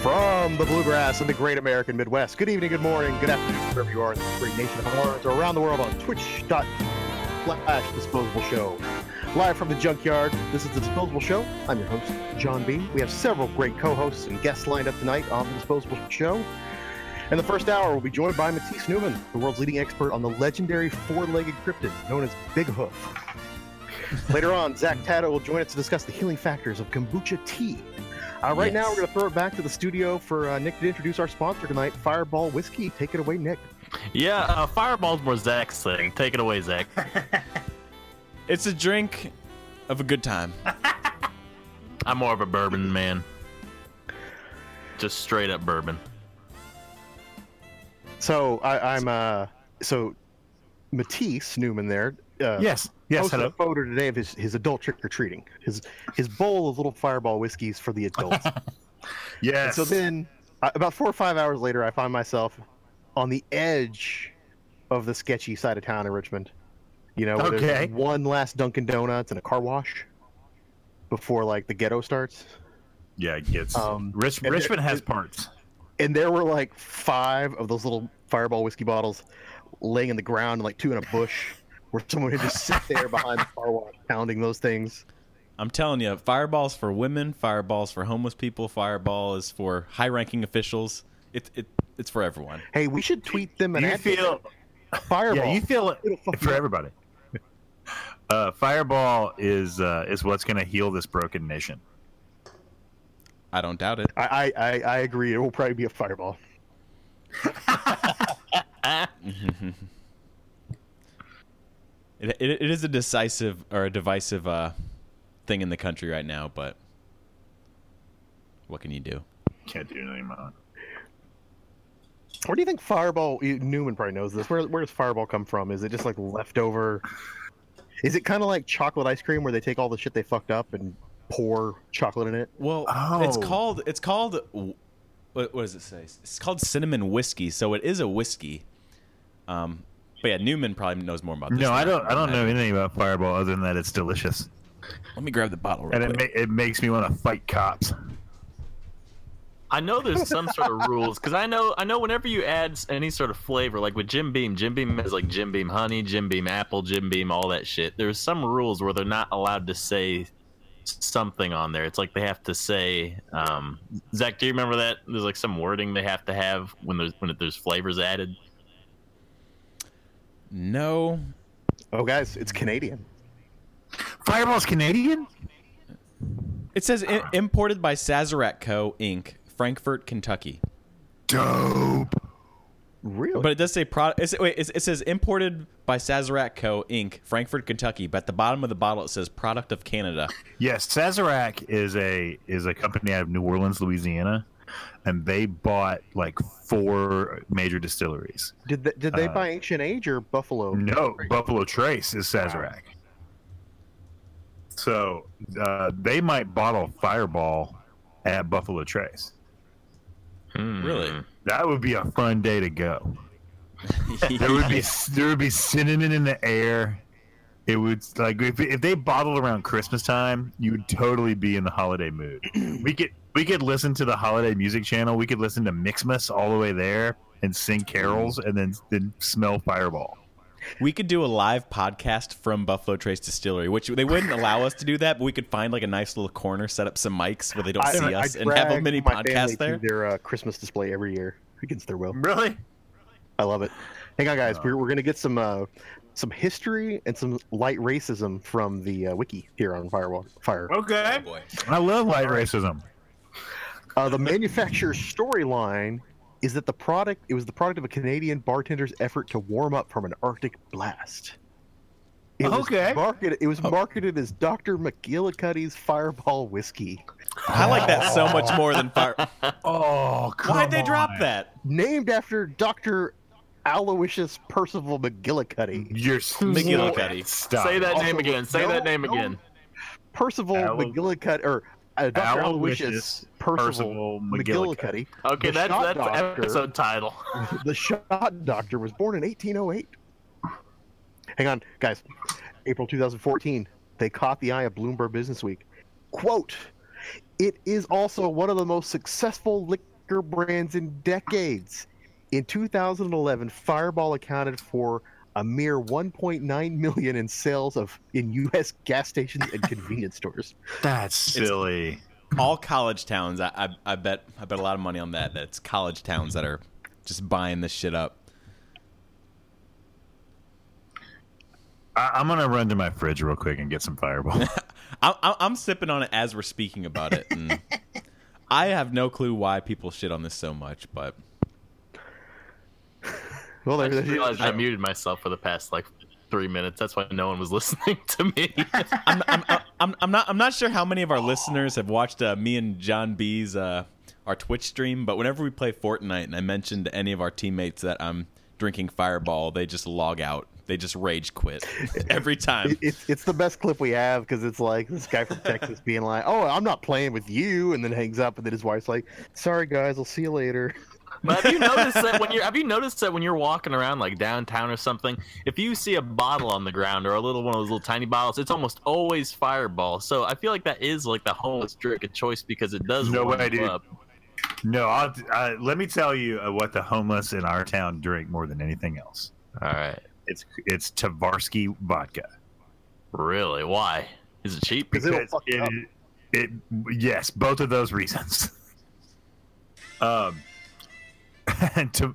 from the bluegrass and the great American Midwest. Good evening, good morning, good afternoon, wherever you are in this great nation of ours, or around the world on Twitch. Flash Disposable Show. Live from the junkyard, this is the Disposable Show. I'm your host, John B. We have several great co-hosts and guests lined up tonight on the Disposable Show. In the first hour, we'll be joined by Matisse Newman, the world's leading expert on the legendary four-legged cryptid known as Big Hoof. Later on, Zach Tato will join us to discuss the healing factors of kombucha tea. Uh, right now, we're Yes. going to throw it back to the studio for uh, Nick to introduce our sponsor tonight, Fireball Whiskey. Take it away, Nick. Yeah, uh, Fireball's more Zach's thing. Take it away, Zach. It's a drink of a good time. I'm more of a bourbon man. Just straight up bourbon. So I, I'm uh, so Matisse Newman there. Uh, Yes. Yes. posted Hello. a photo today of his, his adult trick or treating. His his bowl of little fireball whiskeys for the adults. And Yes. so then, uh, about four or five hours later, I find myself on the edge of the sketchy side of town in Richmond. You know, where Okay. there's one last Dunkin' Donuts and a car wash before like the ghetto starts. yeah, it gets. Um, Rich, and Richmond there- has parts. and there were like five of those little fireball whiskey bottles laying in the ground, like two in a bush, where someone had just sit there behind the car wash pounding those things. I'm telling you, fireballs for women, fireballs for homeless people, fireball is for high-ranking officials. It, it it's for everyone. Hey, we should tweet them an You ad for feel. fireball. Yeah, you feel it It'll fuck for you up. everybody. Uh, Fireball is uh, is what's going to heal this broken nation. I don't doubt it. I, I, I, I agree. It will probably be a fireball. It, it, it is a decisive or a divisive uh, thing in the country right now, but what can you do? Can't do anything about it. Where do you think fireball? Newman probably knows this. Where where does fireball come from? Is it just like leftover? Is it kind of like chocolate ice cream where they take all the shit they fucked up and pour chocolate in it? Well, it's Oh. called it's called wh- what, what does it say? It's called cinnamon whiskey, so it is a whiskey. Um, but yeah, Newman probably knows more about this. No, than I don't. I don't than know anything about Fireball other than that it's delicious, Let me grab the bottle. Real and it quick. ma- it makes me want to fight cops. I know there's some sort of rules because I know I know whenever you add s- any sort of flavor, like with Jim Beam, Jim Beam is like Jim Beam honey, Jim Beam apple, Jim Beam all that shit. There's some rules where they're not allowed to say something on there. It's like they have to say, um, Zach, do you remember that? There's like some wording they have to have when there's when there's flavors added. no, Oh, guys, it's Canadian. Fireball's Canadian. it says I- imported by Sazerac Co. Inc. Frankfurt, Kentucky. Dope. Really? But it does say product. It's, wait, it's, it says imported by Sazerac Co. Inc. Frankfurt, Kentucky. But at the bottom of the bottle it says product of Canada. Yes, Sazerac is a is a company out of New Orleans, Louisiana, and they bought like four major distilleries. did they, did they uh, buy Ancient Age or Buffalo? No, Buffalo Trace is Sazerac. So uh, they might bottle Fireball at Buffalo Trace. Hmm. Really? That would be a fun day to go. There would be there would be cinnamon in the air. It would like if, if they bottled around Christmas time, you would totally be in the holiday mood. We could we could listen to the holiday music channel. We could listen to Mixmas all the way there and sing carols and then then smell Fireball. We could do a live podcast from Buffalo Trace Distillery, which they wouldn't allow us to do that, but we could find like a nice little corner, set up some mics where they don't see us, and have a drag mini my family podcast to there. Their uh, Christmas display every year against their will. Really? I love it. Hang on, guys. We're, we're gonna get some uh, some history and some light racism from the uh, wiki here on Firewall Fire. Okay. boy. I love light racism. Uh, the manufacturer's storyline is that the product it was the product of a Canadian bartender's effort to warm up from an Arctic blast. It Okay. Was marketed, it was Oh. marketed as Dr. McGillicuddy's Fireball Whiskey, I like that so much more than fire. Oh, come Why'd they drop on. that? named after Dr. Aloysius Percival McGillicuddy. You're McGillicuddy. Stop. Say that Also, name again. Say no, that name no. again. Percival Alo- McGillicuddy, or uh, Dr. Aloysius Aloysius Percival, Percival McGillicuddy. McGillicuddy. Okay, The that's shot that's doctor. the episode title. the shot doctor was born in 1808. Hang on, guys. April 2014, they caught the eye of Bloomberg Businessweek. Quote, it is also one of the most successful lic- liquor brands in decades. In 2011, Fireball accounted for a mere 1.9 million in sales of in U.S. gas stations and convenience stores. That's silly. All college towns. I, I I bet I bet a lot of money on that. That's college towns that are just buying this shit up. I, I'm gonna run to my fridge real quick and get some Fireball. I'm, I'm I'm sipping on it as we're speaking about it, and I have no clue why people shit on this so much. But Well, there, I just there- realized I muted myself for the past like three minutes. That's why no one was listening to me. I'm I'm, I'm, I'm, I'm not I'm not sure how many of our listeners have watched uh, me and John B's uh, our Twitch stream, but whenever we play Fortnite and I mention to any of our teammates that I'm drinking Fireball, they just log out. They just rage quit every time. it- it's it's the best clip we have because it's like this guy from Texas being like, "Oh, I'm not playing with you," and then hangs up, and then his wife's like, "Sorry guys, I'll see you later." But have you noticed that when you're have you noticed that when you're walking around like downtown or something, if you see a bottle on the ground or a little one of those little tiny bottles, it's almost always Fireball. So I feel like that is like the homeless drink of choice because it does No warm way, you dude. up. no, I'll, uh, let me tell you uh, what the homeless in our town drink more than anything else. All right, It's it's Tavarsky vodka. really? Why? Is it cheap? Because it'll fuck you it, it, yes, both of those reasons. um. to,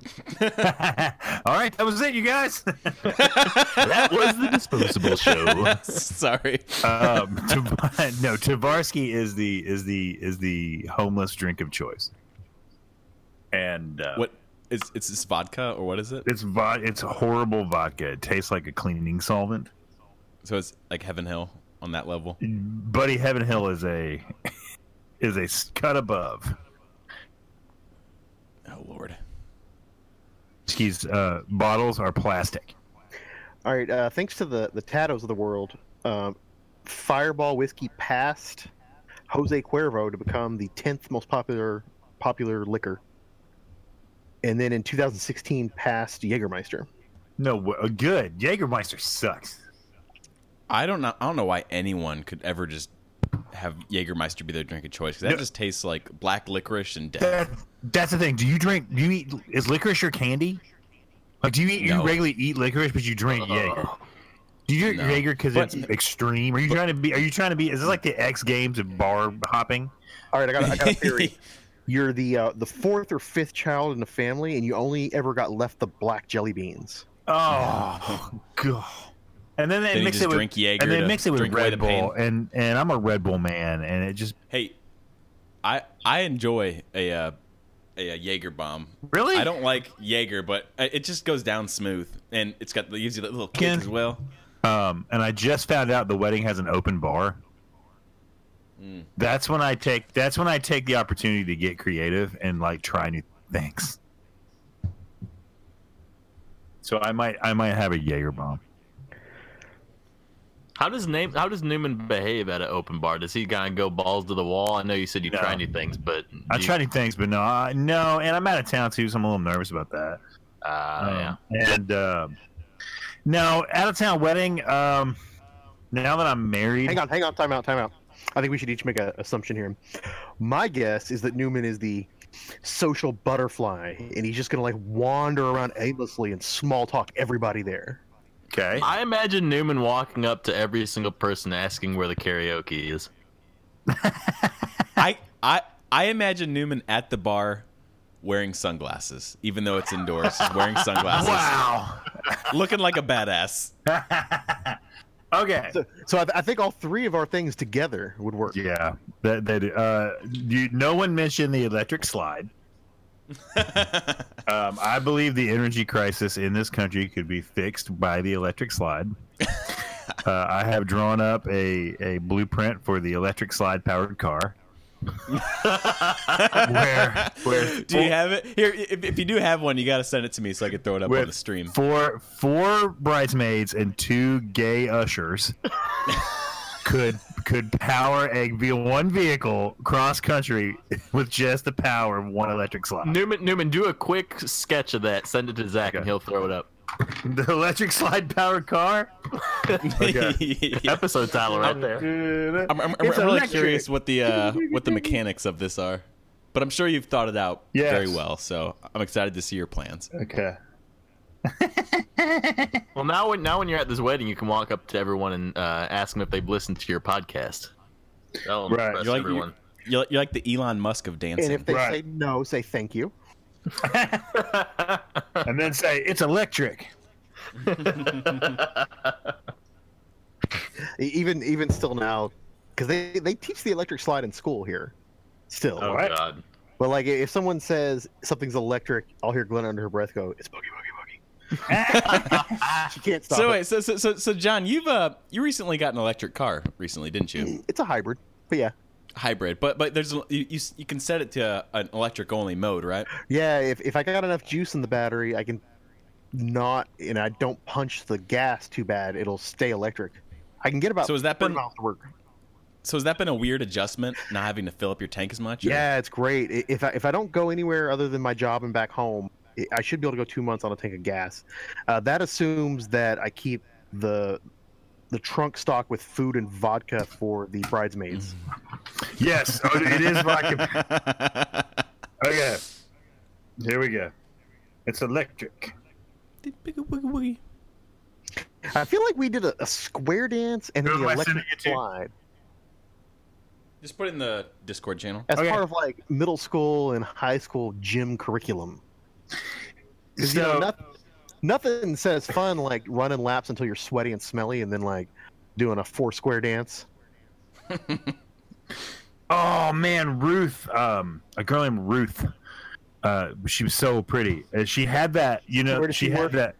all right, that was it, you guys. that was the disposable show. Sorry. um, Tav- no, Tavarsky is the is the is the homeless drink of choice. And uh, What is it's this vodka or what is it? It's vo- it's horrible vodka. It tastes like a cleaning solvent. So it's like Heaven Hill on that level. Buddy Heaven Hill is a is a s- cut above. Oh lord. These uh, bottles are plastic. All right, uh, thanks to the the Tatos of the world, um, Fireball whiskey passed Jose Cuervo to become the tenth most popular popular liquor, and then in 2016 passed Jägermeister. No, w- uh, good. Jägermeister sucks. I don't know. I don't know why anyone could ever just have Jägermeister be their drink of choice 'cause that No. just tastes like black licorice and death. That, that's the thing. Do you drink? Do you eat? Is licorice your candy? Like, do you eat? No. Uh-huh. You regularly eat licorice, but you drink Jaeger. Do you drink No. Jaeger because But- it's extreme? Are you trying to be? Are you trying to be? Is this like the X Games of bar hopping? All right, I got I got a theory. You're the uh, the fourth or fifth child in the family, and you only ever got left the black jelly beans. Oh god! And then they Then you mix just it with drink Jaeger and they to mix it with drink away Red the pain. Bull, and and I'm a Red Bull man, and it just Hey, I I enjoy a uh, a, uh Jaeger bomb. Really? I don't like Jaeger, but I- it just goes down smooth, and it's got it gives you that little kick Ken. as well. um. And I just found out the wedding has an open bar. Mm. That's when I take. That's when I take the opportunity to get creative and like try new things. So I might. I might have a Jaeger bomb. How does name? How does Newman behave at an open bar? Does he kind of go balls to the wall? I know you said you No. try new things, but I do you- try new things, but no, I, no, and I'm out of town too, so I'm a little nervous about that. Oh, Uh, yeah. Um, And um no, out of town wedding. Um, now that I'm married, Hang on, hang on, time out, time out. I think we should each make an assumption here. My guess is that Newman is the social butterfly, and he's just gonna like wander around aimlessly and small talk everybody there. okay. I imagine Newman walking up to every single person asking where the karaoke is. I I I imagine Newman at the bar wearing sunglasses, even though it's indoors, he's wearing sunglasses, Wow. looking like a badass. Okay. So, so I, I think all three of our things together would work. yeah. That that uh, you, no one mentioned the electric slide. Um, I believe the energy crisis in this country could be fixed by the electric slide. uh, I have drawn up a, a blueprint for the electric slide powered car. where where Do you have it here? If, if you do have one, you got to send it to me so I can throw it up on the stream. Four four bridesmaids and two gay ushers could could power a ve- one vehicle cross country with just the power of one electric slide. Newman, Newman, do a quick sketch of that. Send it to Zach, and he'll throw it up. The electric slide powered car. Episode title right there. I'm, I'm, I'm It's really electric. curious what the uh, what the mechanics of this are. But I'm sure you've thought it out Yes. very well. So I'm excited to see your plans. Okay. Well, now when now when you're at this wedding, you can walk up to everyone and uh, ask them if they've listened to your podcast. That'll Right. impress You're like, everyone. you're, you're like- you're like the Elon Musk of dancing. And if they Right. say no, say thank you. And then say it's electric. E- Even even still now, because they they teach the electric slide in school here, still. Oh What? God! But like, if someone says something's electric, I'll hear Glenn under her breath go, "It's boogie boogie boogie." she can't stop so it. wait, so, so so so John, you've uh you recently got an electric car recently, didn't you? It's a hybrid, but yeah, Hybrid, but but there's a- you you, s- you can set it to uh an electric only mode, right? yeah. If if I got enough juice in the battery, I can not, and I don't punch the gas too bad. It'll stay electric. I can get about So has that 40 been- miles to work? So has that been a weird adjustment, not having to fill up your tank as much? or- Yeah, it's great. I- If I, if I don't go anywhere other than my job and back home, I- I should be able to go two months on a tank of gas. Uh, that assumes that I keep the the trunk stock with food and vodka for the Mm. bridesmaids. Yes, oh, it is vodka. Okay. Here we go. It's electric. I feel like we did a, a square dance and then Who the am I electric sending it to? slide Just put it in the Discord channel. as Okay. part of like middle school and high school gym curriculum. 'Cause, you know, So- nothing, nothing says fun like running laps until you're sweaty and smelly, and then like doing a four square dance. Oh man, Ruth, um, a girl named Ruth. Uh, she was so pretty. Uh, She had that, you know. Where does she, she had work? that,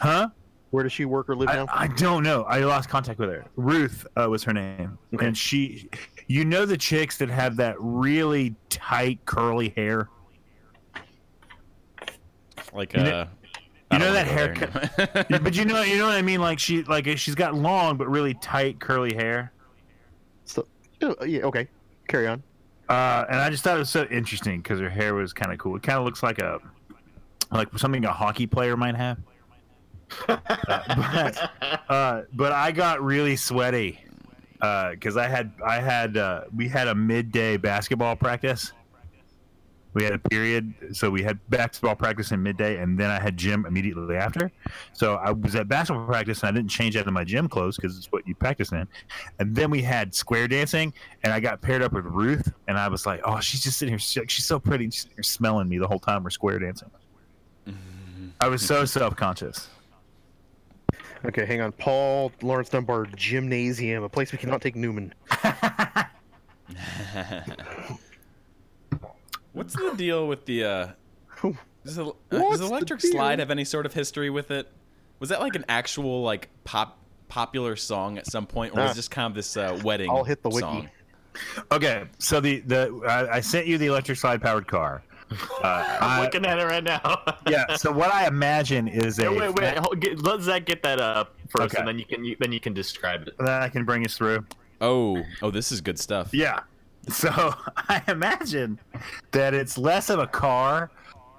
huh? Where does she work or live I, now? I don't know. I lost contact with her. Ruth uh, was her name, Okay. and she, you know, the chicks that have that really tight curly hair. Like You uh, know- I you know don't that wanna go there Yeah, but you know, you know what I mean. Like she, like she's got long but really tight curly hair. So, uh, yeah, okay, carry on. Uh, and I just thought it was so interesting because her hair was kind of cool. It kind of looks like a, like something a hockey player might have. Uh, but, uh, but I got really sweaty because I had I had uh, we had a midday basketball practice. We had a period, so we had basketball practice in midday, and then I had gym immediately after. So I was at basketball practice, and I didn't change out of my gym clothes because it's what you practice in. And then we had square dancing, and I got paired up with Ruth, and I was like, "Oh, she's just sitting here. she- She's so pretty. She's sitting here smelling me the whole time we're square dancing." I was so self conscious. Okay, hang on. Paul Lawrence Dunbar Gymnasium, a place we cannot take Newman. What's the deal with the? Uh, does, el- uh, What's does the Electric deal? Slide have any sort of history with it? Was that like an actual like pop popular song at some point, or was Nah. it just kind of this uh, wedding? I'll hit the wiki. song? Okay, so the the I, I sent you the electric slide powered car. Uh, I- I'm looking at it right now. yeah. So what I imagine is a Hey, wait, wait. Hold, get, let Zach get that up first, Okay. and then you can you, then you can describe it. that I can bring us through. Oh, oh, this is good stuff. Yeah. So I imagine that it's less of a car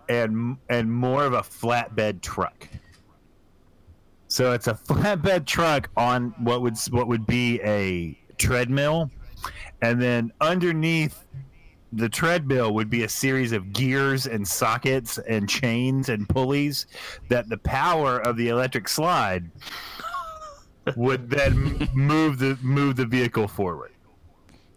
and and more of a flatbed truck. So it's a flatbed truck on what would what would be a treadmill, and then underneath the treadmill would be a series of gears and sockets and chains and pulleys that the power of the electric slide would then m- move the move the vehicle forward.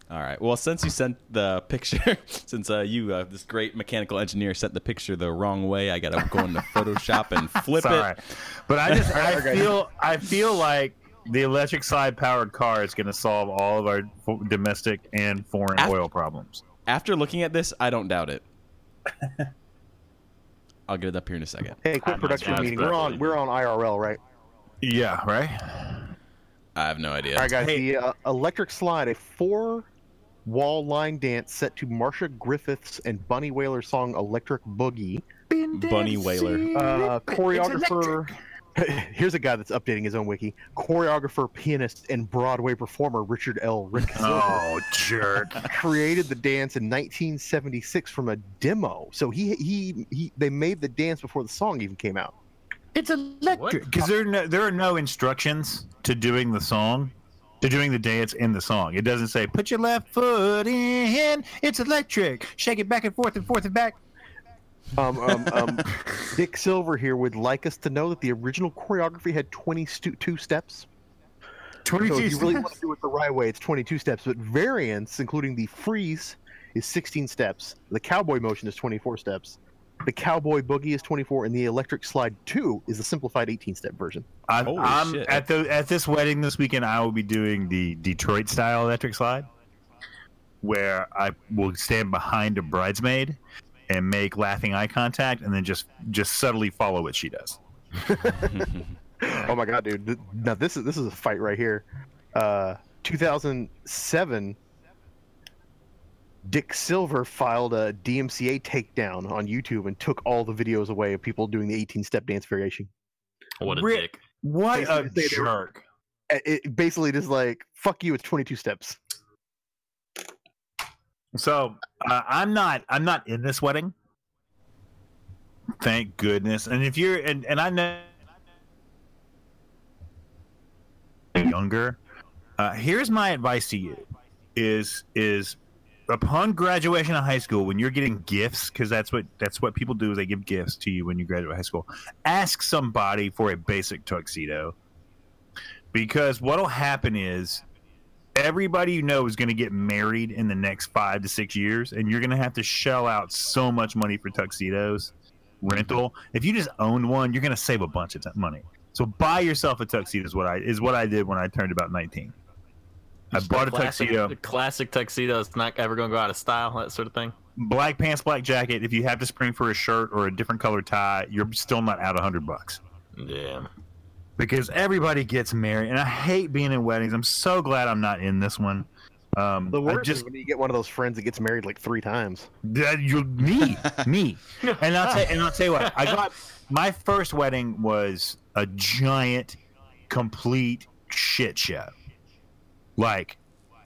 All right. Well, since you sent the picture, since uh, you, uh, this great mechanical engineer, sent the picture the wrong way, I gotta go into Photoshop and flip Sorry. it. But I just I Okay. feel I feel like the electric side powered car is going to solve all of our fo- domestic and foreign Af- oil problems. After looking at this, I don't doubt it. I'll get it up here in a second. Hey, quick I'm production not meeting. We're on. We're on IRL, right? Yeah, right. I have no idea. All right, guys. Hey. The uh, electric slide, a four-wall line dance set to Marsha Griffiths and Bunny Wailer's song "Electric Boogie." Bunny Whaler. Uh, choreographer. Here's a guy that's updating his own wiki. Choreographer, pianist, and Broadway performer Richard L. Rick Oh, jerk. created the dance in 1976 from a demo. So he he he they made the dance before the song even came out. It's electric because there are no, there are no instructions to doing the song. They're doing the dance in the song. It doesn't say put your left foot in. It's electric. Shake it back and forth and forth and back. Um, um, um, Dick Silver here would like us to know that the original choreography had 22 two steps. So if Twenty-two. you really want to do it the right way, it's 22 steps. But variants, including the freeze, is 16 steps. The cowboy motion is 24 steps. The cowboy boogie is 24, and the electric slide 2 is the simplified 18 step version. I, Holy I'm shit. at the at this wedding this weekend. I will be doing the Detroit style electric slide, where I will stand behind a bridesmaid and make laughing eye contact, and then just just subtly follow what she does. Oh my god, dude! Th- Now this is this is a fight right here. Uh, 2007, Dick Silver filed a DMCA takedown on YouTube and took all the videos away of people doing the 18 step dance variation. What a Rick. dick. What Basically, they- a they- jerk! It- It basically just like fuck you. It's 22 steps. So uh, I'm not I'm not in this wedding. Thank goodness. And if you're and, and I know younger, uh, here's my advice to you: is is upon graduation of high school when you're getting gifts because that's what that's what people do is they give gifts to you when you graduate high school. Ask somebody for a basic tuxedo because what'll happen is everybody you know is going to get married in the next five to six years, and you're going to have to shell out so much money for tuxedos rental. If you just owned one, you're going to save a bunch of t- money. So buy yourself a tuxedo is what I is what I did when I turned about 19. I bought a Classic- tuxedo, Classic tuxedo. It's not ever going to go out of style, that sort of thing. black pants, black jacket. If you have to spring for a shirt or a different color tie, you're still not out a hundred bucks. Yeah. because everybody gets married, and I hate being in weddings. I'm so glad I'm not in this one. Um, The I worst just is when you get one of those friends that gets married like three times. that you me me, and I'll tell and I'll tell you what I got. My first wedding was a giant, complete shit show. Like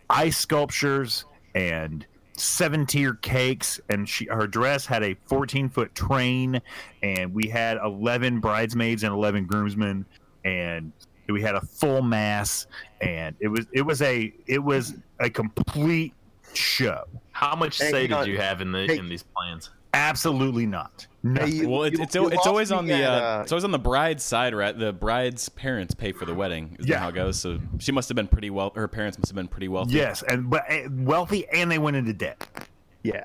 ice sculptures and seven tier cakes, and she her dress had a fourteen foot train, and we had eleven bridesmaids and eleven groomsmen, and we had a full mass, and it was it was a it was a complete show. How much Hey, say you did know, you have in the hey- in these plans? Absolutely not. No. Hey, you- Well, it's you- it's, you it's lost always me on the at, uh, it's always on the bride's side, right? The bride's parents pay for the wedding. Is Yeah. yeah. how it goes. So she must have been pretty well. Her parents must have been pretty wealthy. Yes, and but eh, wealthy, and they went into debt, yeah.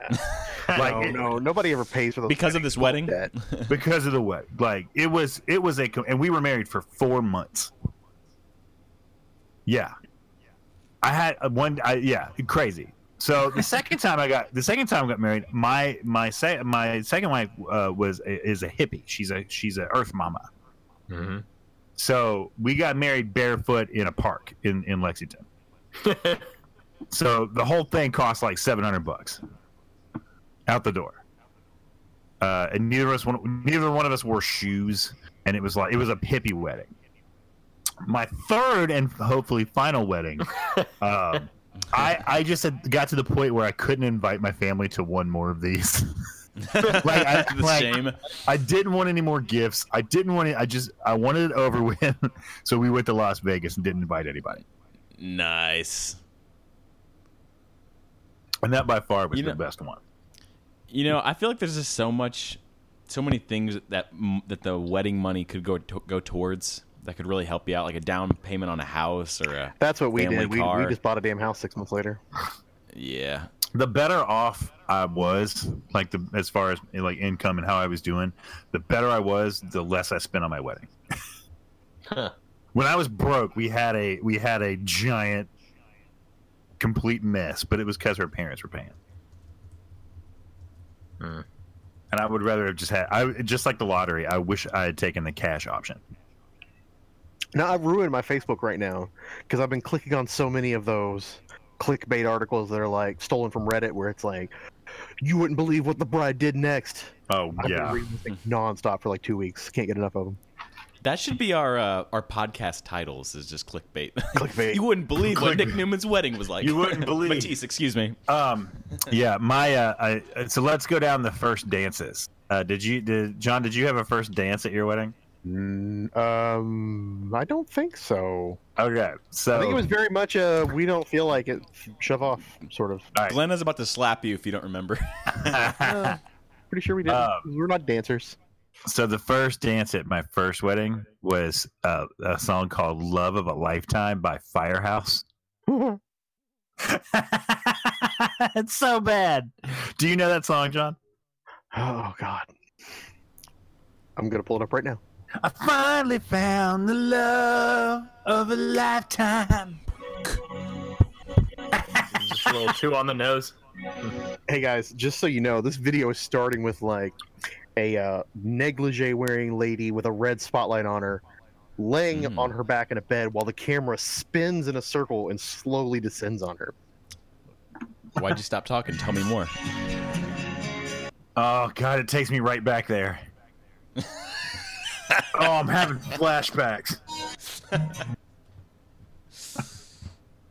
like no, it- no, nobody ever pays for those Because of this wedding. that. because of the way. Like it was, it was a, co- and we were married for four months. Yeah, I had a one. I, yeah, crazy. So the second time I got the second time I got married, my my se- my second wife uh, was a, is a hippie. She's a she's a Earth Mama. Mm-hmm. So we got married barefoot in a park in in Lexington. so the whole thing cost like seven hundred bucks out the door. Uh, and neither of us one, neither one of us wore shoes, and it was like it was a hippie wedding. My third and hopefully final wedding, um, I I just had got to the point where I couldn't invite my family to one more of these. like, I, the like, shame. I didn't want any more gifts. I didn't want it. I just I wanted it over with. so we went to Las Vegas and didn't invite anybody. Nice. And that by far was You the know- best one. You know, I feel like there's just so much, so many things that m- that the wedding money could go to, go towards that could really help you out, like a down payment on a house or a That's what we family did. We, we car. just bought a damn house six months later. yeah. The better off I was, like the as far as like income and how I was doing, the better I was, the less I spent on my wedding. Huh. When I was broke, we had a we had a giant complete mess, but it was because her parents were paying. Hmm. And I would rather have just had I just like the lottery, I wish I had taken the cash option. Now I've ruined my Facebook right now because I've been clicking on so many of those clickbait articles that are like stolen from Reddit, where it's like, "You wouldn't believe what the bride did next." Oh I've yeah. been reading this thing nonstop for like two weeks. Can't get enough of them. That should be our uh, our podcast titles is just clickbait. Clickbait. you wouldn't believe what Nick Clickbait. Newman's wedding was like. You wouldn't believe. Matisse, excuse me. Um, yeah, my uh, I, uh, so let's go down the first dances. Uh, did you, did John? Did you have a first dance at your wedding? Mm, um, I don't think so. Okay, so I think it was very much a we don't feel like it, shove off sort of. Right. Glenn is about to slap you if you don't remember. Uh, Oh. pretty sure we did. Um, not We're not dancers. So the first dance at my first wedding was uh, a song called "Love of a Lifetime" by Firehouse. Oh, it's so bad. Do you know that song, John? Oh God. I'm gonna pull it up right now. I finally found the love of a lifetime. Just a little two on the nose. Hey guys, just so you know, this video is starting with like a uh, negligee wearing lady with a red spotlight on her, laying Hmm. Mm. on her back in a bed while the camera spins in a circle and slowly descends on her. Why'd you stop talking? Tell me more. Oh God, it takes me right back there. oh, I'm having flashbacks.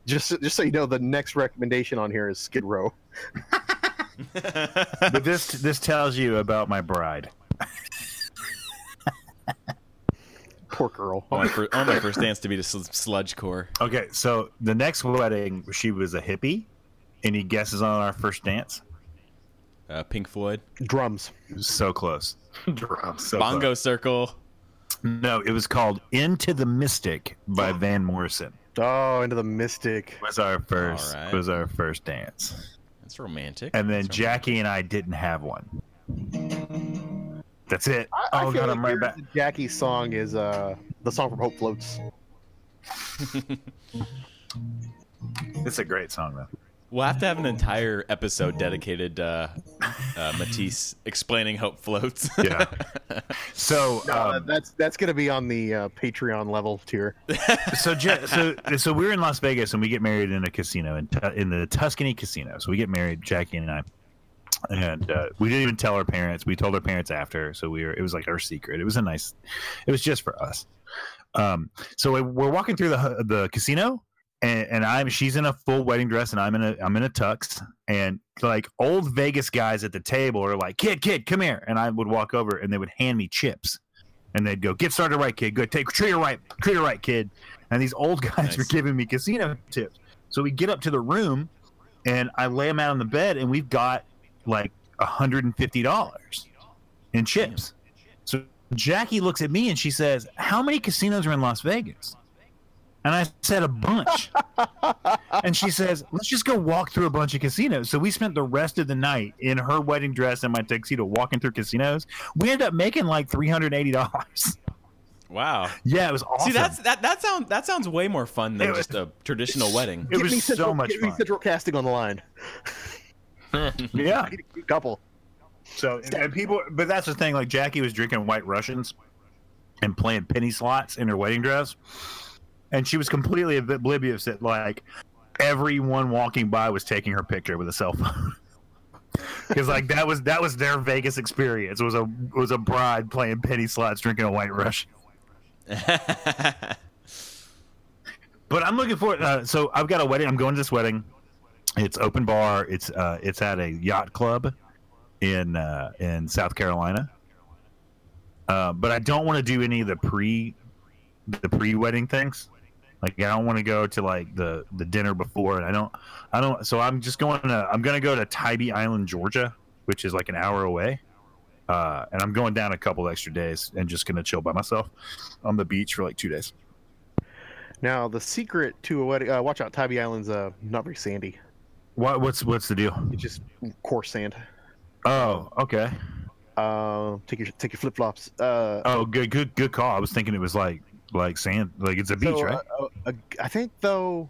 Just, just so you know, the next recommendation on here is Skid Row. But this this tells you about my bride. Poor girl. On my first, on my first dance to beat a sl- sludge core. Okay, so the next wedding, she was a hippie. Any guesses on our first dance? Uh, Pink Floyd. Drums. So close. Drums. So Bongo close. Circle. No, it was called "Into the Mystic" by Van Morrison. Oh, into the mystic. Was our first All right. was our first dance, That's romantic. and then That's Jackie and I didn't have one. That's it. I, I oh feel god, like I'm right yours back. and Jackie's song is uh, the song from Hope Floats. It's a great song though. We'll have to have an entire episode dedicated uh, uh, Matisse explaining Hope Floats. Yeah. So, Uh, um, that's that's gonna be on the uh, Patreon level tier. so, Je- so, so we're in Las Vegas and we get married in a casino in, Tu- in the Tuscany casino. So we get married, Jackie and I, and uh, we didn't even tell our parents. We told our parents after, so we were. It was like our secret. It was a nice. It was just for us. Um, so we- we're walking through the the casino, and, and I'm she's in a full wedding dress, and I'm in a I'm in a tux, and like old Vegas guys at the table are like, "Kid, kid, come here," and I would walk over, and they would hand me chips. And they'd go, get started right, kid. Good. Take treat her right. Treat her right, kid. And these old guys Nice. were giving me casino tips. So we get up to the room and I lay them out on the bed and we've got like $150 in chips. So Jackie looks at me and she says, How many casinos are in Las Vegas? And I said, A bunch. and she says, Let's just go walk through a bunch of casinos. So we spent the rest of the night in her wedding dress and my tuxedo walking through casinos. We ended up making like $380. wow. yeah, it was awesome. See, that's that that sounds that sounds way more fun than It was- just a traditional wedding. It Get was me so central, much get Me fun. central casting on the line. yeah. I need a cute couple. So and people, but that's the thing. Like Jackie was drinking White Russians and playing penny slots in her wedding dress, and she was completely oblivious that like everyone walking by was taking her picture with a cell phone. Because like that was that was their Vegas experience was a was a bride playing penny slots drinking a White Russian. But I'm looking forward. Uh, so I've got a wedding. I'm going to this wedding. It's open bar. It's uh, it's at a yacht club in uh, in South Carolina. Uh, but I don't want to do any of the pre the pre wedding things. Like I don't want to go to like the the dinner before, and I don't I don't. So I'm just going to I'm going to go to Tybee Island, Georgia, which is like an hour away. Uh, and I'm going down a couple extra days and just going to chill by myself on the beach for like two days. Now the secret to a wedding. Uh, watch out, Tybee Island's uh, not very sandy. What what's what's the deal? It's just coarse sand. Oh, okay. Uh, take your take your flip flops. Uh, Oh, good, good, good call. I was thinking it was like like sand, like it's a beach, so, right? uh, uh, I think though,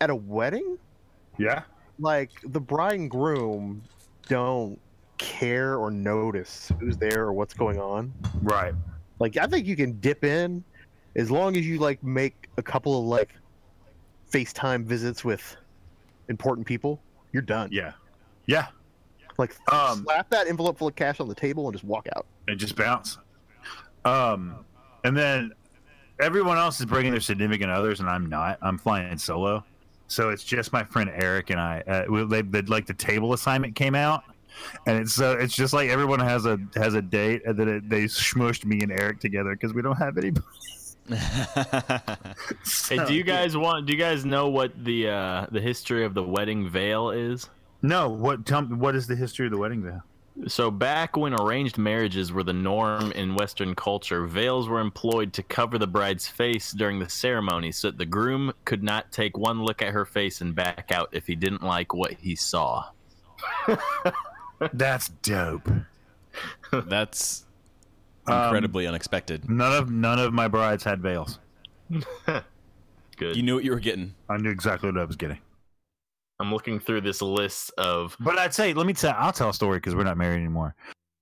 at a wedding, yeah. like the bride and groom don't care or notice who's there or what's going on. Right. Like I think you can dip in as long as you like make a couple of like FaceTime visits with important people. You're done. Yeah. Yeah. Like Um, slap that envelope full of cash on the table and just walk out. It just bounce. Um, and then everyone else is bringing their significant others, and I'm not. I'm flying solo, so it's just my friend Eric and I. Uh, we- they, they, like the table assignment came out, and it's so it's just like everyone has a has a date, and then it, they smushed me and Eric together because we don't have anybody. Hey, do you guys want? Do you guys know what the uh, the history of the wedding veil is? No, what? Tell me, what is the history of the wedding veil? So back when arranged marriages were the norm in Western culture, veils were employed to cover the bride's face during the ceremony, so that the groom could not take one look at her face and back out if he didn't like what he saw. That's dope. Um, That's incredibly unexpected. None of none of my brides had veils. Good. You knew what you were getting. I knew exactly what I was getting. I'm looking through this list of But I'd say, let me tell. I'll tell a story because we're not married anymore.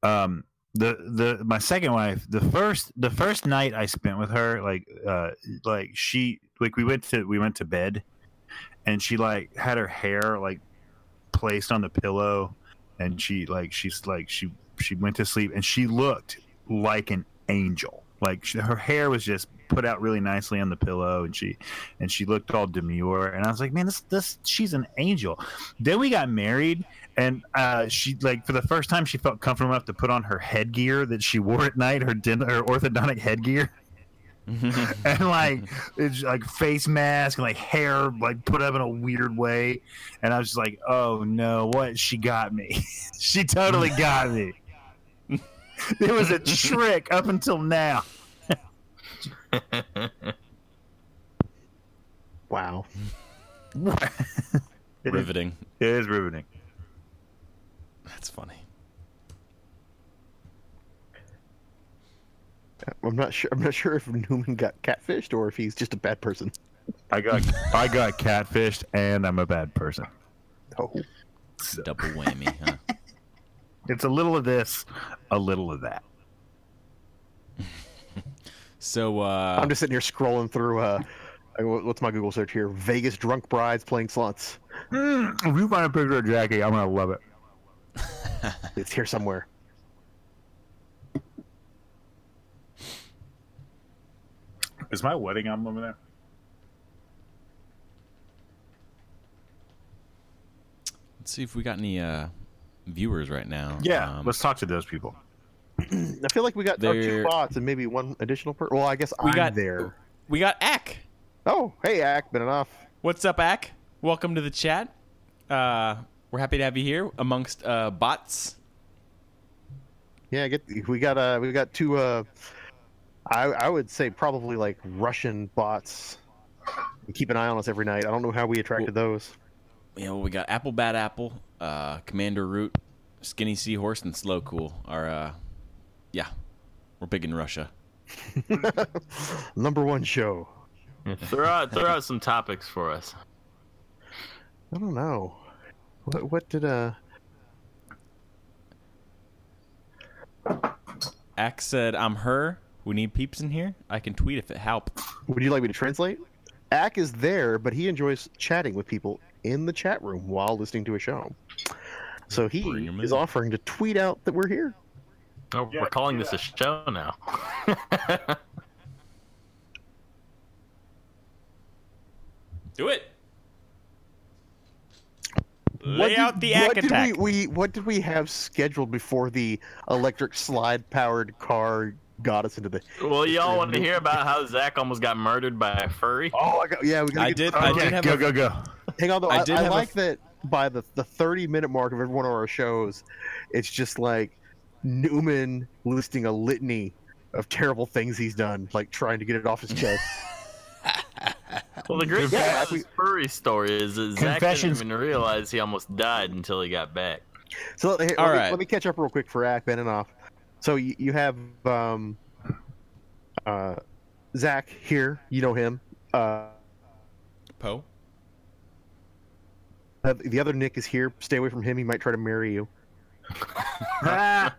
Um, the the my second wife, the first the first night I spent with her, like uh, like she like we went to we went to bed, and she like had her hair like placed on the pillow, and she like she's like she she went to sleep and she looked like an angel. Like she, her hair was just put out really nicely on the pillow, and she and she looked all demure. And I was like, man, this this she's an angel. Then we got married, and uh, she like for the first time she felt comfortable enough to put on her headgear that she wore at night, her den- her orthodontic headgear. and like it's like face mask and like hair like put up in a weird way and i was just like oh no what she got me she totally got me it was a trick up until now Wow. It is- Riveting. it is riveting That's funny. I'm not sure. I'm not sure if Newman got catfished or if he's just a bad person. I got I got catfished and I'm a bad person. Oh, Double whammy, huh? It's a little of this, a little of that. So uh, I'm just sitting here scrolling through. Uh, uh, what- what's my Google search here? Vegas drunk brides playing sluts. Mm, If you find a picture of Jackie, I'm gonna love it. It's here somewhere. Is my wedding album over there? let's see if we got any uh, viewers right now. Yeah. Um, let's talk to those people. I feel like we got our two There- bots and maybe one additional person. Well, I guess we I'm got there. We got Ack. Oh, hey, Ack, been enough. What's up, Ack? Welcome to the chat. Uh, we're happy to have you here amongst uh, bots. Yeah, get we got uh we got two uh, I I would say probably like Russian bots. They Keep an eye on us every night. I don't know how we attracted those. Yeah, well, we got Apple Bad Apple, uh, Commander Root, Skinny Seahorse, and Slow Cool. Are uh, yeah, we're big in Russia. Number one show. throw out throw out some topics for us. I don't know. What what did uh Ack said, "I'm her. We need peeps in here. I can tweet if it help." would you like me to translate? Ack is there, but he enjoys chatting with people in the chat room while listening to a show. So he Bring 'em is in. offering to tweet out that we're here. Oh, we're calling this a show now. Do it. What Lay did- out the Ack what attack. Did we, we what did we have scheduled before the electric slide powered car got us into the? well, y'all want to hear about how Zach almost got murdered by a furry? Oh, I got, yeah, we gotta I get- did. I Okay, did have go a, go go. Hang on, though. I I, did I have a- like that by the, the 30 minute mark of every one of our shows, it's just like Newman listing a litany of terrible things he's done, like trying to get it off his chest. Well, the great thing Yeah, about we- this furry story is that Zach didn't Confessions- even realize he almost died until he got back. so let, hey, All let me, right. let me catch up real quick for Ack Beninoff. So you, you have um, uh, Zach here. You know him. Uh, Poe. the other Nick is here. Stay away from him. He might try to marry you.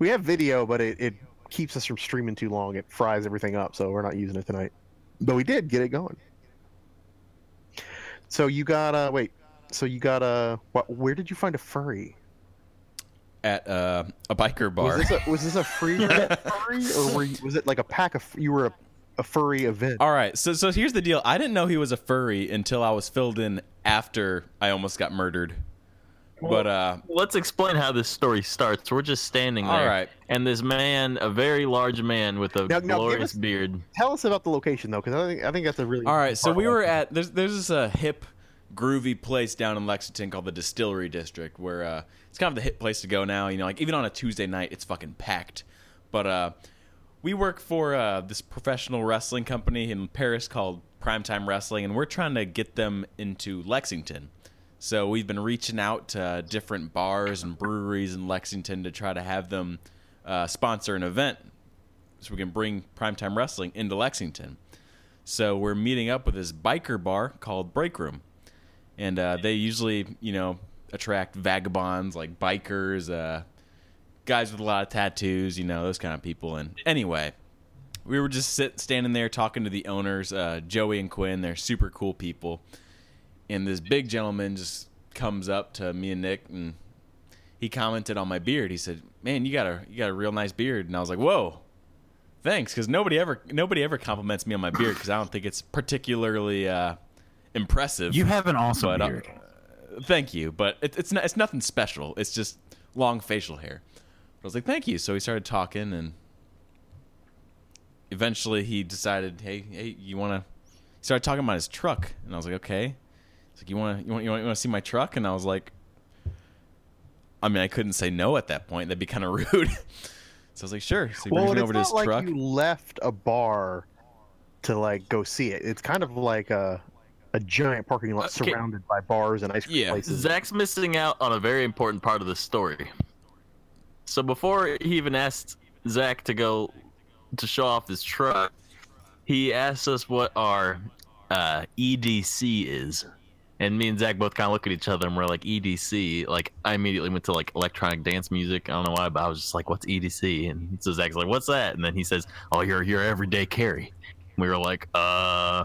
We have video, but it, it keeps us from streaming too long. It fries everything up, so we're not using it tonight. But we did get it going. So you got uh wait. So you got uh what where did you find a furry? at uh, a biker bar. Was this a was this a free furry or were you, was it like a pack of you were a, a furry event? All right, so so here's the deal. I didn't know he was a furry until I was filled in after I almost got murdered. But uh, Let's explain how this story starts. We're just standing All there, right. and this man, a very large man with a Now- now give glorious us- beard, Tell us about the location though, because I think I think that's a really All right, so important we part. were at there's there's this uh, hip, groovy place down in Lexington called the Distillery District, where uh, it's kind of the hip place to go now. You know, like even on a Tuesday night, it's fucking packed. But uh, we work for uh, this professional wrestling company in Paris called Primetime Wrestling, and we're trying to get them into Lexington. So we've been reaching out to different bars and breweries in Lexington to try to have them uh, sponsor an event so we can bring primetime wrestling into Lexington. So we're meeting up with this biker bar called Break Room, and uh, they usually, you know, attract vagabonds like bikers, uh, guys with a lot of tattoos, you know, those kind of people. And anyway, we were just sit, standing there talking to the owners, uh, Joey and Quinn. They're super cool people. And this big gentleman just comes up to me and Nick, and he commented on my beard. He said, "Man, you got a you got a real nice beard." And I was like, "Whoa." Thanks, because nobody ever nobody ever compliments me on my beard because I don't think it's particularly uh, impressive. You have an awesome But, uh, beard. thank you, but it, it's not, it's nothing special. It's just long facial hair. But I was like, thank you. So we started talking, and eventually he decided, hey, hey, you want to? He started talking about his truck, and I was like, okay. He's like, you want to you want you want to see my truck? And I was like, I mean, I couldn't say no at that point. That'd be kind of rude. so I was like, sure. So he Well, and brings it's me over to not his like truck. you left a bar to like go see it. It's kind of like a a giant parking lot Okay. surrounded by bars and ice cream Uh, Yeah. places. Zach's missing out on a very important part of the story. So before he even asked Zach to go to show off his truck, he asked us what our uh, EDC is. And me and Zach both kind of look at each other and we're like, EDC. Like, I immediately went to like electronic dance music. I don't know why, but I was just like, what's EDC? And so Zach's like, what's that? And then he says, oh, you're your everyday carry. We were like, uh,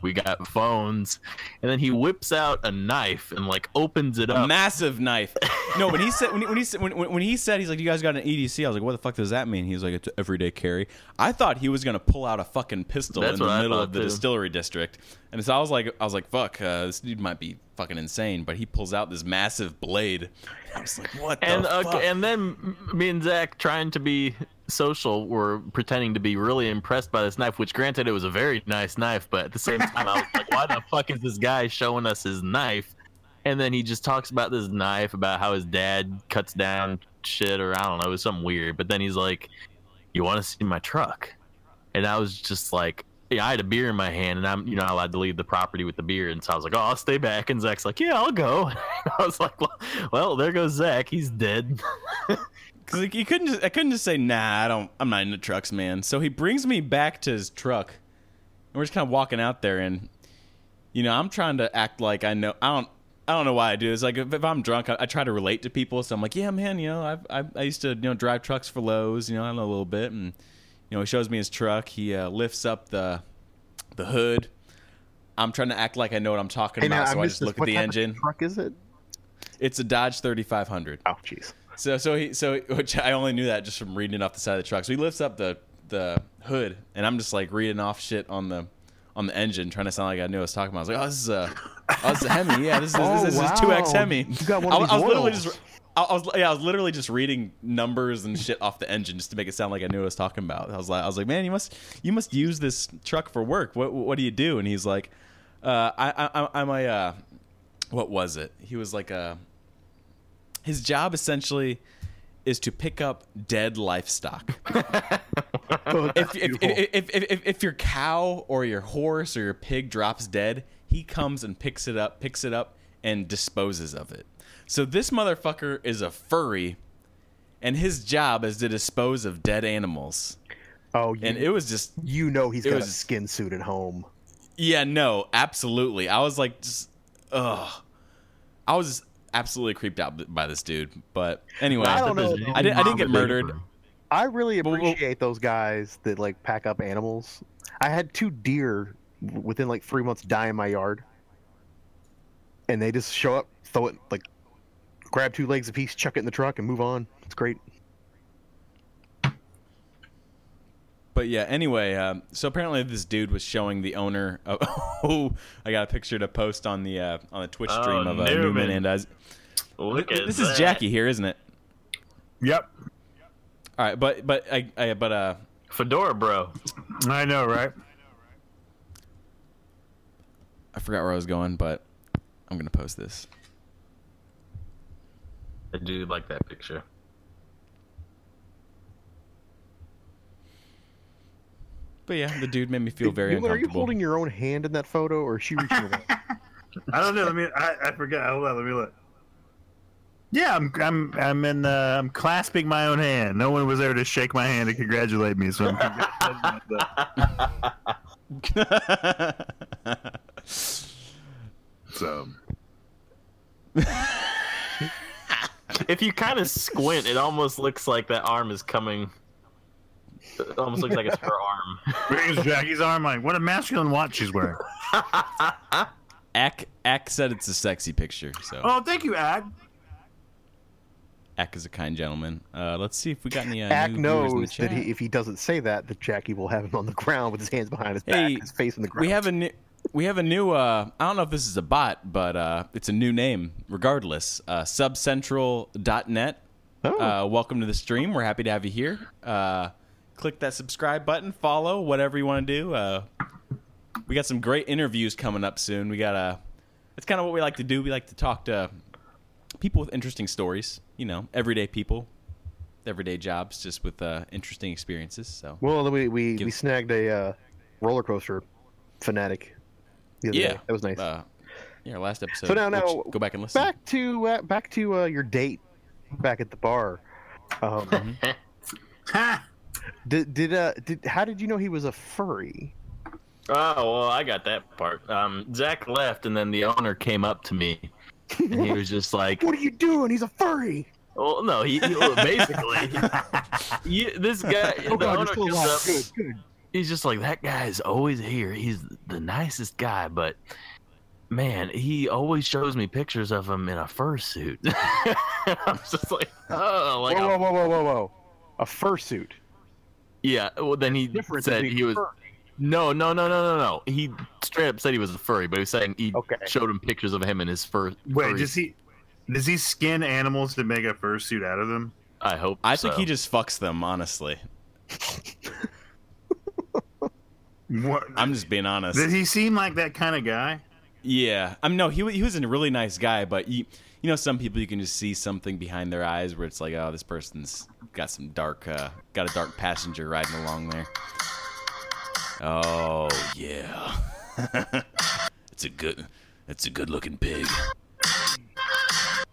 we got phones. And then he whips out a knife and like opens it a up. massive knife. No, when he said when he, when he said when, when when he said he's like, "You guys got an EDC?" I was like, "What the fuck does that mean?" He's like, "It's everyday carry." I thought he was gonna pull out a fucking pistol That's in the what I middle of thought, the too. distillery district, and so I was like, I was like, "Fuck, uh, this dude might be fucking insane," but he pulls out this massive blade. I was like, "What the and fuck?" uh, and then me and Zach trying to be social were pretending to be really impressed by this knife, which granted it was a very nice knife, but at the same time I was like, why the fuck is this guy showing us his knife? And then he just talks about this knife, about how his dad cuts down shit, or I don't know, it was something weird. But then he's like, "You want to see my truck?" And I was just like, "Yeah." I had a beer in my hand, and I'm, you know, not allowed to leave the property with the beer. And so I was like, "Oh, I'll stay back." And Zach's like, "Yeah, I'll go." I was like, well, "Well, there goes Zach. He's dead." Cause like, he couldn't just, I couldn't just say, nah, I don't, I'm not into trucks, man. So he brings me back to his truck and we're just kind of walking out there and, you know, I'm trying to act like I know, I don't, I don't know why I do this. Like if, if I'm drunk, I, I try to relate to people. So I'm like, yeah, man, you know, I've, I, I used to, you know, drive trucks for Lowe's, you know, I know a little bit. And, you know, he shows me his truck. He uh, lifts up the, the hood. I'm trying to act like I know what I'm talking Hey, now, about. so I missed just this. look at What the type of engine. Truck is it? It's a Dodge 3500. Oh, jeez. So so he so which I only knew that just from reading it off the side of the truck. So he lifts up the the hood and I'm just like reading off shit on the on the engine, trying to sound like I knew what I was talking about. I was like, oh, this is a, oh, this is a Hemi. Yeah, this is Oh, this, is- this is two X wow. Hemi. You got one of I, was- I these was literally oils. just. I I was yeah, I was literally just reading numbers and shit off the engine just to make it sound like I knew what I was talking about. I was like, I was like, man, you must you must use this truck for work. What what do you do? And he's like, uh, I, I I'm a uh, what was it? He was like a his job essentially is to pick up dead livestock. Oh, that's if, if, beautiful. if, if, if, if, if your cow or your horse or your pig drops dead, he comes and picks it up, picks it up, and disposes of it. So this motherfucker is a furry, and his job is to dispose of dead animals. oh, you, And it was just you know he's it got a was- skin suit at home. Yeah, no, absolutely. I was like, just, ugh. I was absolutely creeped out b- by this dude. But anyway, I don't know, There's though. I didn't- I didn't get mama murdered. bear. I really Well, well- appreciate those guys that like pack up animals. I had two deer w- within like three months die in my yard, and they just show up, throw it like, grab two legs apiece, chuck it in the truck, and move on. It's great. But yeah, anyway, um, so apparently this dude was showing the owner. Of, oh, I got a picture to post on the uh, on the Twitch Oh, stream of uh, Newman. Newman and us. Look at This is is Jackie here, isn't it? Yep. All right, but but I, I but uh, Fedora, bro. I know, right? I forgot where I was going, but I'm gonna post this. I do like that picture. But yeah, the dude made me feel very Newman, are you uncomfortable. holding your own hand in that photo, or is she reaching away? I don't know. I mean, I, I forgot. Hold on, let me look. Yeah, I'm I'm I'm in uh, I'm clasping my own hand. No one was there to shake my hand and congratulate me, so I'm congratulating myself. So If you kind of squint, it almost looks like that arm is coming. It almost looks like it's her arm. Where's Jackie's arm like, what a masculine watch she's wearing. Ack Ack said it's a sexy picture, so oh, thank you, Ag. Ack is a kind gentleman. Uh, let's see if we got any uh, Ack new viewers in the knows that chat. he, if he doesn't say that, that Jackie will have him on the ground with his hands behind his back, Hey, and his face in the ground. we have a new we have a new uh i don't know if this is a bot but uh it's a new name regardless uh subcentral.net Oh. uh welcome to the stream we're happy to have you here uh click that subscribe button follow whatever you want to do uh we got some great interviews coming up soon we got uh it's kind of what we like to do we like to talk to people with interesting stories you know everyday people everyday jobs just with uh interesting experiences so Well, we we, Give- we snagged a uh, roller coaster fanatic. The other yeah day. that was nice. uh, yeah, our last episode. now- which- now- go back and listen. back to uh, back to uh, your date back at the bar. Um, Mm-hmm. Ha! did did uh did how did you know he was a furry? Oh well, I got that part. Um, Zach left, and then the owner came up to me, and he was just like, What are you doing? He's a furry. "Well, no, he, he well, basically, you, this guy, Oh the god, you're owner still comes alive. up, Good, good. he's just like that guy is always here. He's the nicest guy, but man, he always shows me pictures of him in a fursuit. I'm just like, oh, like whoa, whoa, whoa, whoa, whoa, whoa! A fursuit. yeah. Well, then he Different than said being he was. furry. No, no, no, no, no, no. He straight up said he was a furry, but he was saying he Okay. showed him pictures of him in his fur. Wait, furry- does he does he skin animals to make a fursuit out of them? I hope. I think so. he just fucks them, honestly. What I'm just being honest. does he seem like that kind of guy? yeah. I mean, no, he, wa- he was a really nice guy, but you, you know, some people you can just see something behind their eyes where it's like, oh, this person's got some dark, uh, got a dark passenger riding along there. Oh, yeah. it's a good, it's a good looking pig.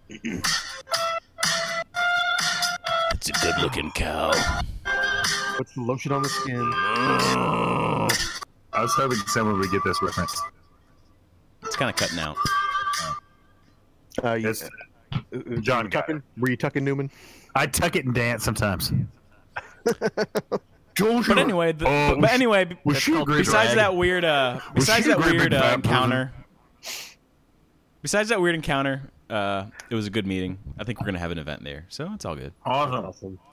It's a good looking cow. What's the lotion on the skin? I was hoping someone would get this reference. It's kind of cutting out. Uh, you, It's- uh, John you tucking? Were you tucking Newman? I tuck it and dance sometimes. But anyway, the, Oh, but, we but sh- anyway, b- was she a great besides drag? that weird, uh, Was besides she a that great weird big uh, fat encounter, besides that weird encounter, uh, it was a good meeting. I think we're gonna have an event there, so it's all good. awesome.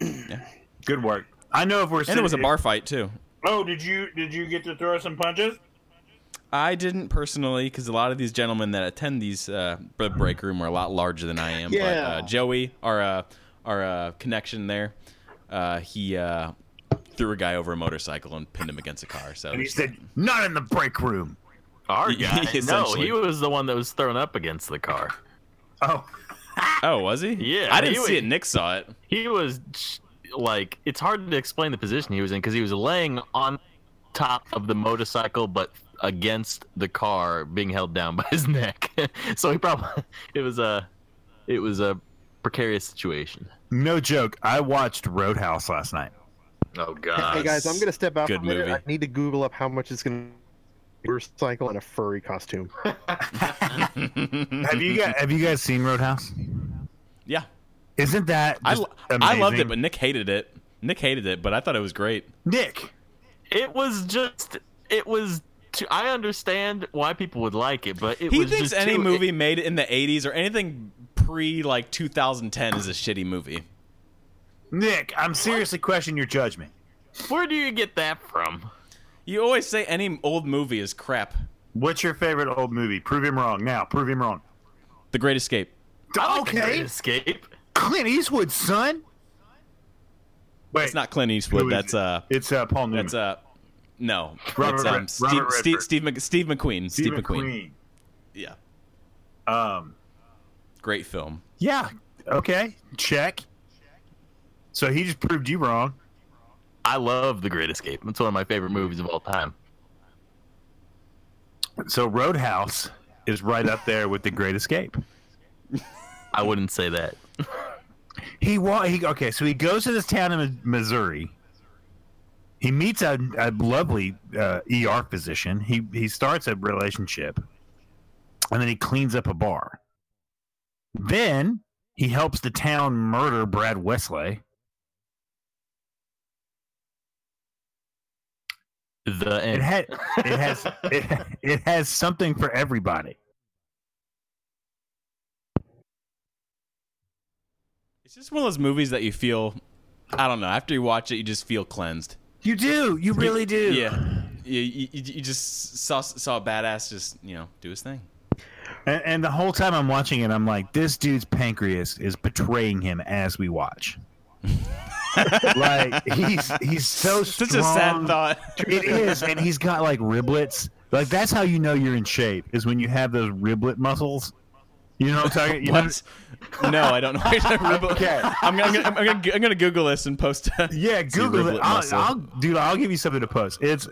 Awesome. Good work. I know if we're And it was a sitting- bar fight too. Oh, did you did you get to throw some punches? I didn't personally, because a lot of these gentlemen that attend these uh, the break room are a lot larger than I am. But Yeah. uh, Joey, our uh, our uh, connection there, uh, he uh, threw a guy over a motorcycle and pinned him against a car. So And he said, "Not in the break room." Our guy. no, Essentially. he was the one that was thrown up against the car. Oh, "Oh, was he? Yeah, I didn't he see was- it. Nick saw it. He was sh- like, it's hard to explain the position he was in because he was laying on top of the motorcycle, but against the car, being held down by his neck. so he probably it was a it was a precarious situation. no joke. I watched Roadhouse last night. Oh god. hey guys, I'm gonna step out good for a minute. movie. I need to Google up how much it's gonna motorcycle and a furry costume. Mm-hmm, Have you guys Have you guys seen Roadhouse? Yeah, Isn't that I, just lo- I loved it, amazing? but Nick hated it. Nick hated it, but I thought it was great. Nick, It was just it was. Too, I understand why people would like it, but it He was thinks just any too- movie made in the '80s or anything pre like 2010 is a shitty movie. Nick, I'm seriously questioning your judgment. Where do you get that from? You always say any old movie is crap. What's your favorite old movie? Prove him wrong now. Prove him wrong. The Great Escape. I like The Great Okay, Escape. Clint Eastwood, son. Wait, It's not Clint who Eastwood. is That's it? uh, it's uh, Paul Newman. that's uh, no. Robert it's Red- um, Robert Steve, Steve, Redford. Steve, Mc, Steve McQueen. Steve McQueen. Yeah, McQueen. Um, great film. yeah. Okay. Check. So he just proved you wrong. I love The Great Escape. It's one of my favorite movies of all time. So Roadhouse is right up there with The Great Escape. I wouldn't say that. He wa- he okay, so he goes to this town in Mi- Missouri. He meets a, a lovely uh, ER physician. He he starts a relationship, and then he cleans up a bar. Then he helps the town murder Brad Wesley. The It end. had it has it, it has something for everybody. It's just one of those movies that you feel. I don't know. After you watch it, you just feel cleansed. You do, you really do. Yeah. You, you, you just saw saw a badass just you know do his thing. And, and the whole time I'm watching it, I'm like, this dude's pancreas is betraying him as we watch. like he's he's so strong. Such a sad thought. It is, and he's got like riblets. Like that's how you know you're in shape is when you have those riblet muscles. You know what I'm talking? You know- What? No, I don't know. okay. Okay. I'm, gonna- I'm, gonna, I'm, gonna, I'm gonna Google this and post. yeah, Google riblet it. I'll, muscle. I'll, dude, I'll give you something to post. It's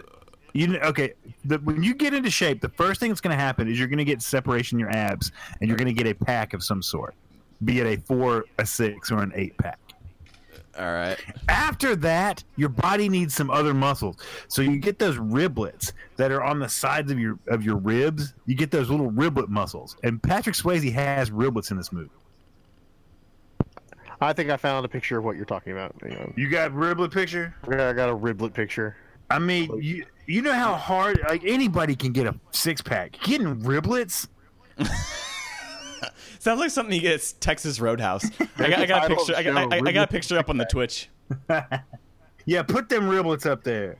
you know, okay. The, when you get into shape, the first thing that's going to happen is you're going to get separation in your abs, and you're going to get a pack of some sort, be it a four, a six, or an eight pack. All right. After that, your body needs some other muscles. So you get those riblets that are on the sides of your of your ribs. You get those little riblet muscles. And Patrick Swayze has riblets in this movie. I think I found a picture of what you're talking about. Hang on. You got riblet picture? I got a riblet picture. I mean, you you know how hard like anybody can get a six pack. Getting riblets? Sounds like something you get at Texas Roadhouse. I got, I got a Title of picture. I got, I, I- I got a picture up on the Twitch. Yeah, put them riblets up there.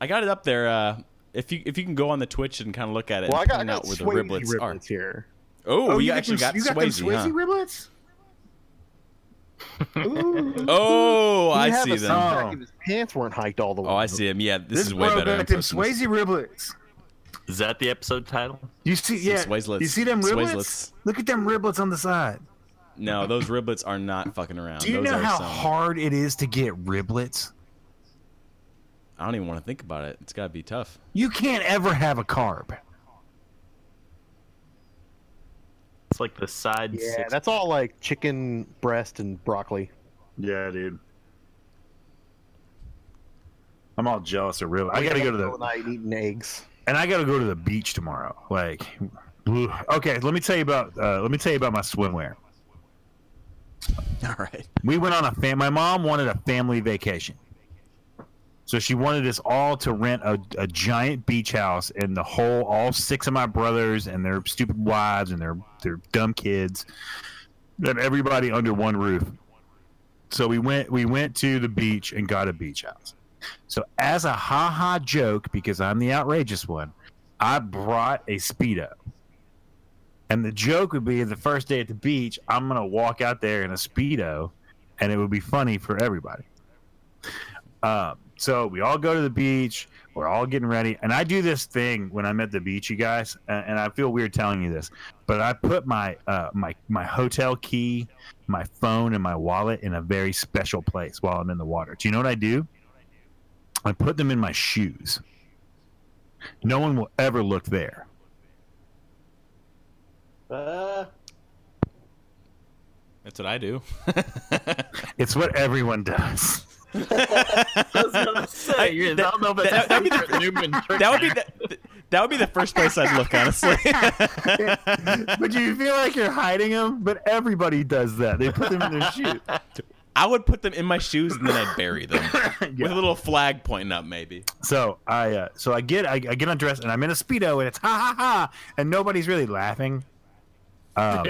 I got it up there. Uh, if you if you can go on the Twitch and kind of look at it, Well, I and got, I point got out where the Swayze riblets, riblets, are. here. Oh, you, got actually them- got you got them Swayze, huh? riblets? Ooh. Oh, I He'd have see a them. six-pack if His pants weren't hiked all the way. Oh, I up. see him. Yeah, this, This, is way bro better. in got them person. Swayze riblets. Is that the episode title? You see, yeah, Swayzelets. you see them riblets? Swayzelets. Look at them riblets on the side. No, those riblets are not fucking around. Do you Oh, those know are how some, hard it is to get riblets? I don't even want to think about it. It's got to be tough. You can't ever have a carb. It's like the side Yeah, six. that's all like chicken breast and broccoli. Yeah, dude. I'm all jealous of real. I gotta go to When the I ain't eating eggs. and I gotta go to the beach tomorrow. Like, ugh. okay, let me tell you about uh, let me tell you about my swimwear. All right. We went on a fam. My mom wanted a family vacation, so she wanted us all to rent a, a giant beach house, and the whole all six of my brothers and their stupid wives and their their dumb kids, and everybody under one roof. So we went we went to the beach and got a beach house. So as a ha ha joke, because I'm the outrageous one, I brought a speedo. And the joke would be the first day at the beach, I'm gonna walk out there in a speedo, and it would be funny for everybody. Um, so we all go to the beach. We're all getting ready, and I do this thing when I'm at the beach, you guys. And, and I feel weird telling you this, but I put my uh, my my hotel key, my phone, and my wallet in a very special place while I'm in the water. Do you know what I do? I put them in my shoes. No one will ever look there. That's what I do. It's what everyone does. I was gonna say, I- I that- don't know if that- that's that'd be Secret Newman trick. That would be the, that would be the first place I'd look, honestly. but you feel like you're hiding them, but everybody does that. They put them in their shoe. I would put them in my shoes and then I'd bury them with a Yeah. little flag pointing up, maybe. So I uh, so I get I, I get undressed and I'm in a speedo and it's ha ha ha and nobody's really laughing. Um,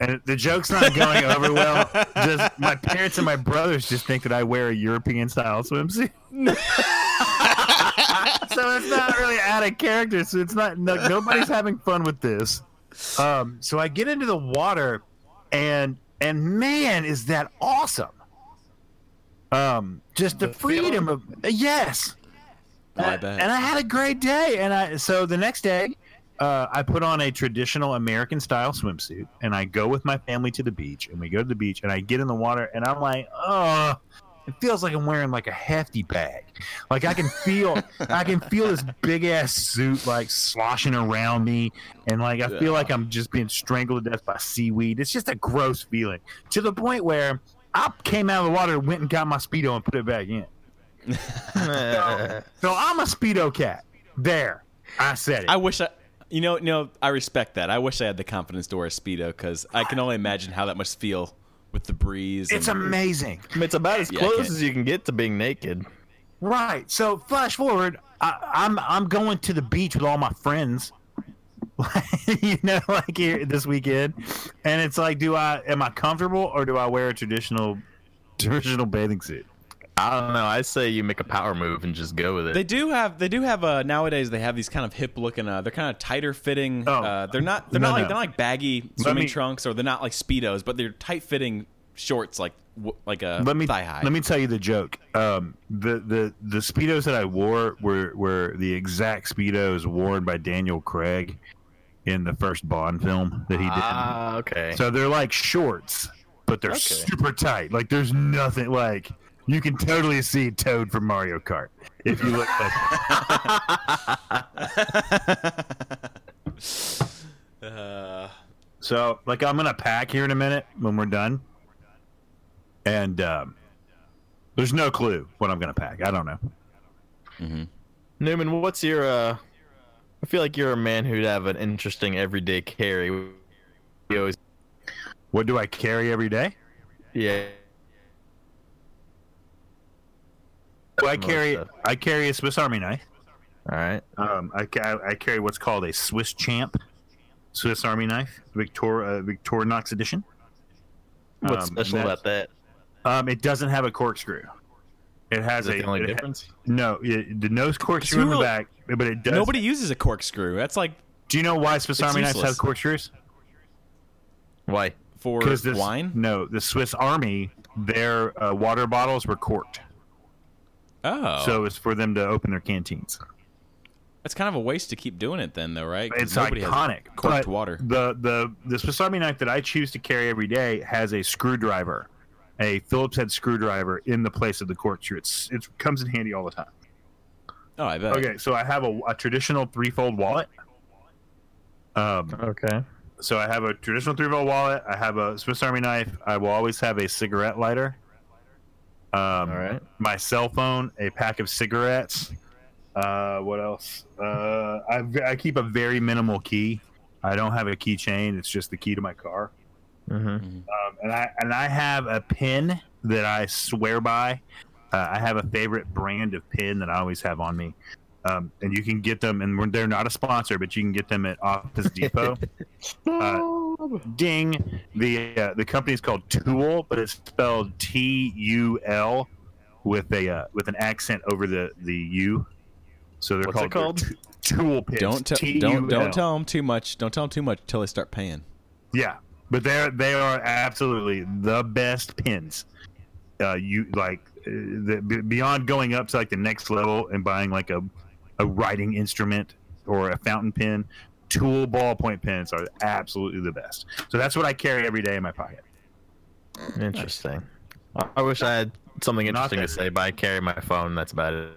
and the joke's not going over well. Just my parents and my brothers just think that I wear a European style swimsuit. so it's not really out of character. So it's not no, nobody's having fun with this. Um, so I get into the water, and and man, is that awesome! Um, just the, freedom of yes. Oh, I And- bet. And I had a great day. And I so the next day, uh, I put on a traditional American style swimsuit, and I go with my family to the beach, and we go to the beach, and I get in the water, and I'm like, oh, it feels like I'm wearing like a hefty bag. Like I can feel, I can feel this big ass suit like sloshing around me, and like I feel like I'm just being strangled to death by seaweed. It's just a gross feeling to the point where. I came out of the water, went and got my speedo, and put it back in. So I'm a speedo cat. There, I said it. I wish I, you know, no, I respect that. I wish I had the confidence to wear a speedo because I can only imagine how that must feel with the breeze. it's and, amazing. It's about as Yeah, I close can't- as you can get to being naked. Right. So flash forward, I, I'm I'm going to the beach with all my friends. you know, like here this weekend, and it's like, do I am I comfortable or do I wear a traditional traditional bathing suit? I don't know. I say you make a power move and just go with it. They do have they do have uh nowadays they have these kind of hip looking uh they're kind of tighter fitting Oh. uh they're not they're No, not like no. they're not like baggy swimming me- trunks or they're not like speedos but they're tight fitting shorts like w- like a let me Uh, thigh high let me tell you the joke. Um, the the the speedos that I wore were were the exact speedos worn by Daniel Craig in the first Bond film that he did. Ah, okay. So they're like shorts, but they're super tight. Like there's nothing like you can totally see Toad from Mario Kart if you look. Like, so like I'm gonna pack here in a minute when we're done, and um, there's no clue what I'm gonna pack. I don't know. Mm-hmm. Newman, what's your? uh I feel like you're a man who'd have an interesting everyday carry. You always, What do I carry every day? yeah. Well, I Most carry stuff. I carry a Swiss Army knife. All right. Um, I, ca- I carry what's called a Swiss Champ, Swiss Army knife, Victor uh, Victorinox edition. What's Um, special that's- about that? Um, it doesn't have a corkscrew. It has Is that a the only it ha- difference? no, it, the nose corkscrew It's in the really- back, but it does. nobody uses a corkscrew that's like Do you know why Swiss It's Army knives useless. have corkscrews? Why? for this wine No, the Swiss Army, their uh, water bottles were corked, oh so it's for them to open their canteens. that's kind of a waste to keep doing it then though right 'Cause It's nobody has iconic. but corked water The the the Swiss Army knife that I choose to carry every day has a screwdriver, a Phillips head screwdriver in the place of the corkscrew. It's it comes in handy all the time. oh I bet Okay, so I have a, a traditional threefold wallet. Um, Okay. so I have a traditional three-fold wallet. I have a Swiss Army knife. I will always have a cigarette lighter. Um, All right. My cell phone, a pack of cigarettes. Uh, what else? Uh, I, I keep a very minimal key. I don't have a keychain. It's just the key to my car. Mm-hmm. Um, and I and I have a pin that I swear by. Uh, I have a favorite brand of pin that I always have on me. Um, and you can get them, and we're- they're not a sponsor, but you can get them at Office Depot. Uh, ding. The uh, the company is called Tool, but it's spelled T U L with a uh, with an accent over the the U. So they're What's it called, they're t- Tool pins. don't tell T U don't L. don't tell them too much don't tell them too much till they start paying Yeah, but they are they are absolutely the best pins. Uh, you like uh, the, be- beyond going up to like the next level and buying like a a writing instrument or a fountain pen. Tool ballpoint pens are absolutely the best. So that's what I carry every day in my pocket. Interesting. I- I wish I had something Not interesting to that- say, but I carry my phone. That's about it.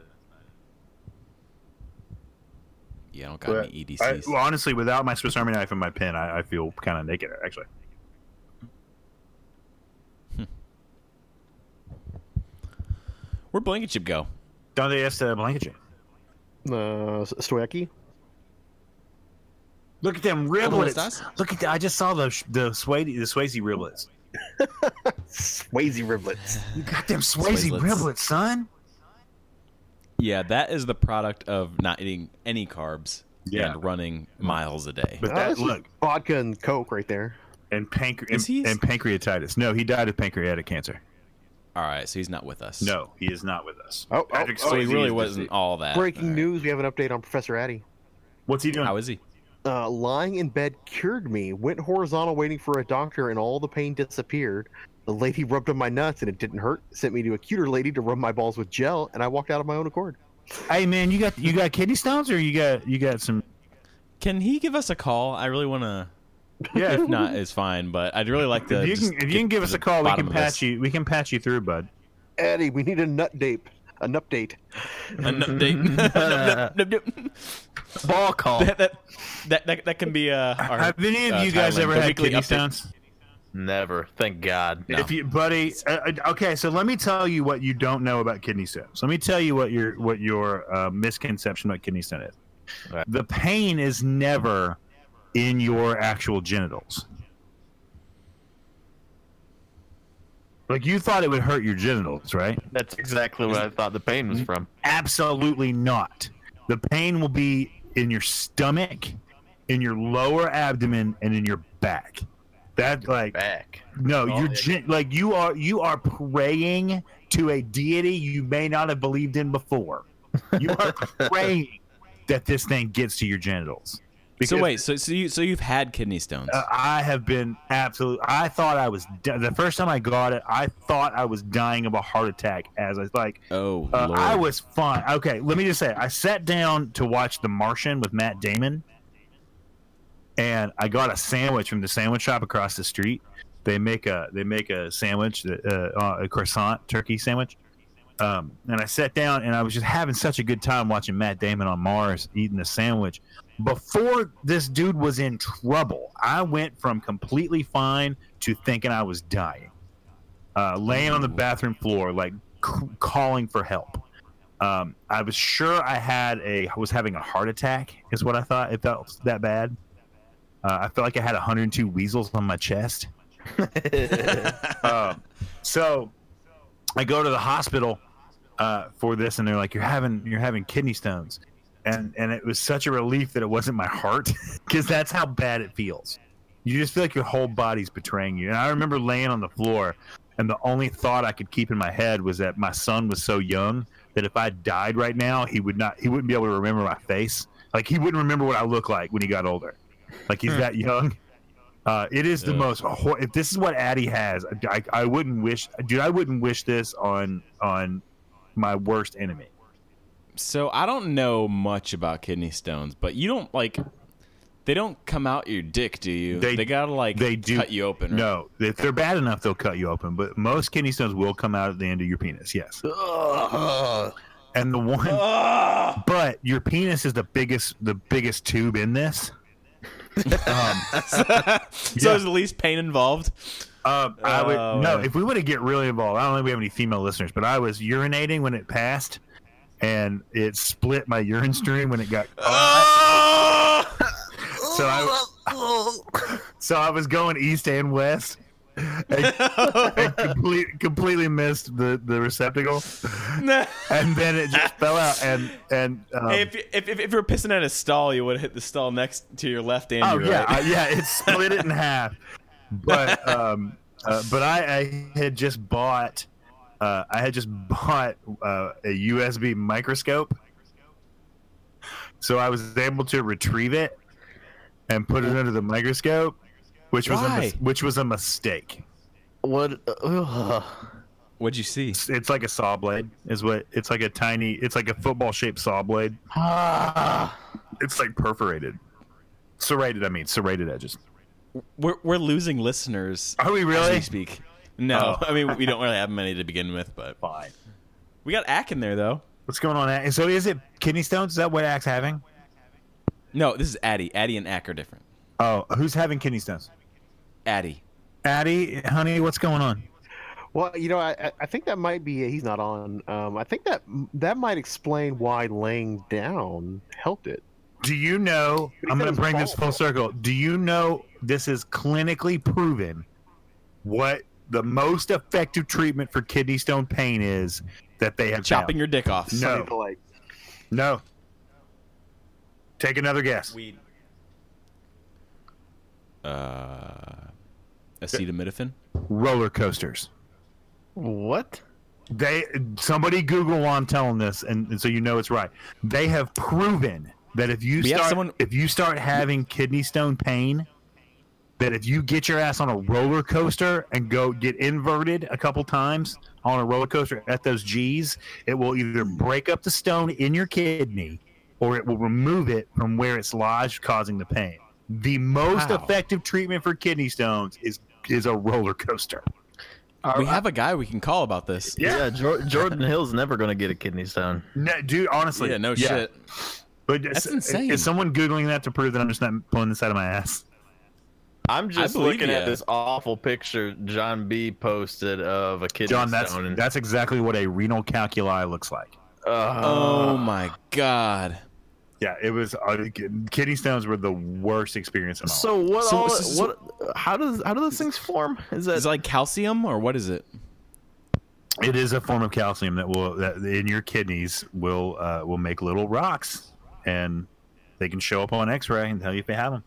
yeah I don't got But any E EDCs I, well, honestly, without my Swiss Army knife and my pen, I, I feel kind of naked actually. where blanket chip go Donde esta blanket chain? Uh, Stoyaki? Look at them ¿Cómo riblets. estás? Look at the, I just saw the the Swayze the Swayze riblets. Swayze riblets. You got them Swayze Swayzelets. riblets, son. Yeah, that is the product of not eating any carbs Yeah. and running miles a day. But Oh, that this is look, Vodka and Coke right there. and, pancre- Is and, he- and pancreatitis. No, he died of pancreatic cancer. All right, so he's not with us. No, he is not with us. Oh, oh, oh, so he Swayze really is wasn't deceased. all that. Breaking All right. news: We have an update on Professor Addy. What's he doing? How is he? Uh, lying in bed cured me. Went horizontal waiting for a doctor, and all the pain disappeared. The lady rubbed on my nuts, and it didn't hurt. Sent me to a cuter lady to rub my balls with gel, and I walked out of my own accord. hey man, you got you got kidney stones or you got you got some? Can he give us a call? I really want to. Yeah, If not, it's fine. But I'd really like to. if you just can if get you can give to us the a call, we bottom can of patch this. you. We can patch you through, bud. Addy, we need a nut date. An update. An update. Nup, nup, nup, nup. Ball call. that, that, that, that, that can be. Uh, our, Have any of uh, you guys tagline, ever the had weekly kidney update. stones? Never. Thank God. No. If you, buddy, uh, uh, okay. So let me tell you what you don't know about kidney stones. Let me tell you what your what your uh, misconception about kidney stone is. Right. The pain is never in your actual genitals. Like you thought it would hurt your genitals, right? That's exactly what I thought the pain was from. Absolutely not. The pain will be in your stomach, in your lower abdomen, and in your back. That like Back. no, Oh, you're yeah. gen- like you are you are praying to a deity you may not have believed in before. You are praying that this thing gets to your genitals. so wait, so so you so you've had kidney stones. uh, I have been absolute. I thought I was di- the first time I got it. I thought I was dying of a heart attack. As I like, oh, uh, Lord. I was fine. Okay, let me just say, I sat down to watch The Martian with Matt Damon, and I got a sandwich from the sandwich shop across the street. They make a they make a sandwich, that, uh, uh, a croissant turkey sandwich. Um, and I sat down, and I was just having such a good time watching Matt Damon on Mars eating a sandwich. Before this dude was in trouble, I went from completely fine to thinking I was dying, uh, laying on the bathroom floor, like c- calling for help. Um, I was sure I had a I was having a heart attack. Is what I thought. It felt that bad. Uh, I felt like I had 102 weasels on my chest. um, so I go to the hospital uh, for this, and they're like, "You're having you're having kidney stones," and and it was such a relief that it wasn't my heart because that's how bad it feels. You just feel like your whole body's betraying you. And I remember laying on the floor, and the only thought I could keep in my head was that my son was so young that if I died right now, he would not he wouldn't be able to remember my face. Like he wouldn't remember what I looked like when he got older. Like he's that young. Uh, it is the Yeah. most. Hor- if this is what Addy has, I, I wouldn't wish, dude. I wouldn't wish this on on my worst enemy. So I don't know much about kidney stones, but you don't like. They don't come out your dick, do you? They- gotta like they do- cut you open. right? No, if they're bad enough, they'll cut you open. But most kidney stones will come out at the end of your penis. Yes, Ugh. and the one, but your penis is the biggest the biggest tube in this. so there's the least pain involved. Um, I would Oh, no. yeah. If we would have get really involved, I don't think we have any female listeners. But I was urinating when it passed, and it split my urine stream when it got. Oh! so I so I was going east and west. And, and complete, completely missed the, the receptacle, and then it just fell out. And and um, if, if, if if you were pissing at a stall, you would have hit the stall next to your left and Oh your yeah, right. I- yeah, it split it in half. But um, uh, but I, I had just bought uh, I had just bought uh, a USB microscope, so I was able to retrieve it and put it under the microscope, which was a Oh. Why? mis- which was a mistake. What? Ugh. What'd you see? It's, it's like a saw blade, is what it's like a tiny, it's like a football shaped saw blade. Ah. It's like perforated, serrated. I mean, serrated edges. We're we're losing listeners Are we as really? we speak. No, Oh. I mean we don't really have many to begin with, but Fine. we got Ack in there though. What's going on? Ax? So is it kidney stones? Is that what Axe having? No, this is Addy. Addy and Ack are different. Oh, who's having kidney stones? Addy. Addie, honey, what's going on? Well, you know, I, I- I think that might be he's not on. Um, I think that that might explain why laying down helped it. Do you know? But he said I'm going it's to bring this false. full circle. Do you know this is clinically proven what the most effective treatment for kidney stone pain is that they have Chopping found? your dick off. No. Something like No. Take another guess. Weed. Uh, Acetaminophen. roller coasters. What? They somebody Google while I'm telling this, and, and so you know it's right. They have proven that if you We have start someone- if you start having kidney stone pain, that if you get your ass on a roller coaster and go get inverted a couple times on a roller coaster at those G's, it will either break up the stone in your kidney or it will remove it from where it's lodged, causing the pain. The most Wow. effective treatment for kidney stones is is a roller coaster. we have a guy we can call about this. Uh, Yeah. Yeah, Jor- Jordan Hill's never going to get a kidney stone. No, dude, honestly, Yeah, no shit. But That's is, insane. Is someone googling that to prove that I'm just not pulling this out of my ass? I'm just believe looking ya. at this awful picture John B posted of a kidney John, that's stone. and- that's exactly what a renal calculi looks like. Uh, Oh my god. Yeah, it was uh, kidney stones were the worst experience in my life. so what? So- all, so- what? How does how do those things form? Is that Is it like calcium or what is it? It is a form of calcium that will that in your kidneys will uh, will make little rocks, and they can show up on X-ray and tell you if they have them.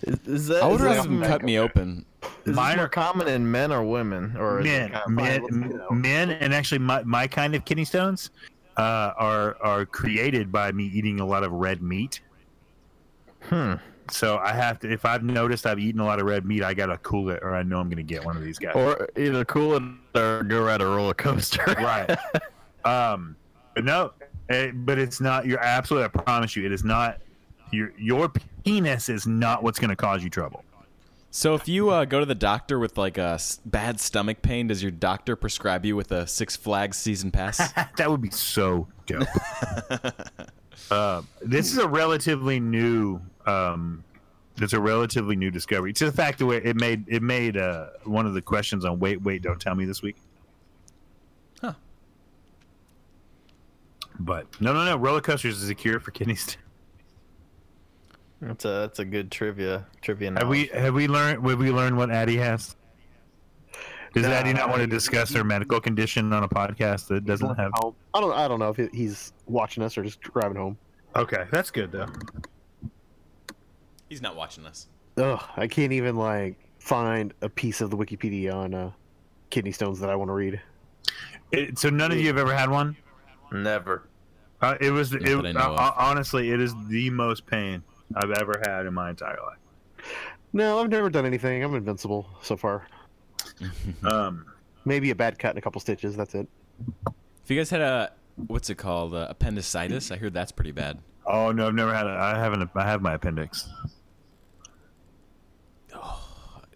is, is that I is wonder this if them more- cut me open. is this Mine more are common in men or women or is it men, kind of- men, let's get out. men, and actually my, my kind of kidney stones uh, are are created by me eating a lot of red meat. Hmm. So I have to. If I've noticed I've eaten a lot of red meat, I gotta cool it, or I know I'm gonna get one of these guys. Or either cool it or go ride a roller coaster. right. Um. But no. It, but it's not. You're absolutely. I promise you, it is not. Your your penis is not what's gonna cause you trouble. So if you uh, go to the doctor with like a s- bad stomach pain, does your doctor prescribe you with a Six Flags season pass? that would be so dope. uh, this is a relatively new. Um, it's a relatively new discovery. To the fact that it made it made uh, one of the questions on wait wait don't tell me this week. Huh. But no no no roller coasters is a cure for kidney stones. That's a that's a good trivia trivia. Have we knowledge. have we learned have we learned what Addie has? Does Nah, Addie not want to he- discuss her medical condition on a podcast that doesn't have? I'll- I don't. I don't know if he- he's watching us or just driving home. Okay, that's good though. He's not watching this. Ugh, I can't even like find a piece of the Wikipedia on uh, kidney stones that I want to read. It, so none of you have ever had one. never? Uh, it was it, that I know uh, of. honestly it is the most pain I've ever had in my entire life. No, I've never done anything. I'm invincible so far. Mm-hmm. Um, Maybe a bad cut and a couple stitches. That's it. If you guys had a what's it called uh, appendicitis, I hear that's pretty bad. oh no, I've never had. A, I haven't. I have my appendix.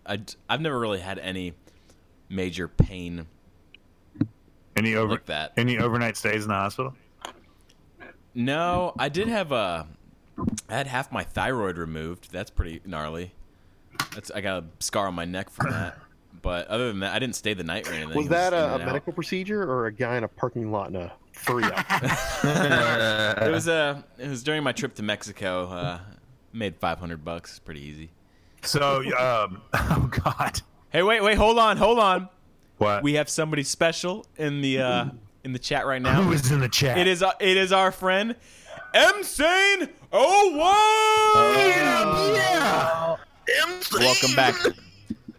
I have never really had any major pain Any over like that. any overnight stays in the hospital? No, I did have a. I had half my thyroid removed. That's pretty gnarly. That's I got a scar on my neck from that. But other than that, I didn't stay the night or anything. Was It that in a, a and out. medical procedure or a guy in a parking lot in a free up? It was uh, it was during my trip to Mexico. Uh, made five hundred bucks. Pretty easy. So um, oh god, Hey, wait, wait, hold on, hold on. what? We have somebody special in the uh, in the chat right now. Who is in the chat? It is uh, it is our friend Msane Owen. Yeah. Welcome back.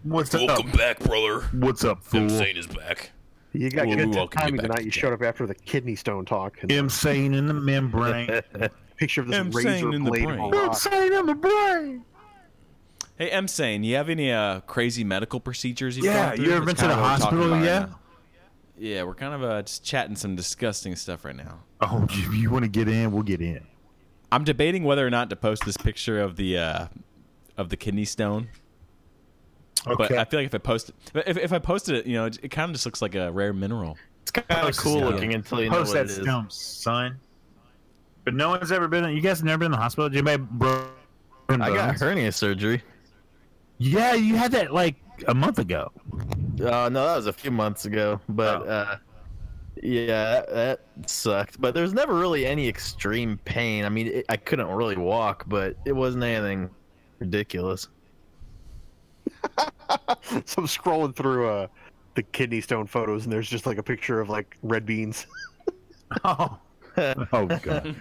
What's up? back, brother. What's up, fool? is back. You got Well, we good welcome you timing back tonight. You again. showed up after the kidney stone talk. And Insane in the membrane. picture of this Insane razor in the blade brain. of a rock. in the brain. Hey, Msane, you have any uh, crazy medical procedures you've Yeah, gone through? you ever That's been to kinda the what we're talking hospital about right yet? now. yeah, we're kind of uh, just chatting some disgusting stuff right now. Oh, you, you want to get in? We'll get in. I'm debating whether or not to post this picture of the uh, of the kidney stone, but I feel like if I post it, if, if I posted it, you know, it, it kind of just looks like a rare mineral. It's kind of cool yeah. looking until you know Post what that it is. stump, son. But no one's ever been. You guys have never been in the hospital. Did anybody broke? I got hernia surgery. Yeah, you had that like a month ago. Uh, no, that was a few months ago, but Oh. uh, yeah, that, that sucked. But there's never really any extreme pain. I mean, it, I couldn't really walk, but it wasn't anything ridiculous. So I'm scrolling through uh, the kidney stone photos, and there's just like a picture of like red beans. Oh, oh god.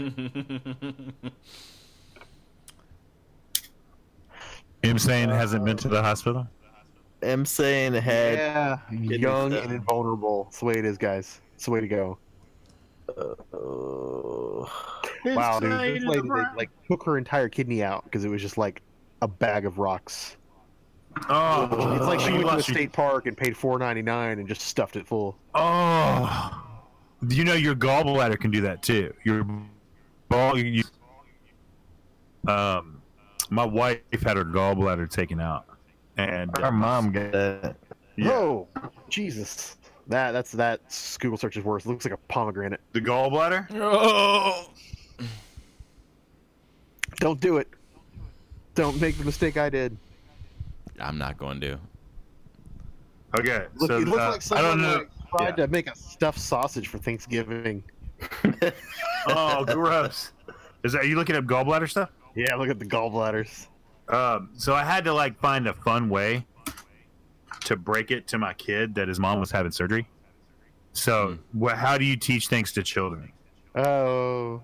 Him saying hasn't been to the hospital. M saying had yeah, Goodness, young uh, and invulnerable. It's the way it is, guys. It's the way to go. oh, wow, dude, this lady they, like took her entire kidney out because it was just like a bag of rocks. Oh, it's like she went to a lost her- state park and paid four ninety nine and just stuffed it full. Oh, you know your gallbladder can do that too. Your ball, you, um, my wife had her gallbladder taken out, and her mom got that. Yeah. Oh, Jesus! That that's that Google search is worse. It looks like a pomegranate. the gallbladder. Oh. Don't do it. Don't make the mistake I did. I'm not going to. Okay, Look, so it looked uh, like I someone don't know. like, tried yeah. to make a stuffed sausage for Thanksgiving. oh, gross! Is that are you looking up gallbladder stuff? Yeah, look at the gallbladders. Um, so I had to like find a fun way to break it to my kid that his mom was having surgery. So, wha how do you teach things to children? Oh,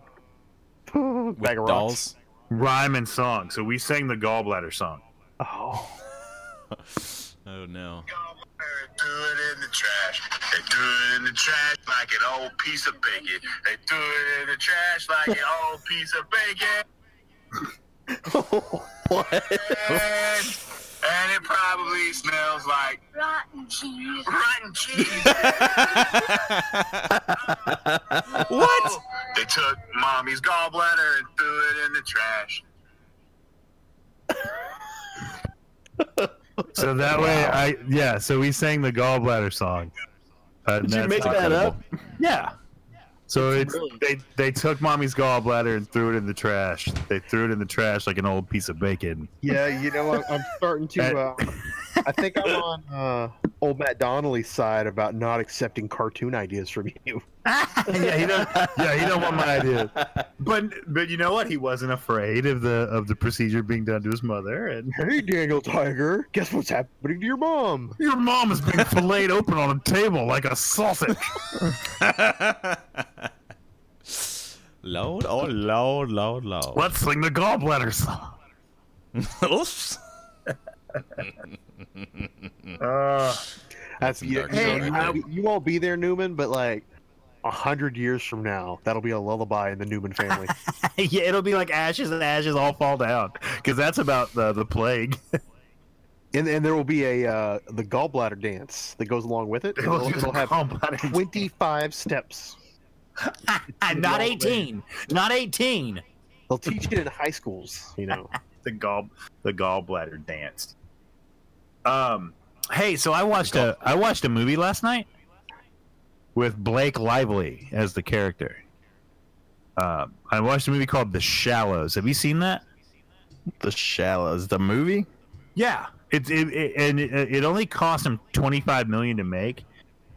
With bag of rocks. dolls. Rhyme and song. So we sang the gallbladder song. Oh. Oh no. They threw it in the trash. They threw it in the trash like an old piece of bacon. They threw it in the trash like an old piece of bacon. What? And, and it probably smells like Rotten cheese. rotten cheese. what? They took mommy's gallbladder and threw it in the trash. So that way, I yeah. So we sang the gallbladder song. Uh, Did you that's make that incredible. up? Yeah. So it's really- they they took mommy's gallbladder and threw it in the trash. They threw it in the trash like an old piece of bacon. Yeah, you know, I'm, I'm starting to. Uh, I think I'm on uh, old Matt Donnelly's side about not accepting cartoon ideas from you. yeah, he don't. Yeah, he don't want my idea. But but you know what? He wasn't afraid of the of the procedure being done to his mother, and Hey, Daniel Tiger, guess what's happening to your mom? your mom is being filleted open on a table like a sausage. Lord, oh lord, lord, lord. Let's sing the gallbladder song. Oops. Uh, That's some you, dark you know, shit you, right won't- you won't be there, Newman, but like a hundred years from now, that'll be a lullaby in the Newman family. yeah, it'll be like ashes and ashes all fall down because that's about the the plague. and and there will be a uh, the gallbladder dance that goes along with it. It'll, it'll have gallbladder. twenty five steps. Ah, not eighteen. Not eighteen. They'll teach it in high schools. You know, the gall the gallbladder danced. Um, hey, so I watched a I watched a movie last night with Blake Lively as the character. Um, I watched a movie called The Shallows. Have you seen that? The Shallows, the movie. Yeah, it, it, it and it, it only cost him twenty five million to make,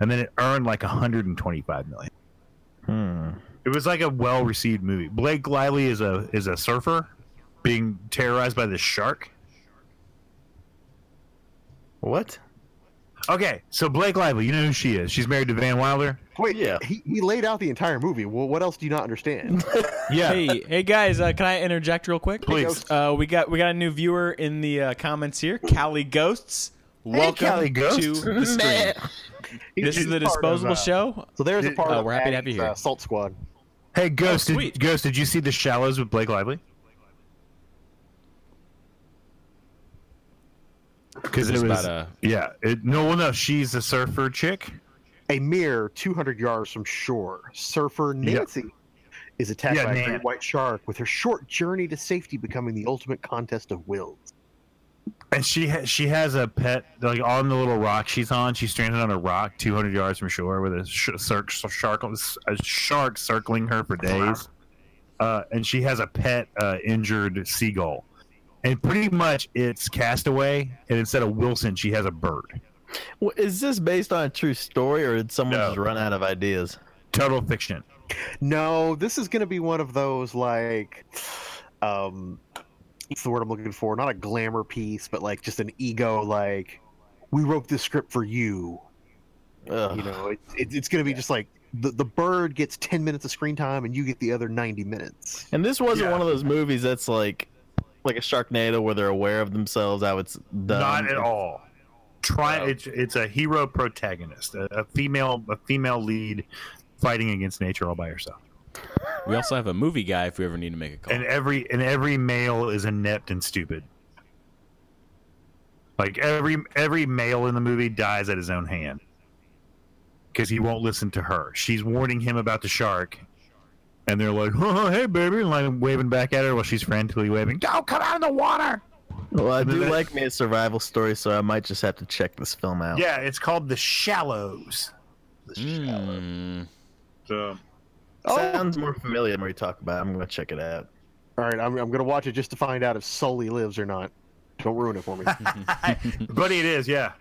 and then it earned like hundred and twenty five million. Hmm. It was like a well received movie. Blake Lively is a is a surfer being terrorized by this shark. What? Okay, so Blake Lively, you know who she is? She's married to Van Wilder. wait, Yeah. he, he laid out the entire movie. Well, what else do you not understand? Yeah. Hey, hey guys, uh, can I interject real quick? Please. Uh, we got we got a new viewer in the uh, comments here, Cali Ghosts. Welcome Cali Ghost. to the stream. This is the Part of, disposable uh, show. So there's a part Oh, of we're happy to have Maddie's, you here. Uh, Salt Squad. Hey, Ghost, Oh, did, sweet. Ghost, did you see The Shallows with Blake Lively? Because it Just was, about a- yeah, it, no, well, no, she's a surfer chick. A mere 200 yards from shore, surfer Nancy is attacked Yeah, by a Nan. great white shark, with her short journey to safety becoming the ultimate contest of wills. And she ha- she has a pet like on the little rock she's on. She's stranded on a rock 200 yards from shore with a sh- cir- shark a shark circling her for days. Uh, and she has a pet uh, injured seagull. And pretty much it's Castaway, and instead of Wilson, she has a bird. Wha- Is this based on a true story, or did someone No. just run out of ideas? Total fiction. No, this is going to be one of those like, um, what's the word I'm looking for? Not a glamour piece, but like just an ego. Like, we wrote this script for you. Ugh. You know, it, it, it's going to be just like the the bird gets 10 minutes of screen time, and you get the other 90 minutes. And this wasn't Yeah. one of those movies that's like, like a Sharknado where they're aware of themselves. How it's done. Not at all. try Wow. it's it's a hero protagonist, a, a female a female lead fighting against nature all by herself. We also have a movie guy if we ever need to make a call. And every and every male is inept and stupid. Like every every male in the movie dies at his own hand because he won't listen to her. She's warning him about the shark, and they're like, oh, "Hey, baby," and like waving back at her while she's frantically waving, "Don't come out of the water." Well, I And do then- like me a survival story, so I might just have to check this film out. Yeah, it's called The Shallows. Mm. So Oh. sounds more familiar when we talk about. it. I'm gonna check it out. All right, I'm, I'm gonna watch it just to find out if Sully lives or not. Don't ruin it for me. Buddy, it is. Yeah,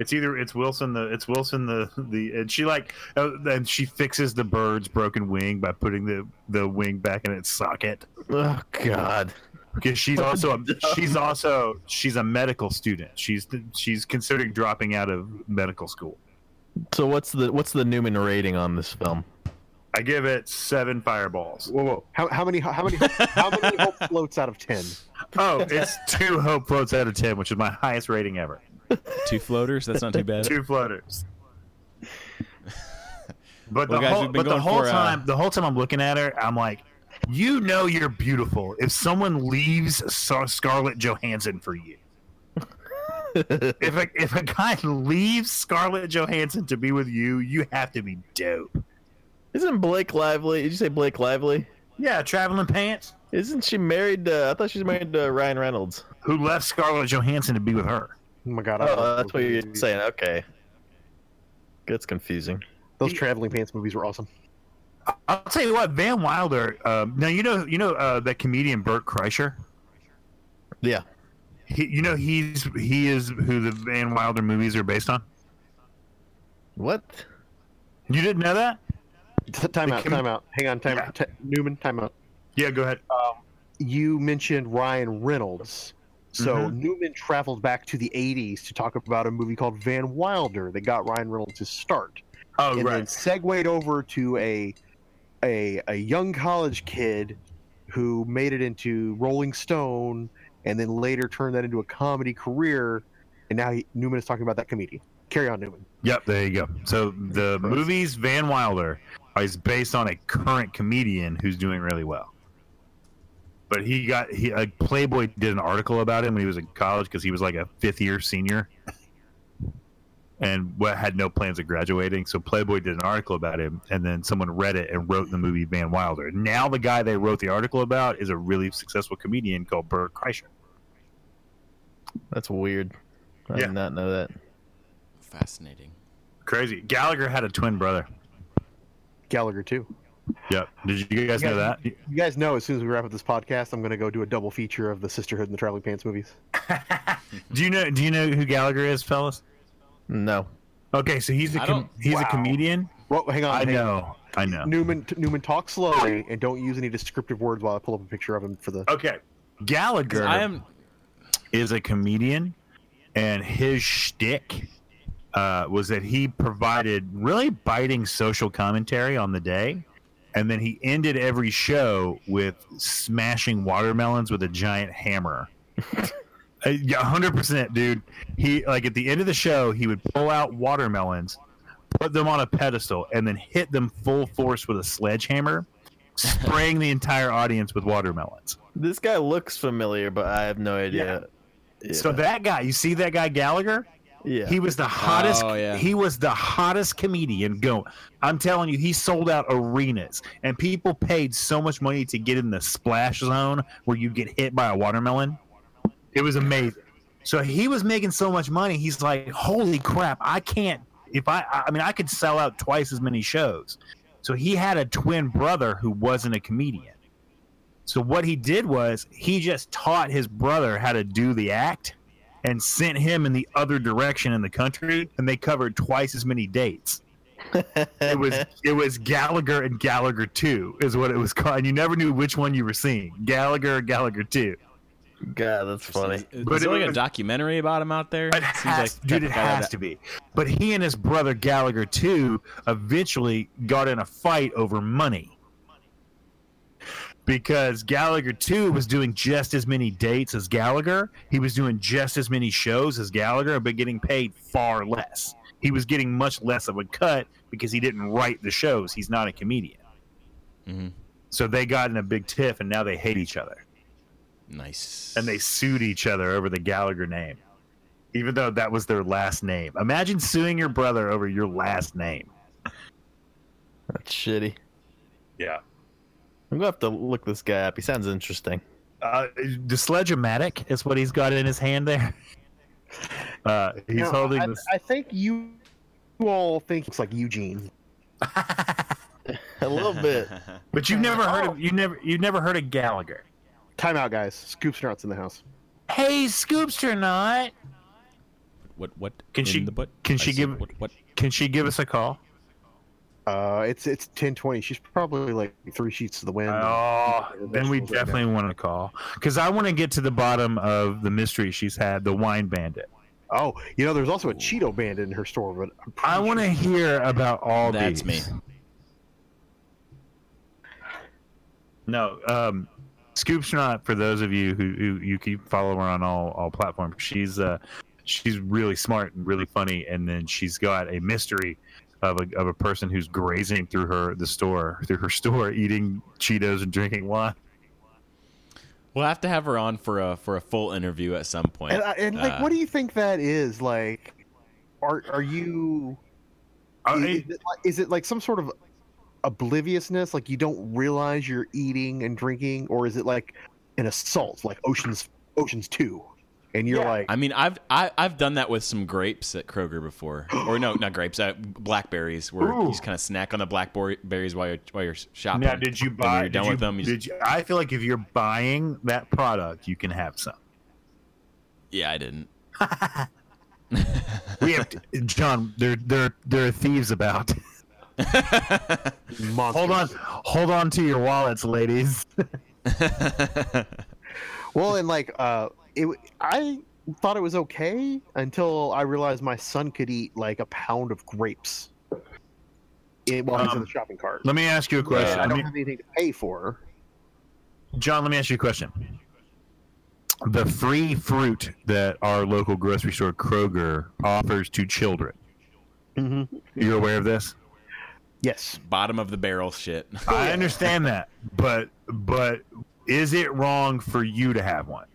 it's either it's Wilson the it's Wilson the the and she like uh, and she fixes the bird's broken wing by putting the the wing back in its socket Oh God. because Oh, she's also a, she's also she's a medical student. She's she's considering dropping out of medical school. So what's the what's the Newman rating on this film? I give it seven fireballs. whoa, whoa! How, how many? How many? How many hope floats out of ten? Oh, it's two hope floats out of ten, which is my highest rating ever. Two floaters. That's not too bad. two floaters. But the Well, guys, whole, we've been but the going whole for, uh, time, the whole time I'm looking at her, I'm like, you know, you're beautiful. If someone leaves Scar- Scarlett Johansson for you, if a, if a guy leaves Scarlett Johansson to be with you, you have to be dope. Isn't Blake Lively? Did you say Blake Lively? Yeah, traveling pants. Isn't she married? To, I thought she was married to Ryan Reynolds. Who left Scarlett Johansson to be with her? Oh my god! I Oh, love that's what those you're movies. saying. Okay. That's confusing. Those traveling pants movies were awesome. I'll tell you what, Van Wilder. Um, now you know, you know uh, that comedian Bert Kreischer. Yeah. He, you know he's he is who the Van Wilder movies are based on. What? You didn't know that? T- Time out. Kim- Time out. Hang on. Time. Yeah. T- Newman. Time out. Yeah, go ahead. You mentioned Ryan Reynolds. So Mhm. Mm-hmm. Newman traveled back to the 80s to talk about a movie called Van Wilder that got Ryan Reynolds his start. Oh, and then right. segued over to a a a young college kid who made it into Rolling Stone and then later turned that into a comedy career and now he, Newman is talking about that comedian. Carry on Newman. Yep, there you go. So the movies Van Wilder is based on a current comedian who's doing really well. But he got he like Playboy did an article about him when he was in college because he was like a fifth year senior, and what had no plans of graduating. So Playboy did an article about him, and then someone read it and wrote the movie Van Wilder. Now the guy they wrote the article about is a really successful comedian called Bert Kreischer. That's weird. I Yeah. did not know that. Fascinating. Crazy Gallagher had a twin brother. Gallagher too. Yep. Did you guys know that? You guys know as soon as we wrap up this podcast I'm going to go do a double feature of the Sisterhood and the Traveling Pants movies. Do you know? Do you know who Gallagher is, fellas? No. Okay, so he's a I com- don't- he's wow. a comedian. Well, hang on. I hang on. know. I know. Newman Newman talk slowly and don't use any descriptive words while I pull up a picture of him for the Okay, Gallagher I am. is a comedian, and his shtick uh, was that he provided really biting social commentary on the day, and then he ended every show with smashing watermelons with a giant hammer. Uh, yeah, hundred percent, dude. He like at the end of the show, he would pull out watermelons, put them on a pedestal, and then hit them full force with a sledgehammer, spraying the entire audience with watermelons. This guy looks familiar, but I have no idea. Yeah. So that guy, you see that guy Gallagher? yeah. He was the hottest. Oh, yeah. He was the hottest comedian going. I'm telling you, he sold out arenas, and people paid so much money to get in the splash zone where you get hit by a watermelon. It was amazing. So he was making so much money. He's like, holy crap! I can't. If I, I I mean, I could sell out twice as many shows. So he had a twin brother who wasn't a comedian. So what he did was he just taught his brother how to do the act and sent him in the other direction in the country, and they covered twice as many dates. It was it was Gallagher and Gallagher Two is what it was called. And you never knew which one you were seeing, Gallagher or Gallagher Two. God, that's funny. Is, is But there it like a was- documentary about him out there? It has, the dude, type it of guy has that- to be. But he and his brother Gallagher Two eventually got in a fight over money. because Gallagher 2 was doing just as many dates as Gallagher. He was doing just as many shows as Gallagher, but getting paid far less. He was getting much less of a cut because he didn't write the shows. He's not a comedian. Mhm. So they got in a big tiff and now they hate each other Nice. and they sued each other over the Gallagher name, even though that was their last name. Imagine suing your brother over your last name. That's shitty. Yeah. I'm gonna have to look this guy up. He sounds interesting. Uh, the sledge-o-matic is what he's got in his hand there. Uh, he's No, holding I, this. I think you, you all think it's like Eugene. A little bit. But you've never Oh. heard of you never you've never heard of Gallagher. Timeout, guys. Scoops Nuts in the house. Hey, Scoopster, not what? What? Can in she- The butt? can I she said, give- What? what? can she give us a call? Uh, it's it's ten twenty. She's probably like three sheets to the wind. Oh, then Vegetables we right definitely want to call because I want to get to the bottom of the mystery she's had, the wine bandit. oh, you know, there's also a Cheeto band in her store, but I'm pretty I want to sure- hear about all That's me. these. No, um, Scoop's not for those of you who, who you keep follow her on all all platforms. She's uh, she's really smart and really funny, and then she's got a mystery of a of a person who's grazing through her the store through her store, eating Cheetos and drinking wine. We'll have to have her on for a for a full interview at some point. And, I, and like, Uh, what do you think that is? Like, are are you? Uh, Is, it- is it like, is it like some sort of obliviousness? Like you don't realize you're eating and drinking, or is it like an assault, like Ocean's Ocean's Two, and you're like, I mean, I've I, I've done that with some grapes at Kroger before, or no, not grapes, uh, blackberries, where Ooh. you just kind of snack on the blackberries while you're while you're shopping. Now, did you And buy? when you're done did you, with them. You just- did you, I feel like if you're buying that product, you can have some. yeah, I didn't. We have to, John. There, there, there are thieves about. monsters. Hold on, hold on to your wallets, ladies. Well, and like, uh, it, w- I thought it was okay until I realized my son could eat like a pound of grapes it, while he's in Um, the shopping cart. Let me ask you a And question, I Let don't me- have anything to pay for. John. Let me ask you a question. The free fruit that our local grocery store Kroger offers to children. Mm-hmm. You're aware of this? Yes. Bottom of the barrel shit. I understand that, but but is it wrong for you to have one?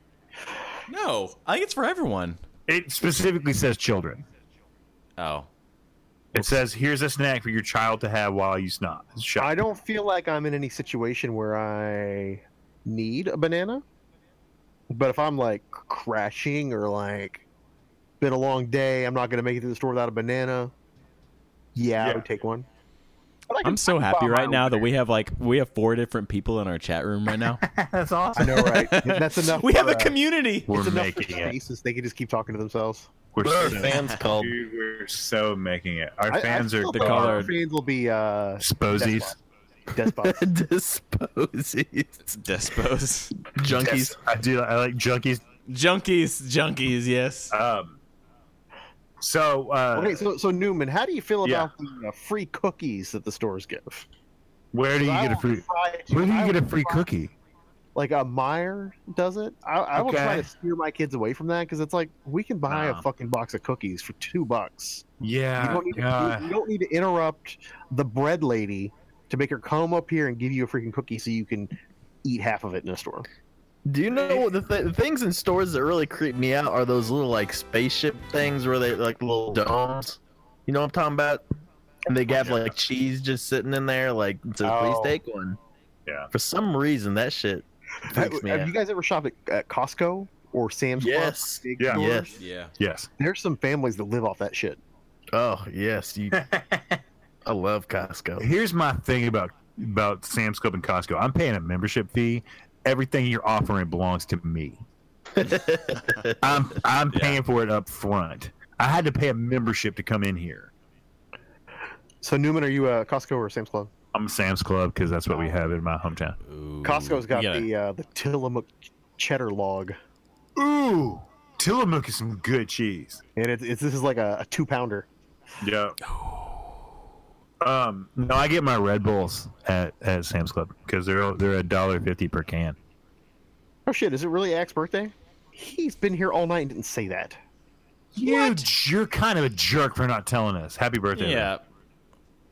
no, I think it's for everyone. It specifically says children. Oh, It says, "Here's a snack for your child to have while you snot." Shop. I don't feel like I'm in any situation where I need a banana. But if I'm like crashing or like been a long day, I'm not going to make it to the store without a banana. Yeah, I Yeah. would take one. But I can- I'm so happy right now that we have like we have four different people in our chat room right now. That's I awesome. know, right? That's enough. we for, have a uh, community. We're it's enough for making it. spaces. They can just keep talking to themselves. We're What are our so, fans called? dude, we're so making it. Our I- I fans still are think the our colored- fans will be uh, sposies. Despot. Disposies. Despos, Junkies. Yes, I do. I like junkies. junkies, junkies. Yes. Um, so uh, okay, so so Newman, how do you feel Yeah. about the uh, free cookies that the stores give? where do you I get a will free? try to- Where do I you get a will free try- cookie? Like a Meyer does it. I, I will try Okay. to steer my kids away from that because it's like we can buy Nah. a fucking box of cookies for two bucks. You Yeah, uh, don't need to, you, you don't need to interrupt the bread lady to make her come up here and give you a freaking cookie so you can eat half of it in a store. Do you know what the, th- the things in stores that really creep me out are those little like spaceship things where they like little domes. You know what I'm talking about? And they have like cheese just sitting in there. Like, so Oh. please take one. Yeah. For some reason, that shit freaks Have, me have out. you guys ever shopped at, at Costco or Sam's Club? Yes. Big Yeah. stores? Yes. Yeah. yes. There's some families that live off that shit. Oh yes. You. I love Costco. Here's my thing about about Sam's Club and Costco. I'm paying a membership fee. Everything you're offering belongs to me. I'm I'm Yeah. paying for it up front. I had to pay a membership to come in here. So Newman, are you a Costco or Sam's Club? I'm a Sam's Club because that's what we have in my hometown. Ooh. Costco's got You gotta- the uh, the Tillamook cheddar log, Ooh, Tillamook is some good cheese. and it's, it's this is like a, a two pounder. Yeah. Um, no, I get my Red Bulls at, at Sam's Club because they're they're a dollar fifty per can. Oh shit! Is it really Ack's birthday? He's been here all night and didn't say that. You, you're kind of a jerk for not telling us. Happy birthday! Yeah.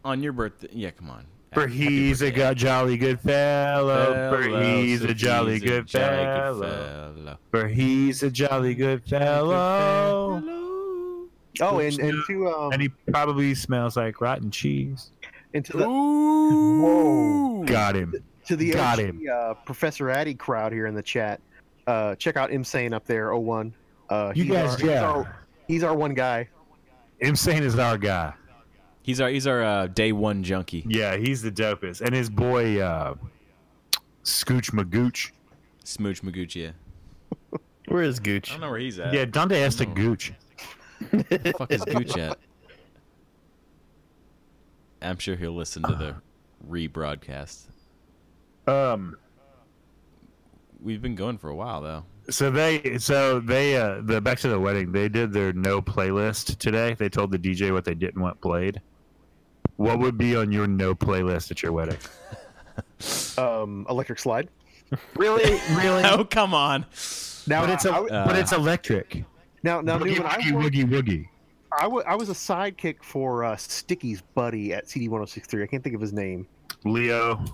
On your birthday. Yeah, come on. For Happy he's a birthday. go- jolly good fellow. For Fellow, he's so a jolly he's a good jolly good fellow. fellow. For he's a jolly good fellow. Oh, and and to um And he probably smells like rotten cheese. and to the Whoa! Got him. to the got OG, him. Uh, Professor Addy crowd here in the chat. Uh, check out Insane up there. 01. Uh, You he's guys, our- he's yeah. our- he's our one guy. Insane is our guy. He's our he's our uh, day one junkie. Yeah, he's the dopest. And his boy, uh, Scooch Magooch. Smooch Magucci. Where is I Gooch? don't know where he's at. Yeah, Dante has to no. Gooch. the fuck is Gooch at? I'm sure he'll listen to the rebroadcast. Um, We've been going for a while though. so they, so they, uh, the back to the wedding, they did their no playlist today. They told the DJ what they didn't want played. What would be on your no playlist at your wedding? Um, Electric Slide. Really, really. Oh come on! Now but it's a, I- I- but it's electric. now now Woogie, dude, when I woogie, worked, woogie, woogie. I, w- I was a sidekick for uh, Sticky's buddy at CD 1063. I can't think of his name. Leo. Is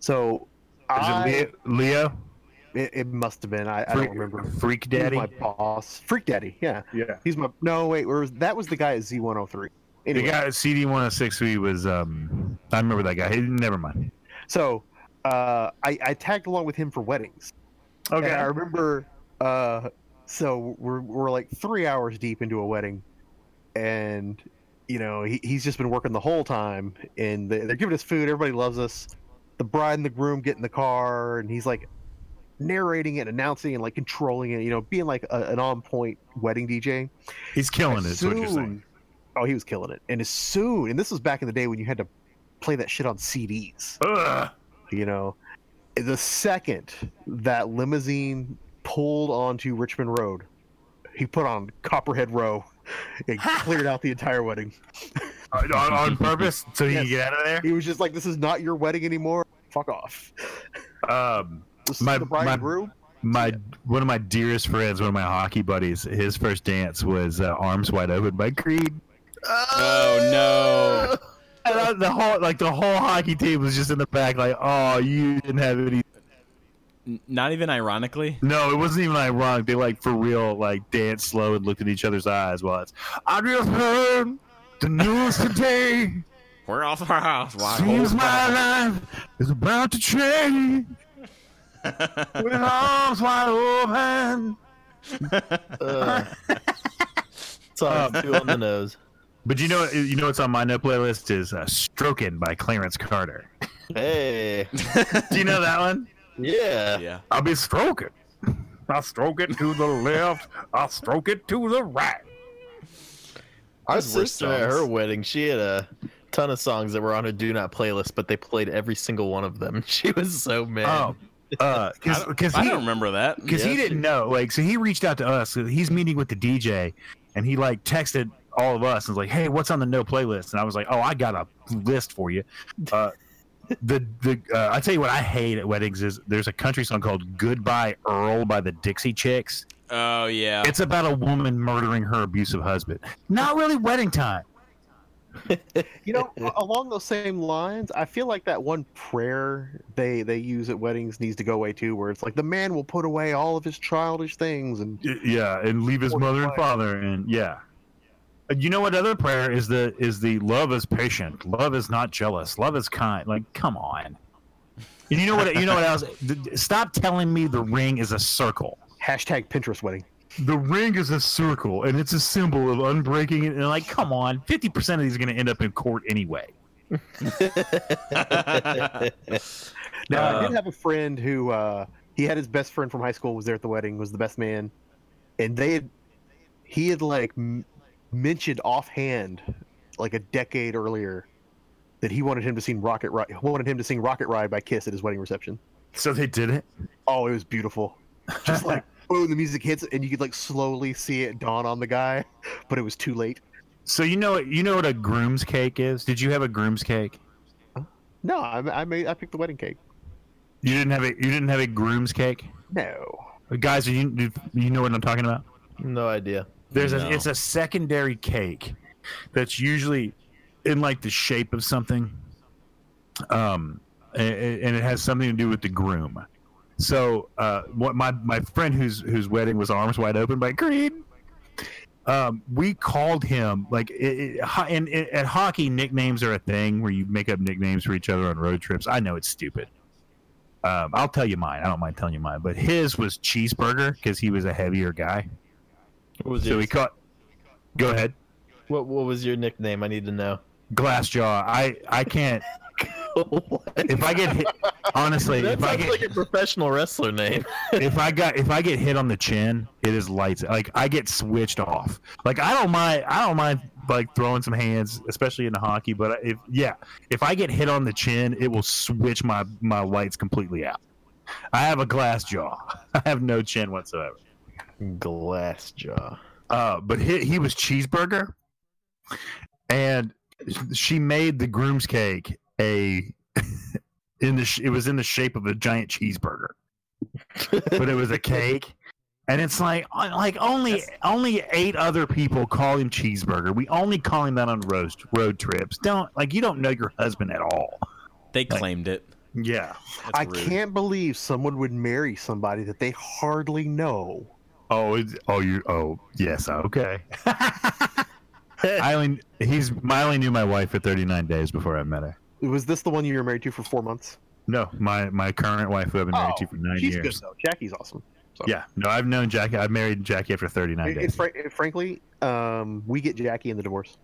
So I, it Leo? Leo? it, it must have been. I, I Freak, don't remember. Freak He was Daddy. my boss, Freak Daddy. Yeah, Yeah. he's my. No, wait, where was, that was the guy at Z103. The Anyway, guy at CD 106 he was um I remember that guy. He, never mind. so uh, I, I tagged along with him for weddings. And I remember. Uh, so we're we're like three hours deep into a wedding, and you know he, he's just been working the whole time, and they, they're giving us food. Everybody loves us. The bride and the groom get in the car, and he's like narrating it, announcing, and like controlling it. You know, being like a, an on point wedding DJ. He's killing it, is what you're saying. Soon, oh, he was killing it, and as soon, and this was back in the day when you had to play that shit on CDs Ugh. you know the second that limousine pulled onto richmond road he put on copperhead row and cleared out the entire wedding On, on- on purpose so he can Yes. get out of he was just like this is not your wedding anymore fuck off there. Um This My- is the bride my- and groom my one of my dearest friends, one of my hockey buddies, his first dance was uh, Arms Wide Open by Creed. Oh no! And uh, the whole like the whole hockey team was just in the back like, "Oh, you didn't have any N- Not even ironically. No, it wasn't even ironic. They like for real, like danced slow and looked in each other's eyes while it's I just heard the news today. We're off our house. Seems my life is about to change with arms wide open. Uh, it's all Um, too on the nose. But you know, you know what's on my no playlist is uh, "Stroking" by Clarence Carter. Hey, Do you know that one? yeah. Yeah. I'll be stroking. I stroke it to the left. I stroke it to the right. Our Those were sister at songs. her wedding, she had a ton of songs that were on her do not playlist, but they played every single one of them. She was so mad. Oh, because I don't, because I don't remember that. because he Yeah, didn't dude. know. Like, so he reached out to us. He's meeting with the DJ, and he like texted all of us and was like, "Hey, what's on the no playlist?" And I was like, "Oh, I got a list for you." Uh, the the uh, I tell you what I hate at weddings is there's a country song called "Goodbye Earl" by the Dixie Chicks. Oh yeah. It's about a woman murdering her abusive husband. Not really wedding time. you know a- along those same lines i feel like that one prayer they they use at weddings needs to go away too where it's like the man will put away all of his childish things and Y- Yeah, and leave his Or mother and play. father, and yeah. Uh, You know what other prayer is the is the love is patient, love is not jealous, love is kind. Like, come on. And you know what? You know what else? D- d- Stop telling me the ring is a circle. hashtag pinterest wedding The ring is a circle, and it's a symbol of unbreaking. it. And like, come on, fifty percent of these are going to end up in court anyway. Now I Uh, did have a friend who uh, he had his best friend from high school was there at the wedding, was the best man, and they had he had like m- mentioned offhand like a decade earlier that he wanted him to sing Rocket Ride, wanted him to sing Rocket Ride by Kiss at his wedding reception. So they did it. Oh, it was beautiful, just like boom, the music hits and you could like slowly see it dawn on the guy, but it was too late. So you know you know what a groom's cake is? Did you have a groom's cake? No, I, I made I picked the wedding cake. You didn't have a you didn't have a groom's cake? No. Guys, do you do you know what I'm talking about? No idea. There's No. a it's a secondary cake that's usually in like the shape of something, um, a- a- and it has something to do with the groom. So, uh, what my my friend whose whose wedding was arms wide open by Creed, um, we called him like it, it, ho- and it, at hockey nicknames are a thing where you make up nicknames for each other on road trips. I know it's stupid. Um, I'll tell you mine. I don't mind telling you mine, but his was cheeseburger because he was a heavier guy. What was So we caught. Go ahead. What What was your nickname? I need to know. Glass jaw. I I can't. If I get hit, honestly, that if I sounds get like a professional wrestler name. if I got if I get hit on the chin, it is lights. Like I get switched off. Like I don't mind. I don't mind like throwing some hands, especially in the hockey. But if yeah, if I get hit on the chin, it will switch my my lights completely out. I have a glass jaw. I have no chin whatsoever. Glass jaw. Uh, but he, he was cheeseburger, and she made the groom's cake a in the sh- it was in the shape of a giant cheeseburger, but it was a cake, and it's like uh, like only only eight other people call him cheeseburger. We only call him that on road road trips. Don't like you don't know your husband at all. They claimed it. Yeah. That's I rude. can't believe someone would marry somebody that they hardly know. Oh, it's, oh, you. Oh, yes. Okay. I only he's. I only knew my wife for thirty nine days before I met her. Was this the one you were married to for four months? No, my my current wife who I've been married to for nine Oh, she's years. good though. Jackie's awesome. Yeah, no, I've known Jackie. I've married Jackie after thirty nine It, it, days. fr- it- frankly, um, we get Jackie in the divorce.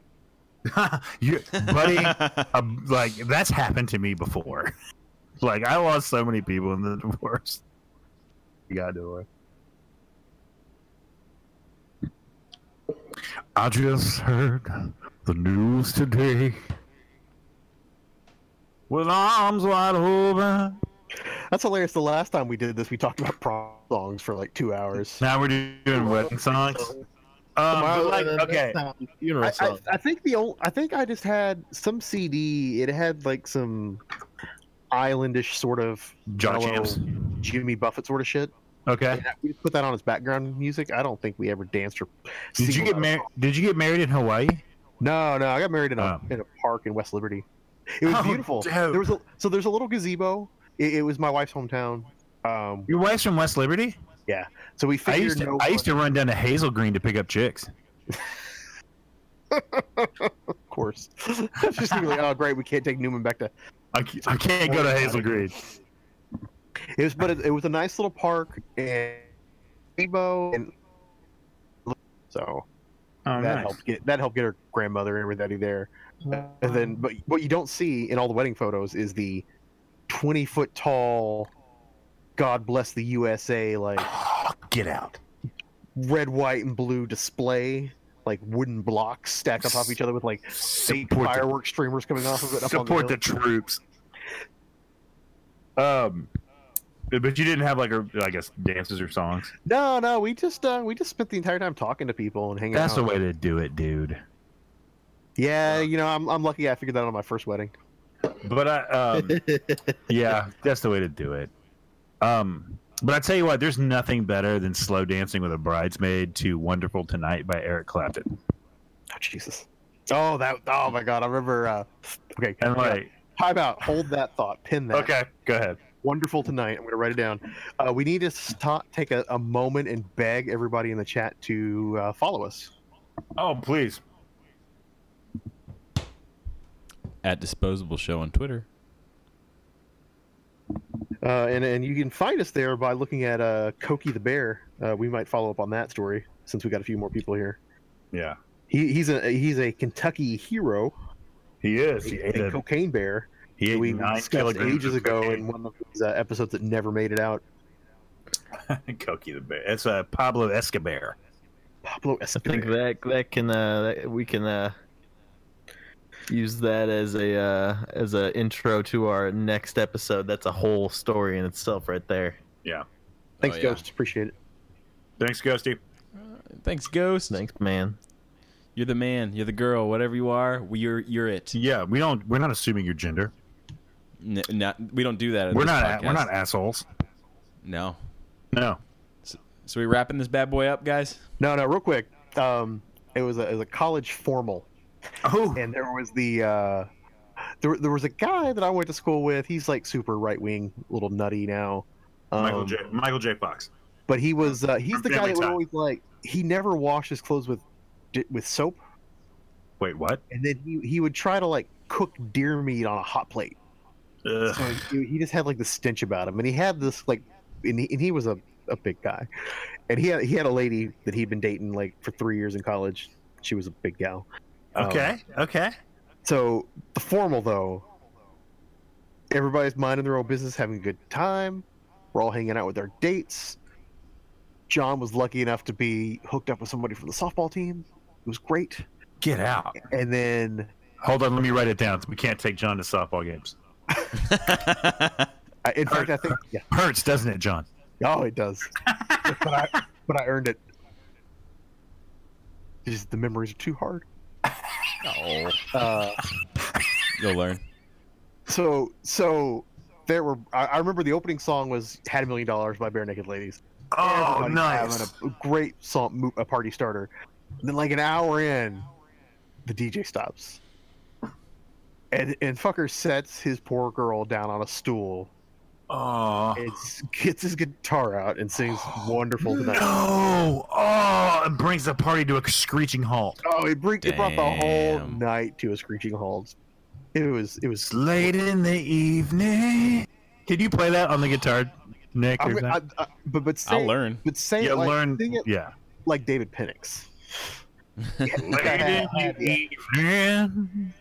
you, buddy, uh, like that's happened to me before. like I lost so many people in the divorce. You gotta do it. I just heard the news today. With arms wide open. That's hilarious. The last time we did this, we talked about prom songs for like two hours. Now we're doing wedding songs. Um, but like, okay. Funeral I, I, uh, song. I think the old, I think I just had some CD. It had like some islandish sort of John mellow Jams. Jimmy Buffett sort of shit. Okay. And that- we just put that on as background music. I don't think we ever danced or. Did you singled get out a married? Did you get marred in Hawaii? No, no, I got married in a, Oh. in a park in West Liberty. It was Oh, beautiful. dope. There was a, so there's a little gazebo. It, it was my wife's hometown. Um, Your wife's from West Liberty. so we I figured used to, no I used to run down to Hazel Green to pick up chicks. of course. It's just gonna be like, oh great, we can't take Newman back to. I, c- I can't go to Hazel Green. It was, but it, it was a nice little park and gazebo and so Oh, that helped get that helped get her grandmother and everybody there. And then, but what you don't see in all the wedding photos is the twenty foot tall, God bless the USA like. Get out. red, white, and blue display, like wooden blocks stacked on top of each other with like fake Support the, fireworks streamers coming off of it. Up support on the the, troops. Um, but you didn't have like a I guess dances or songs. No, no, we just uh, we just spent the entire time talking to people and hanging That's out. the way to do it, dude. Yeah, you know, I'm I'm lucky I figured that out on my first wedding. But I, um, yeah, that's the way to do it. Um, but I tell you what, there's nothing better than slow dancing with a bridesmaid to "Wonderful Tonight" by Eric Clapton. Oh Jesus. Oh that oh my god, I remember uh okay. And yeah. like, time out, hold that thought, pin that. okay, go ahead. Wonderful tonight. I'm gonna write it down. Uh, we need to stop, take a, a moment and beg everybody in the chat to uh, follow us. Oh, please. At disposable show on Twitter. Uh, and and you can find us there by looking at uh, Koki the bear. Uh, we might follow up on that story since we got a few more people here. Yeah, He, he's a he's a Kentucky hero, he is. He a, ate, a, cocaine bear. he ate we nine discussed kilograms ages of ago in cocaine. one of these uh, episodes that never made it out. Cokie the bear. It's uh, Pablo Escobar. Pablo I Escobar. think that that can uh, that, we can uh, use that as a uh, as a intro to our next episode. That's a whole story in itself, right there. Thanks, Oh, yeah. Ghost. Appreciate it. Thanks, Ghosty. Thanks, Ghost. Thanks, man. You're the man. You're the girl. Whatever you are, we- you're you're it. Yeah, we don't. We're not assuming your gender. N- not- we don't do Uh, that. in We're this not. podcast. We're not assholes. No. No. So we wrapping this bad boy up, guys. No, no, real quick. Um, it was a, it was a college formal, Oh, and there was the uh, there there was a guy that I went to school with. He's like super right wing, little nutty now. Um, Michael J. Michael J. Fox. But he was uh, he's the guy Every that would time. always like he never washed his clothes with di- with soap, Wait, what? and then he he would try to like cook deer meat on a hot plate. Ugh. So he, he just had like the stench about him, and he had this like, and he, and he was a, a big guy, and he had he had a lady that he'd been dating like for three years in college. She was a big gal. Oh. Um, Okay. Okay. so the formal though, everybody's minding their own business, having a good time. We're all hanging out with our dates. John was lucky enough to be hooked up with somebody from the softball team. It was great. Get out. And then Hold on. Let me write it down. We can't take John to softball games. I- in fact, I think yeah. Hurts, doesn't it, John? Oh, it does. but I but I earned it. Just the memories are too hard. Oh, Uh, you'll learn. so so there were. I, I remember the opening song was "Had a Million Dollars" by Bare Naked Ladies. Oh, Everybody's nice. Having a great song, mo- a party starter. And then like an hour in, the DJ stops. And, and fucker sets his poor girl down on a stool Oh. and s- gets his guitar out and sings "Wonderful Tonight." No. Oh, it brings the party to a screeching halt. Oh, it, bring, it brought the whole Damn. night to a screeching halt. It was it was. It's late in the evening. Did you play that on the guitar, Nick? I'm, or gonna- not? I, I, but but say, I'll learn. But say yeah, it like, learn. sing it Yeah. like David Pennix. Late in the evening.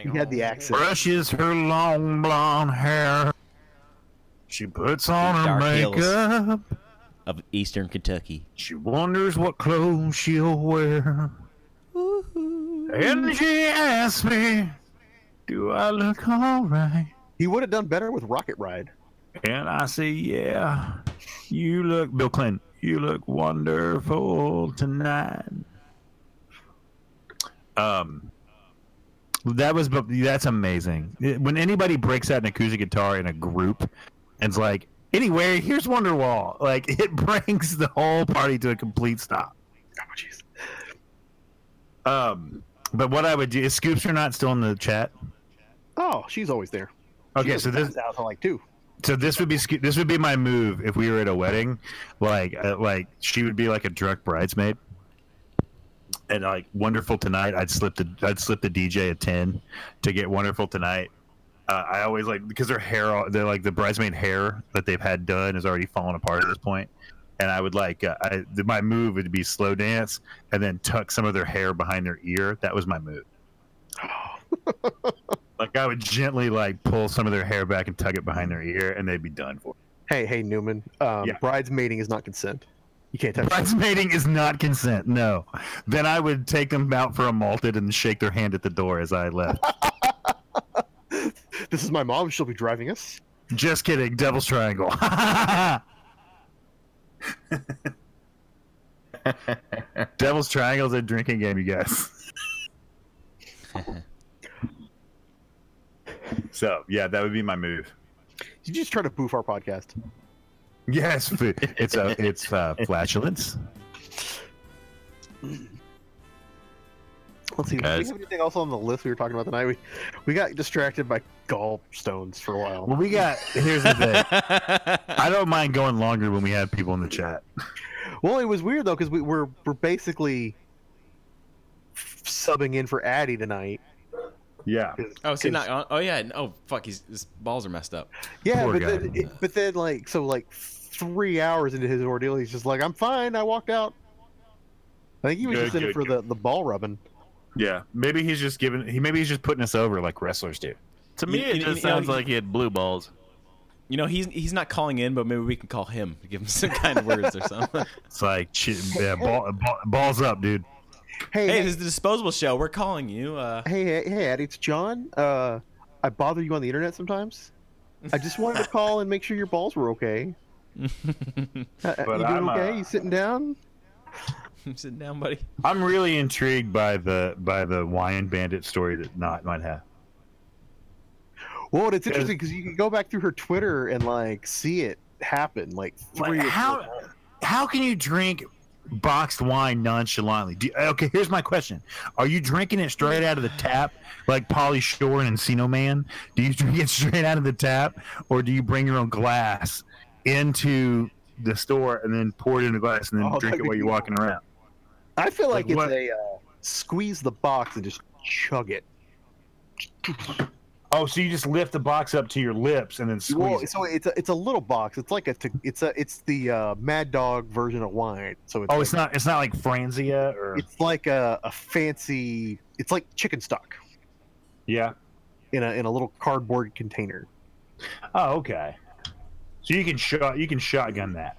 He had the accent. brushes her long blonde hair. She puts on her Dark makeup. hills. Of Eastern Kentucky. She wonders what clothes she'll wear. And she asks me, Do I look alright? He would have done better with Rocket Ride. And I say, Yeah, you look, Bill Clinton, you look wonderful tonight. Um, that was, but that's amazing. It- When anybody breaks out an acoustic guitar in a group and it's like, Anyway, here's Wonderwall. Like, it brings the whole party to a complete stop. Oh, jeez. Um, but what I would do is Scoops are not still in the chat. Oh, she's always there. She Okay, was so this passed out for like two. so this would be Sco- this would be my move if we were at a wedding, like uh, like she would be like a drunk bridesmaid, and like wonderful tonight. I'd slip the I'd slip the DJ a ten to get wonderful tonight. Uh, I always like because their hair they're like the bridesmaid hair that they've had done is already fallen apart at this point. And I would like uh, I, th- my move would be slow dance and then tuck some of their hair behind their ear. That was my move. Like I would gently like pull some of their hair back and tuck it behind their ear, and they'd be done for. Hey, hey, Newman. Um, Yeah. Bridesmaiding is not consent. You can't touch. that. Bridesmaiding is not consent. No. Then I would take them out for a malted and shake their hand at the door as I left. This is my mom. She'll be driving us. Just kidding. Devil's triangle. Devil's triangle is a drinking game, you guys. so yeah, that would be my move. You just try to boof our podcast. Yes, fu- it's a it's uh, flatulence. Let's see. Do we Guys. have anything else on the list we were talking about tonight? We we got distracted by gallstones for a while. Well, we got here's the thing. I don't mind going longer when we have people in the chat. Well, it was weird though because we, we're we're basically subbing in for Addy tonight. Yeah. 'cause- Oh, see, 'cause- not on. Oh, yeah. Oh, fuck. He's, his balls are messed up. yeah, poor but guy. then it, but then like so like three hours into his ordeal, he's just like, "I'm fine. I walked out." I think he was Good, just in it good, for the, the ball rubbing. Yeah, maybe he's just giving. He maybe he's just putting us over like wrestlers do. To me, You- it you- just you know, sounds you- like he had blue balls. You know, he's he's not calling in, but maybe we can call him, give him some kind of words or something. It's like chi- yeah, ball, ball, balls up, dude. Hey, hey, hey, this is the disposable show. We're calling you. Uh, hey, hey, hey, Addy, it's John. Uh, I bother you on the internet sometimes. I just wanted to call and make sure your balls were okay. Uh, uh, But you doing I'm, okay? uh, You sitting down? I'm sitting down, buddy. I'm really intrigued by the by the Wyan Bandit story that Not might have. Well, and it's interesting because you can go back through her Twitter and like see it happen, like three. or how four- how can you drink boxed wine nonchalantly? Do, okay, here's my question: Are you drinking it straight out of the tap, like Polly Shore and Encino Man? Do you drink it straight out of the tap, or do you bring your own glass into the store and then pour it in a glass and then Oh, drink that'd it while be you're walking around? I feel like, Like it's what- a uh, squeeze the box and just chug it. Oh, so you just lift the box up to your lips and then squeeze Well, it. so it's a, it's a little box. It's like a te- it's a it's the uh, Mad Dog version of wine. So it's Oh, like- it's not it's not like Franzia or it's like a, a fancy. It's like chicken stock yeah. in a in a little cardboard container. Oh, okay. So you can shot you can shotgun that.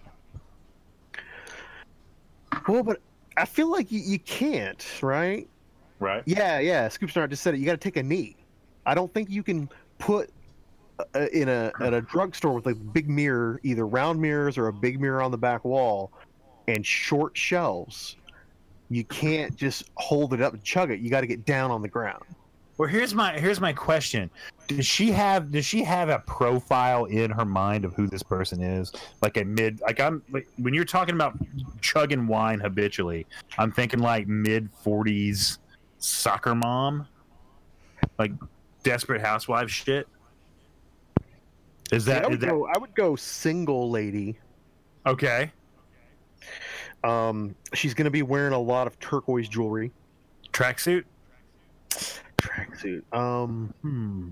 Well, but I feel like you, you can't, right? Right. Yeah, yeah. Scoopstar just said it. You got to take a knee. I don't think you can put uh, in a at a drugstore with a big mirror, either round mirrors or a big mirror on the back wall, and short shelves. You can't just hold it up and chug it. You got to get down on the ground. Well, here's my here's my question. Does she have does she have a profile in her mind of who this person is? Like a mid like I'm like, when you're talking about chugging wine habitually, I'm thinking like mid 40s soccer mom, like desperate housewife shit. Is that, I, is would that go, I would go single lady. okay? Um, she's going to be wearing a lot of turquoise jewelry. Tracksuit? Tracksuit. Um, Hmm.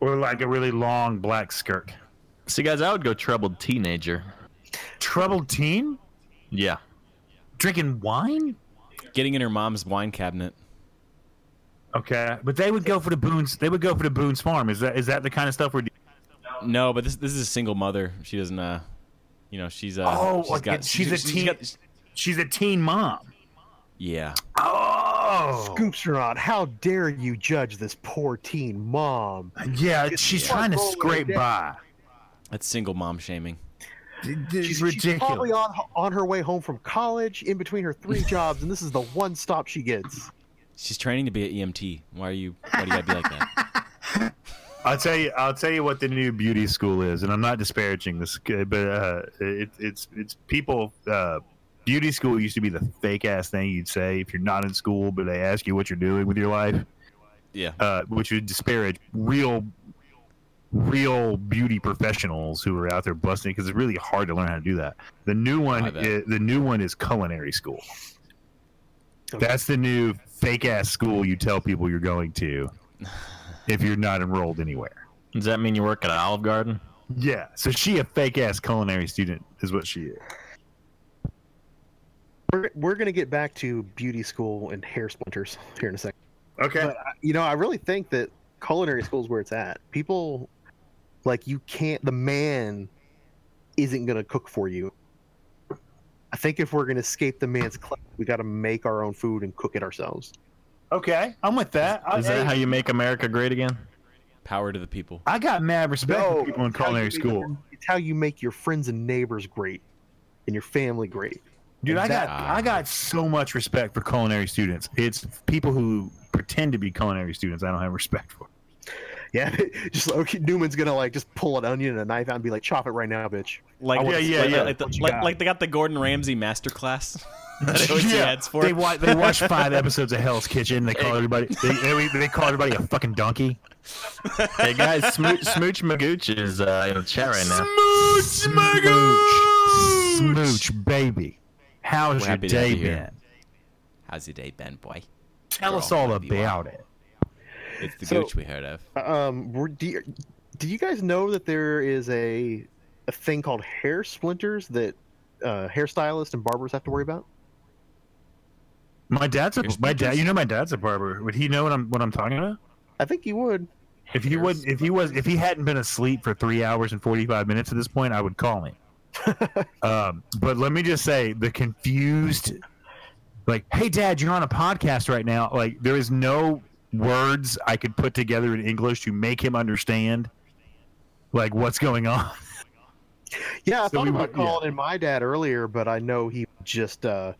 Or like a really long black skirt. See, guys, I would go troubled teenager. Troubled teen? Yeah. Drinking wine? Getting in her mom's wine cabinet. Okay, but they would go for the Boone's. They would go for the Boone's Farm. Is that is that the kind of stuff we're? No, but this this is a single mother. She doesn't. uh You know, she's uh. Oh, like got, it- she's a teen- got- She's a teen mom. yeah. Oh, Scoopstronaut, how dare you judge this poor teen mom? yeah, she's Yeah. trying to Roll scrape it by. That's single mom shaming. She's She's probably ridiculous. on on her way home from college, in between her three jobs, and this is the one stop she gets. She's training to be an EMT. Why are you? Why do you gotta be like that? I'll tell you. I'll tell you what the new beauty school is, and I'm not disparaging this, uh, but uh, it, it's it's people. Uh, beauty school used to be the fake ass thing you'd say if you're not in school, but they ask you what you're doing with your life. Yeah. uh, which would disparage real real beauty professionals who are out there busting because it's really hard to learn how to do that. The new one I bet. is, the new one is culinary school. That's the new fake ass school you tell people you're going to if you're not enrolled anywhere. Does that mean you work at Olive Garden? Yeah, so she a fake ass culinary student is what she is. We're, we're gonna get back to beauty school and hair splinters here in a second. Okay. But I- you know, I really think that culinary school is where it's at. People like you can't. The man isn't gonna cook for you. I think if we're gonna escape the man's clutch, we got to make our own food and cook it ourselves. Okay, I'm with that. I, Is that how you make America great again? Power to the people. I got mad respect No, for people in it's how you culinary make school. your- it's how you make your friends and neighbors great, and your family great. Dude, I got Exactly. I got so much respect for culinary students. It's people who pretend to be culinary students. I don't have respect for. Yeah, just like, okay, Newman's gonna like just pull an onion and a knife out and be like, chop it right now, bitch. Like Yeah, yeah, like, yeah. Like, the, What you like, got? like they got the Gordon Ramsay masterclass. that I always see ads for. they watch they watch five episodes of Hell's Kitchen. They call everybody they, they, they call everybody a fucking donkey. Hey, guys, Smooch, Smooch Magooch is uh, in the chat right now. Smooch, smooch, baby. How's We're your happy to have day you here. been? How's your day been, boy? Tell We're us all all happy. about it. It's the So- Gooch we heard of. Um, we're, do, you, do you guys know that there is a a thing called hair splinters that uh, hairstylists and barbers have to worry about? My dad's a Here's my dad. You know my dad's a barber. Would he know what I'm what I'm talking about? I think you would. If he was if he was if he hadn't been asleep for three hours and forty five minutes at this point, I would call him. um, but let me just say the confused like, hey dad, you're on a podcast right now. Like there is no words I could put together in English to make him understand like what's going on. Yeah, I So thought we about might- yeah. calling in my dad earlier, but I know he would just uh,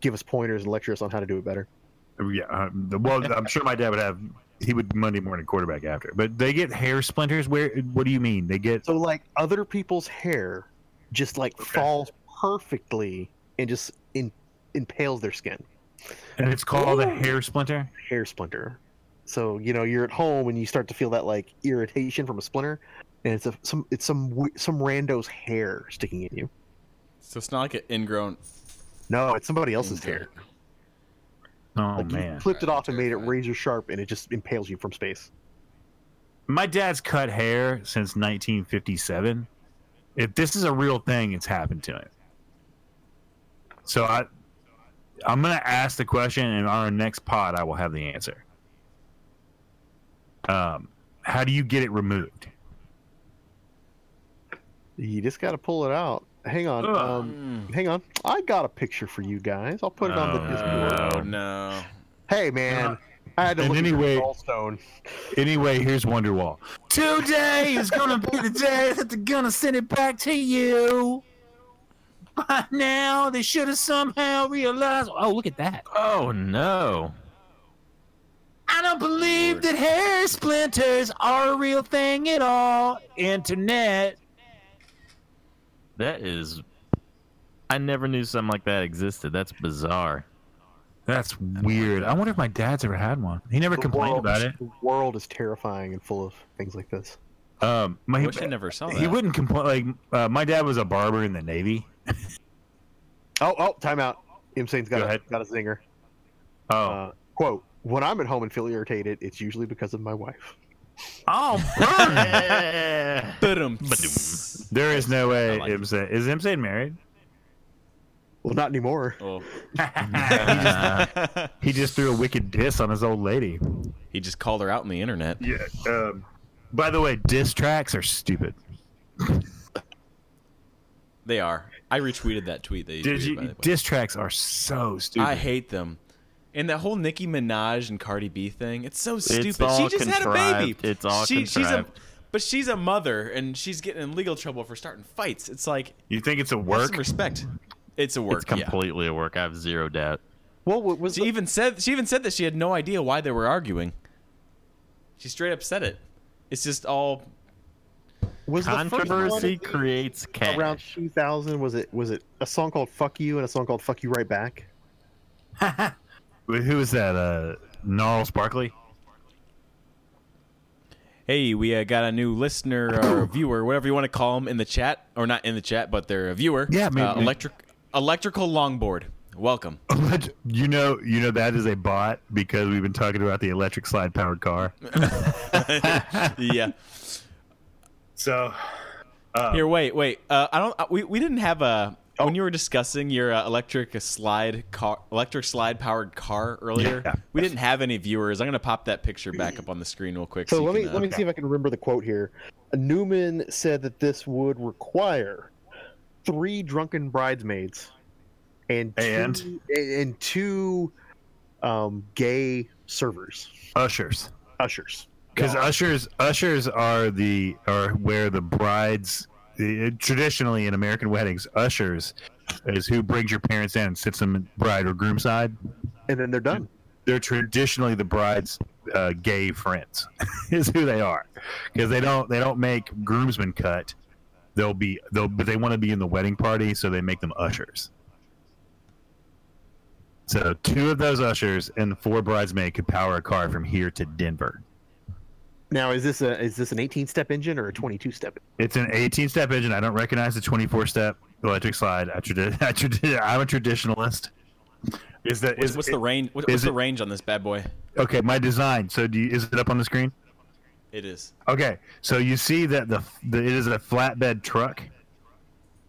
give us pointers and lecture us on how to do it better. Yeah, um, the- well, I'm sure my dad would have. He would Monday morning quarterback after, but they get hair splinters. Where? What do you mean? They get? So like other people's hair just like falls perfectly and just in, impales their skin, And it's called a hair splinter. hair splinter. So you know you're at home and you start to feel that like irritation from a splinter, and it's a some it's some w- some rando's hair sticking in you. So it's not like an ingrown. No, it's somebody else's hair. Oh Like you man, clipped it That'd be off and made it terrifying. razor sharp, and it just impales you from space. my dad's cut hair since 1957. If this is a real thing, it's happened to him. So I, I'm gonna ask the question, and on our next pod, I will have the answer. Um, how do you get it removed? You just got to pull it out. Hang on, Ugh. um, hang on. I got a picture for you guys. I'll put it on the Oh, Discord. Oh no! Hey man, I had to And look anyway- at Gallstone. Anyway, here's Wonderwall. Today is gonna be the day that they're gonna send it back to you. By now, they should have somehow realized. Oh, look at that! Oh no! I don't believe that hair splinters are a real thing at all. Internet. That is. I never knew something like that existed. That's bizarre. That's weird. I wonder if my dad's ever had one. He never complained world, about it. The world is terrifying and full of things like this. Um, my, I wish I never saw that. he wouldn't complain. Like uh, my dad was a barber in the Navy. Oh, oh, timeout. Imsane's got Go a, ahead. got a zinger. Oh, Uh, quote: When I'm at home and feel irritated, it's usually because of my wife. oh, Ba-dum. there is no way. like it. Imsa- is Imsane married? Well, not anymore. Oh. He just threw a wicked diss on his old lady. he just called her out on the internet. Yeah. Um, by the way, diss tracks are stupid. They are. I retweeted that tweet. That you Did tweeted, by you? the way. Diss tracks are so stupid. I hate them. And that whole Nicki Minaj and Cardi B thing, it's so stupid. all she just had a baby. contrived. It's all she's a, contrived. but she's a mother and she's getting in legal trouble for starting fights. It's like you think it's a have work? some respect. It's a work. It's completely a work. I have zero doubt. Well, what was yeah. She even said she even said that she had no idea why they were arguing. She straight up said it. It's just all the, was the first one Controversy creates cash. around 2000? Was it was it a song called "Fuck You" and a song called "Fuck You Right Back"? Wait, Who is that? Uh, Gnarl Sparkly. hey, we uh, got a new listener or viewer, whatever you want to call them, in the chat or not in the chat, but they're a viewer. Yeah, maybe- uh, electric electrical longboard. Welcome. Elect- you know, you know that is a bot because we've been talking about the electric slide powered car. yeah. So Here, wait, wait. Uh, I don't. uh, We, we didn't have a when you were discussing your uh, electric slide car, electric slide powered car earlier. Yeah. We didn't have any viewers. I'm gonna pop that picture back up on the screen real quick. So you let me can, uh, let me see if I can remember the quote here. Newman said that this would require three drunken bridesmaids and two, And? and two um, gay servers ushers, ushers. because ushers, ushers are the are where the brides eh, traditionally in American weddings, ushers is who brings your parents in and sits them bride or groom side. and then they're done. They're traditionally the bride's uh, gay friends, is who they are, because they don't they don't make groomsmen cut. They'll be they'll but they want to be in the wedding party, so they make them ushers. So two of those ushers and the four bridesmaids could power a car from here to Denver. Now, is this a is this an 18 step engine or a 22 step? It's an 18 step engine. I don't recognize the 24 step electric slide. I tradi- I tradi- I'm a traditionalist. Is that What's, is what's the range? What, is what's the it- range on this bad boy? okay? My design. So do you, is it up on the screen? It is. Okay, so you see that the, the it is a flatbed truck,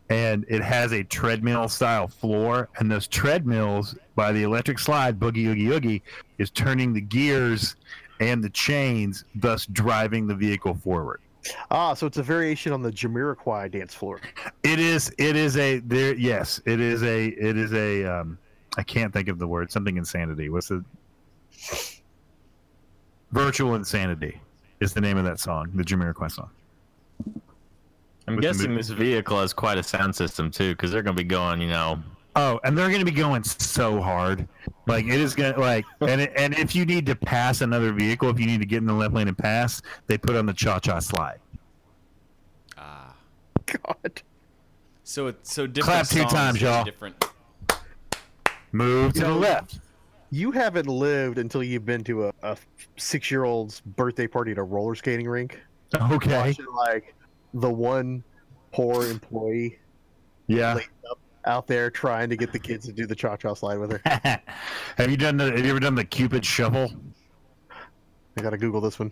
and it has a treadmill style floor, and those treadmills by the electric slide boogie oogie oogie is turning the gears and the chains, thus driving the vehicle forward. Ah, so it's a variation on the Jamiroquai dance floor. It is it is a there yes it is a it is a um I can't think of the word something insanity what's the virtual insanity is the name of that song the Jamiroquai song with I'm the guessing movie. this vehicle has quite a sound system too, because they're gonna be going, you know, Oh, and they're going to be going so hard. Like it is going to like and it, and if you need to pass another vehicle, if you need to get in the left lane and pass, they put on the cha-cha slide. Ah. God. So it's so Clap different. two songs times, have y'all. Different. Move to You the know- left. You haven't lived until you've been to a, a six year old's birthday party at a roller skating rink. Okay. Watching, like the one poor employee Yeah. out there trying to get the kids to do the cha cha slide with her. have you done the have you ever done the cupid shovel? I gotta Google this one.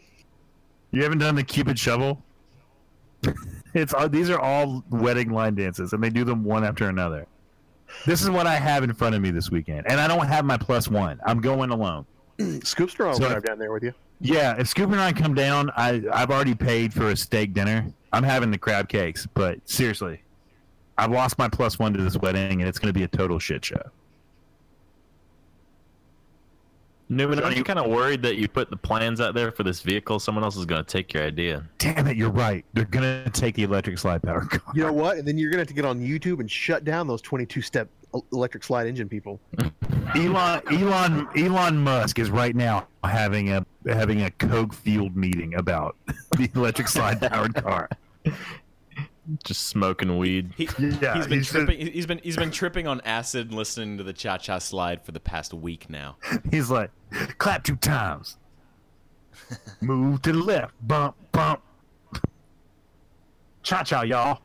You haven't done the cupid shovel? it's all, these are all wedding line dances and they do them one after another. This is what I have in front of me this weekend. And I don't have my plus 1. I'm going alone. Scoopster, I'll So- drive down there with you. Yeah, if Scoop and I come down, I I've already paid for a steak dinner. I'm having the crab cakes, but seriously, I've lost my plus one to this wedding, and it's going to be a total shit show. Newman, So aren't you- you kind of worried that you put the plans out there for this vehicle? Someone else is going to take your idea. Damn it, you're right. They're going to take the electric slide power car. You know what? And then you're gonna have to get on YouTube and shut down those 22 step electric slide engine people. Elon Elon Elon Musk is right now having a having a coke fueled meeting about the electric slide powered car. Just smoking weed. He, Yeah, has been he's- tripping. He's been he's been tripping on acid, and listening to the Cha Cha Slide for the past week now. He's like, clap two times, move to the left, bump bump, cha cha, y'all.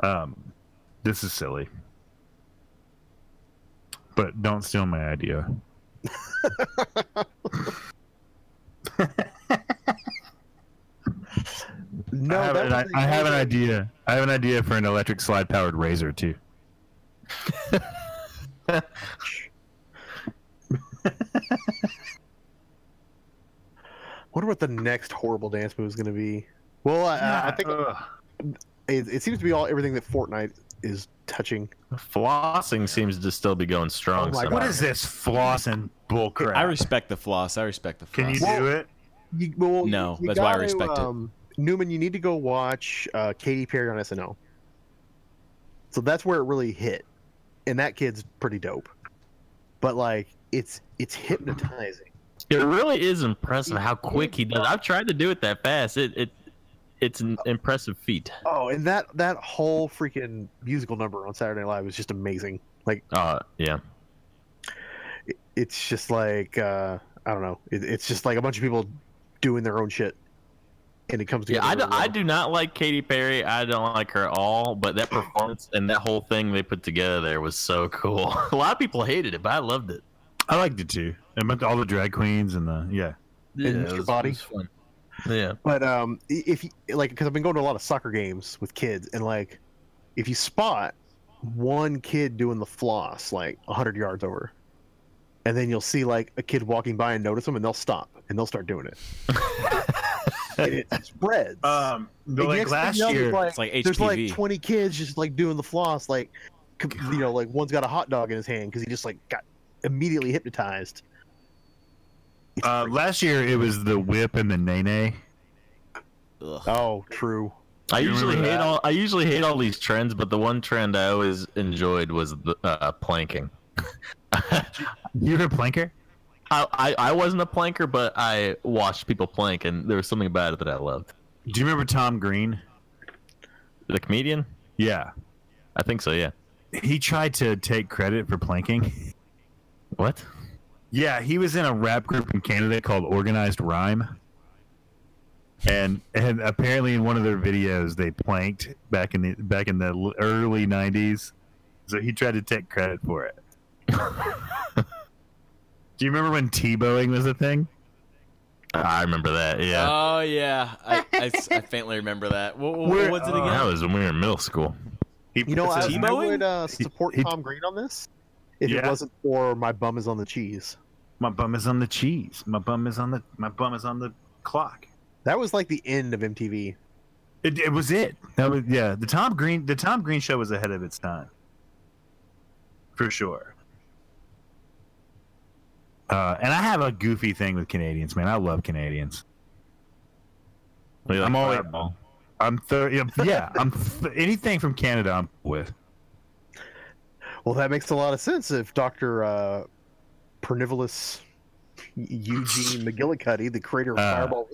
Um, this is silly, but don't steal my idea. No, I have, that an, I, was I a- have an idea. I have an idea for an electric slide powered razor too. wonder what the next horrible dance move is gonna be. Well, Uh, I, I think Ugh. it, it seems to be all everything that Fortnite is touching. Flossing seems to still be going strong. Oh my God. what somehow. is this flossing bullcrap? I respect the floss. I respect the floss. Can you Well, do it? You, well, No, that's why I respect it. it. Newman, you need to go watch uh, Katy Perry on SNL. So that's where it really hit, and that kid's pretty dope. But like, it's it's hypnotizing. It really is impressive how quick he does. I've tried to do it that fast. It it it's an impressive feat. Oh, and that that whole freaking musical number on Saturday Night Live was just amazing. Uh, yeah. It, it's just like uh, I don't know. It, it's just like a bunch of people doing their own shit, and it comes Yeah, together. I do, really well. I do not like Katy Perry. I don't like her at all, but that performance and that whole thing they put together there was so cool. A lot of people hated it, but I loved it. I liked it too. I meant all the drag queens and the yeah. Yeah, it Mr. was- it Body? was fun. Yeah. But um, i- if you, like, because I've been going to a lot of soccer games with kids, and like, if you spot one kid doing the floss like hundred yards over, and then you'll see like a kid walking by and notice them, and they'll stop and they'll start doing it. And it spreads. Um, And the like next thing last you know, there's, year, like, It's like there's like HPV. twenty kids just like doing the floss, like com- you know, like one's got a hot dog in his hand because he just like got immediately hypnotized. It's uh, crazy. last year it was the whip and the nay nay. Ugh. oh, true. I You usually remember hate that? all I usually hate all these trends, but the one trend I always enjoyed was the uh, planking. You were a planker? I, I I wasn't a planker, but I watched people plank, and there was something about it that I loved. Do you remember Tom Green? The comedian, Yeah, I think so. Yeah. he tried to take credit for planking. What? Yeah, he was in a rap group in Canada called Organized Rhyme. And and apparently in one of their videos they planked back in the back in the l- early 90s. So he tried to take credit for it. Do you remember when T-bowing was a thing? I remember that. Yeah. Oh yeah, I, I s- I faintly remember that. What, Where- what's it uh, again? that was when we were in middle school. He You know, puts I, his- I Tebowing? would uh, support he- Tom Green on this if it Yeah. wasn't for my bum is on the cheese. my bum is on the cheese. My bum is on the my bum is on the clock. That was like the end of MTV. It, it was it. That was yeah. The Tom Green the Tom Green show was ahead of its time. For sure. Uh, and I have a goofy thing with Canadians, man. I love Canadians. We like I'm always fireball. I'm thirty. Yeah, I'm th- anything from Canada. I'm with. Well, that makes a lot of sense if Dr. Uh, Pernivalus Eugene McGillicuddy, the creator of Uh, Fireball.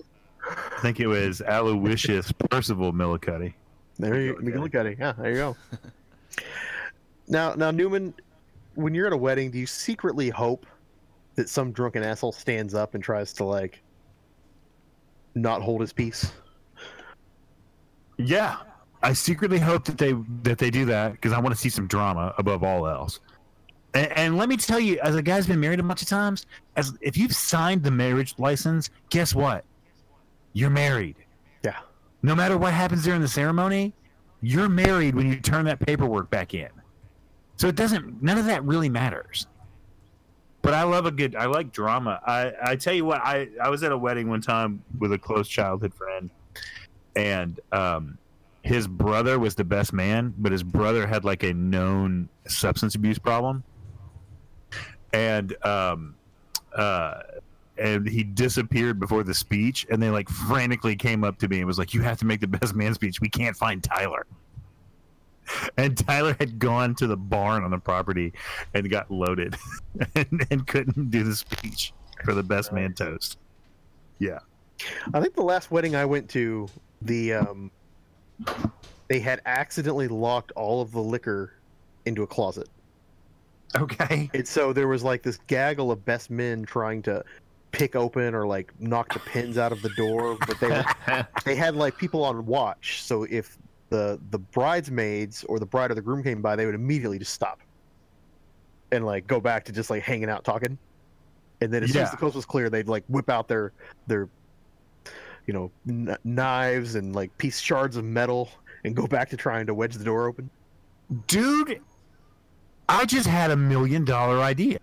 I think it was Aloysius Percival Millicuddy. There you McGillicuddy. Yeah, there you go. now, now Newman, when you're at a wedding, do you secretly hope that some drunken asshole stands up and tries to like not hold his peace? Yeah, I secretly hope that they that they do that because I want to see some drama above all else. And, and let me tell you, as a guy's been married a bunch of times, as if you've signed the marriage license, guess what? You're married. Yeah. No matter what happens during the ceremony, you're married when you turn that paperwork back in. So it doesn't. None of that really matters. But I love a good. I like drama. I I tell you what. I I was at a wedding one time with a close childhood friend, and um, his brother was the best man, but his brother had like a known substance abuse problem, and um, uh, and he disappeared before the speech, and they like frantically came up to me and was like, "You have to make the best man speech. We can't find Tyler." And Tyler had gone to the barn on the property and got loaded and, and couldn't do the speech for the best man toast. Yeah. I think the last wedding I went to, the um, they had accidentally locked all of the liquor into a closet. Okay. And so there was like this gaggle of best men trying to pick open or like knock the pins out of the door, but they they had like people on watch. So if the the bridesmaids or the bride or the groom came by, they would immediately just stop and like go back to just like hanging out talking. And then as soon as Yeah. the coast was clear, they'd like whip out their their you know kn- knives and like piece shards of metal and go back to trying to wedge the door open. dude i just had a million dollar idea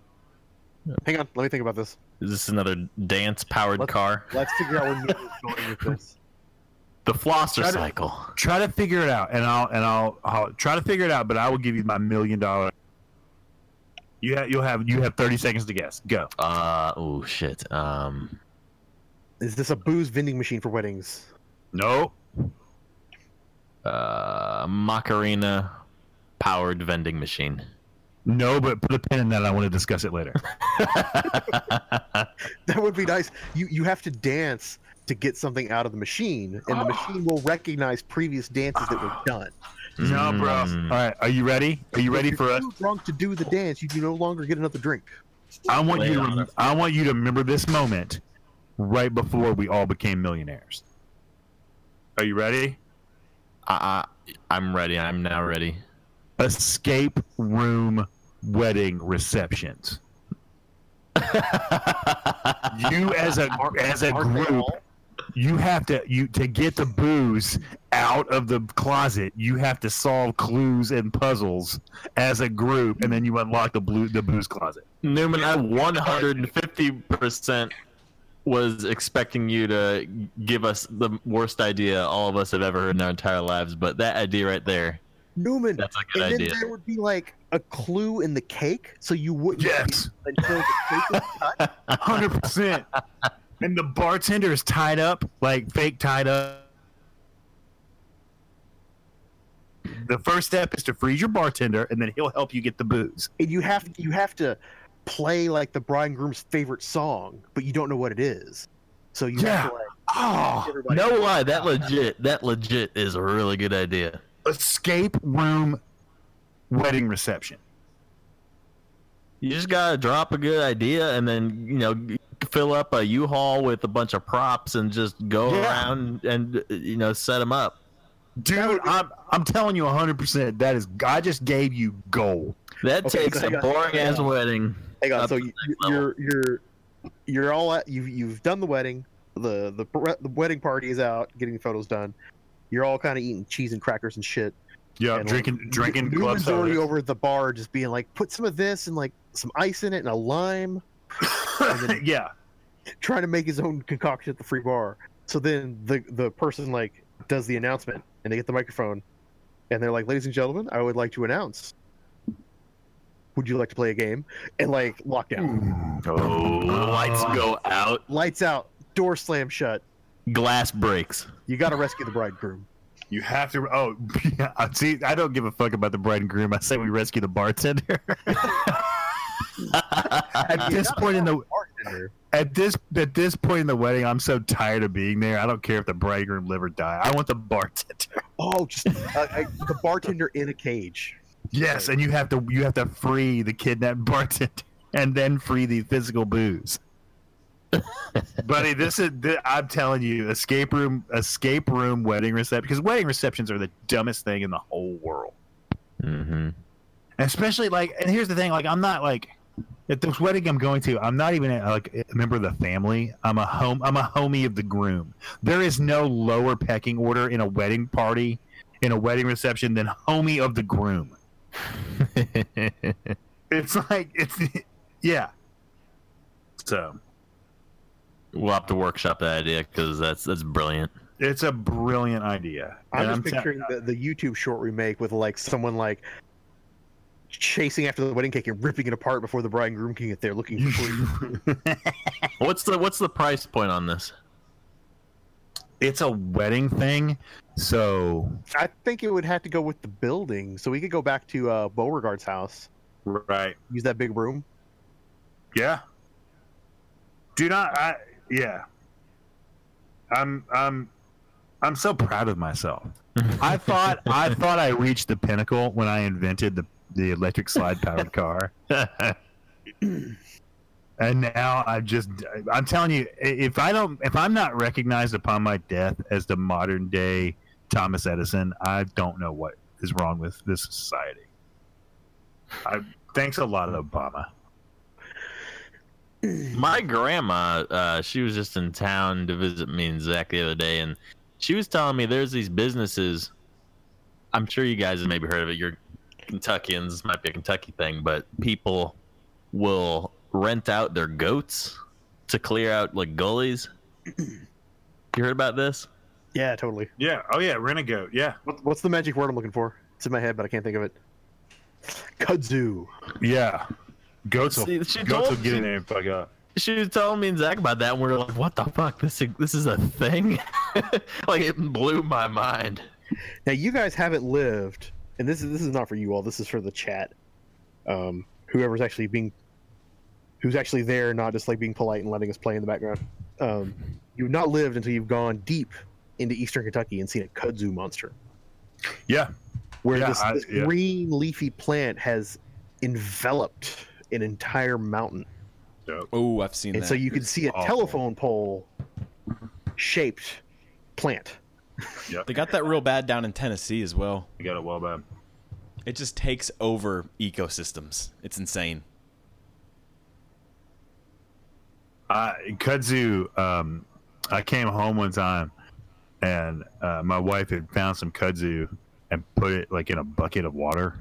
Hang on, let me think about this. Is this another dance powered Let's- car? Let's figure out where Neil is going with this. The flosser Try to- cycle. try to figure it out and i'll and i'll, I'll try to figure it out but i will give you my million dollar you ha- you'll have you have 30 seconds to guess go Uh oh shit. Um Is this a booze vending machine for weddings? no uh Macarena powered vending machine. no but put a pin in that i want to discuss it later That would be nice. You you have to dance to get something out of the machine, and the machine will recognize previous dances that were done. no bro all Mm. right are you ready are you ready if for you're us Too drunk to do the dance, you do no longer get another drink. i want you to Lay it on rem- us. i want you to remember this moment right before we all became millionaires are you ready I, I I'm ready. I'm now ready. escape room wedding receptions you as a as a Aren't they group all? you have to you to get the booze out of the closet you have to solve clues and puzzles as a group and then you unlock the blue the booze closet Newman, I 150% was expecting you to give us the worst idea all of us have ever heard in our entire lives, but that idea right there, Newman. that's a And good then idea. there would be like a clue in the cake, so you wouldn't yes until the cake was cut. 100% and the bartender is tied up like fake tied up the first step is to freeze your bartender and then he'll help you get the booze And you have you have to play like the bride and groom's favorite song, but you don't know what it is. So you Yeah. have to like oh everybody. No lie, that legit, that legit is a really good idea. escape room wedding reception. You just gotta drop a good idea and then you know g- fill up a U-Haul with a bunch of props and just go Yeah. around and you know set them up. Dude, I'm I'm telling you 100% that is I just gave you gold. That Okay, takes so a you got- boring ass wedding. Hang on. up So to you, the next level. you're you're you're all at you you've done the wedding. The the pre- the wedding party is out, getting the photos done. You're all kind of eating cheese and crackers and shit. Yeah, And, drinking like, drinking Newman's club already soda. over at the bar, just being like, put some of this and like some ice in it and a lime, and then yeah. trying to make his own concoction at the free bar. So then the the person like does the announcement and they get the microphone, and they're like, ladies and gentlemen, I would like to announce. Would you like to play a game? And like lockdown, Oh, lights go out, lights out, door slam shut. glass breaks. You got to rescue the bridegroom. You have to. Oh, yeah. See, I don't give a fuck about the bride and groom. I say we rescue the bartender. at this point in the bartender. at this at this point in the wedding, I'm so tired of being there. I don't care if the bridegroom live or die. I want the bartender. Oh, just uh, uh, the bartender in a cage. Yes, and you have to you have to free the kidnapped bartender and then free the physical booze. Buddy, this is th- I'm telling you, escape room escape room wedding reception because wedding receptions are the dumbest thing in the whole world. Mm-hmm. especially like and here's the thing like i'm not like at this wedding i'm going to i'm not even like a member of the family i'm a home i'm a homie of the groom there is no lower pecking order in a wedding party in a wedding reception than homie of the groom it's like it's yeah so We'll have to workshop that idea because that's that's brilliant. it's a brilliant idea I'm And just te- picturing the, the YouTube short we make with like someone like chasing after the wedding cake and ripping it apart before the bride and groom can get there looking for free. What's the what's the price point on this? it's a wedding thing so I think it would have to go with the building, so we could go back to uh, Beauregard's house, right use that big room. Yeah. Do not. I. Yeah. I'm. I'm. I'm so proud of myself. I thought. I thought I reached the pinnacle when I invented the the electric slide powered car. and now I just. I'm telling you, i- if I don't, if I'm not recognized upon my death as the modern day Thomas Edison, I don't know what is wrong with this society. I. Thanks a lot, Obama. My grandma, uh, she was just in town to visit me and Zach the other day, and she was telling me there's these businesses. I'm sure you guys have maybe heard of it. You're Kentuckians, this might be a Kentucky thing, but people will rent out their goats to clear out like gullies. you heard about this? Yeah, totally. Yeah. Oh yeah, Renegoat. Yeah. What, what's the magic word I'm looking for? It's in my head, but I can't think of it. Kudzu. Yeah. Goats will, See, she goats will told get in you. there and fuck up. she was telling me and Zach about that, and we were like, "What the fuck? This is, this is a thing!" like it blew my mind. Now you guys haven't lived, and this is this is not for you all. This is for the chat. Um, whoever's actually being, who's actually there, not just like being polite and letting us play in the background. Um, you've not lived until you've gone deep into eastern Kentucky and seen a kudzu monster, Yeah. where Yeah, this, I- this yeah. green leafy plant has enveloped an entire mountain, Oh, I've seen and that. so you can see a awful. telephone pole shaped plant. they got that real bad down in Tennessee as well. You got it well bad. It just takes over ecosystems. It's insane. I kudzu. Um, I came home one time, and uh, my wife had found some kudzu and put it like in a bucket of water,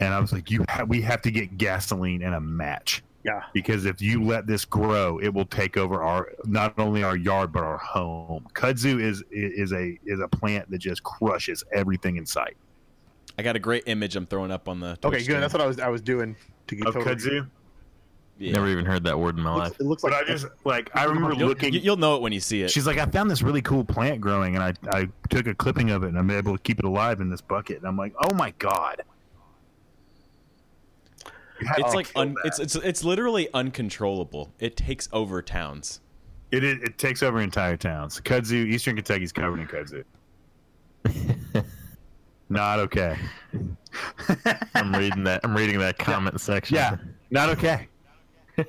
and I was like, "You, ha- we have to get gasoline and a match Yeah. because if you let this grow, it will take over our not only our yard but our home." Kudzu is is a is a plant that just crushes everything in sight. I got a great image I'm throwing up on the. Twitch Okay, good. stream. That's what I was I was doing to get Of totally- kudzu. Yeah. Never even heard that word in my Looks- life. it looks But like I just like I remember You'll, looking. you- you'll know it when you see it. She's like, I found this really cool plant growing, and I I took a clipping of it, and I'm able to keep it alive in this bucket. And I'm like, oh my god. You had it's to like oh, kill un, that. it's it's it's literally uncontrollable. It takes over towns. it, it it takes over entire towns. Kudzu, Eastern Kentucky's covered in kudzu. not okay. I'm reading that. I'm reading that comment section. Yeah, not okay.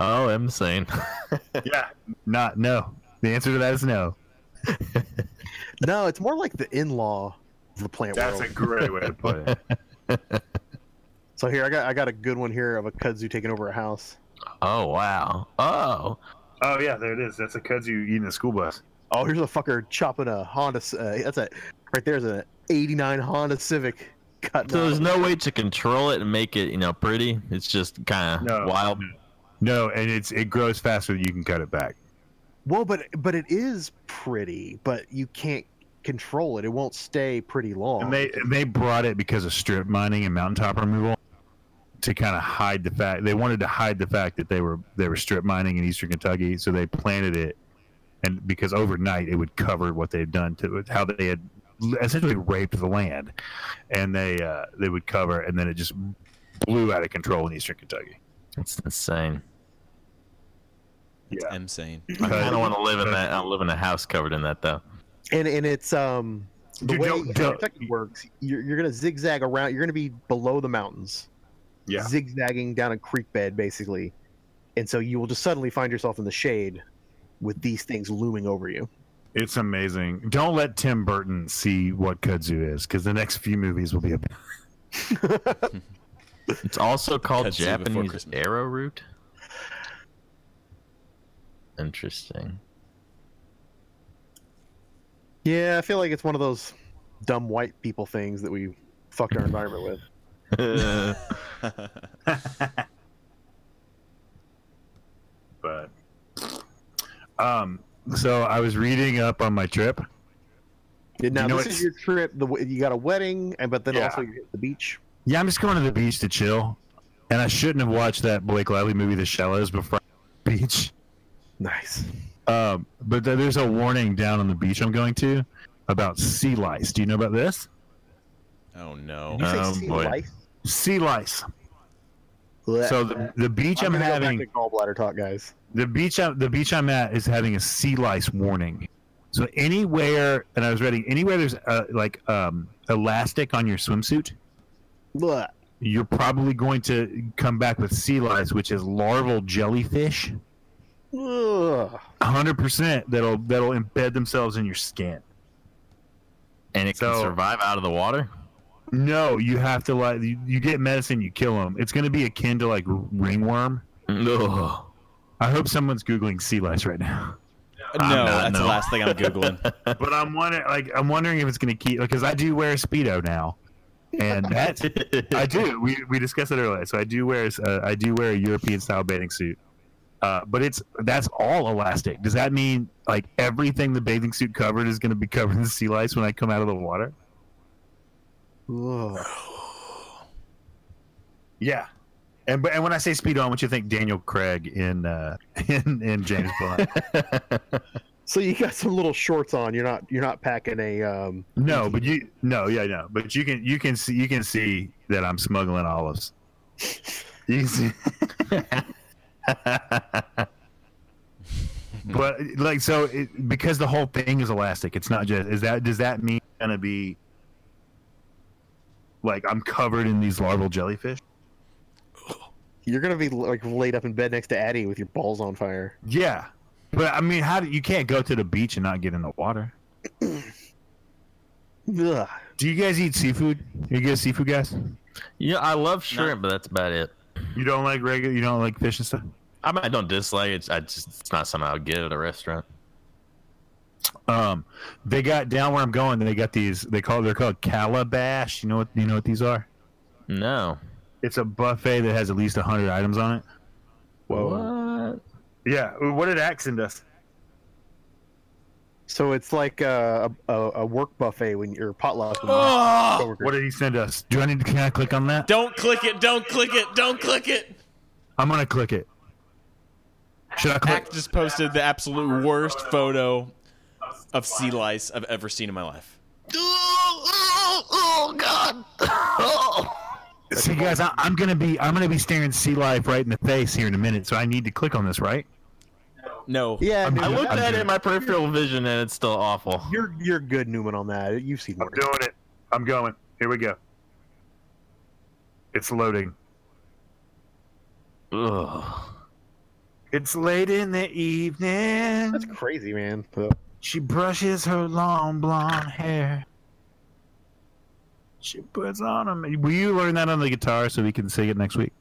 oh, I'm saying. Yeah, not no. The answer to that is no. No, it's more like the in-law of the plant world. great way to put it. So here I got I got a good one here of a kudzu taking over a house. Oh wow. Oh. Oh yeah, there it is. That's a kudzu eating a school bus. Oh, here's a fucker chopping a Honda. C- Uh, that's a right there's a '89 Honda Civic. Cut. So there's no way to control it and make it, you know, pretty. It's just kind of No. wild. No, and it's it grows faster than you can cut it back. well, but but it is pretty, but you can't control it. It won't stay pretty long. And they and they brought it because of strip mining and mountaintop removal to kind of hide the fact they wanted to hide the fact that they were they were strip mining in eastern Kentucky, so they planted it and because overnight it would cover what they'd done to it, how they had essentially raped the land, and they uh, they would cover, and then it just blew out of control in eastern Kentucky. It's insane. Yeah, Insane. I kind Cut. of want to live in that. I live in a house covered in that though. and and it's um the Dude, way don't- how don't- Kentucky works. You're, you're gonna zigzag around. You're gonna be below the mountains, Yeah. zigzagging down a creek bed basically, and so you will just suddenly find yourself in the shade with these things looming over you. it's amazing. Don't let Tim Burton see what kudzu is, because the next few movies will be about. It's also called Tetsu before Japanese Christmas. arrowroot. Interesting. Yeah, I feel like it's one of those dumb white people things that we fucked our environment with. Oh, but um so i was reading up on my trip Now You know this is it's- your trip. The w- you got a wedding, and but then Yeah. also you hit the beach. yeah i'm just going to the beach to chill and i shouldn't have watched that blake lively movie the shallows before I- beach Nice. um but th- there's a warning down on the beach i'm going to about sea lice do you know about this Oh no. Did you say Oh, sea boy. lice? sea lice Blech. so the, the beach i'm, I'm, gonna go having back to gallbladder talk, guys. The beach I, the beach I'm at is having a sea lice warning. So anywhere, and I was reading anywhere there's uh, like um, elastic on your swimsuit, Blech. you're probably going to come back with sea lice, which is larval jellyfish. Ugh. Hundred percent that'll that'll embed themselves in your skin. And it So- can survive out of the water. No, you have to like you, you get medicine, you kill them. It's going to be akin to like ringworm. No. I hope someone's googling sea lice right now. Uh, no, I'm not, that's no. the last thing I'm googling. But I'm wondering, like, I'm wondering if it's going to keep because I do wear a speedo now, and that I do. We, we discussed it earlier. So I do wear uh, I do wear a European style bathing suit, uh, but it's that's all elastic. Does that mean like everything the bathing suit covered is going to be covered in sea lice when I come out of the water? Ugh. Yeah. And but and when I say speedo, I want you to think Daniel Craig in uh, in, in James Bond. So you got some little shorts on. You're not you're not packing a um no, but you no yeah no, but you can you can see you can see that I'm smuggling olives. You can see. but like so it, because the whole thing is elastic it's not just is that does that mean it's gonna be like i'm covered in these larval jellyfish you're gonna be like laid up in bed next to Addie with your balls on fire. yeah but i mean how do you can't go to the beach and not get in the water Ugh. do you guys eat seafood you guys seafood guys yeah, I love shrimp, but that's about it. you don't like regular you don't like fish and stuff I mean, I don't dislike it. I just it's not something I'll get at a restaurant. um they got down where i'm going they got these they call they're called calabash you know what you know what these are No. it's a buffet that has at least 100 items on it What? yeah what did axe send us So it's like a, a, a work buffet when you're potluck. When you're oh, coworkers. what did he send us do i need to can i click on that don't click it. Don't click it. Don't click it. I'm gonna click it. Should I click? Act just posted the absolute worst photo of sea lice I've ever seen in my life. See, guys, I, I'm gonna be I'm gonna be staring sea life right in the face here in a minute, so I need to click on this, right? No. Yeah, I'm Newman, I looked I'm at it doing in my peripheral vision and it's still awful. you're you're good, Newman, on that. You've seen more. doing it. I'm going. Here we go. It's loading. Ugh. It's late in the evening. That's crazy, man. She brushes her long blonde hair. She puts on a. Will you learn that on the guitar so we can sing it next week?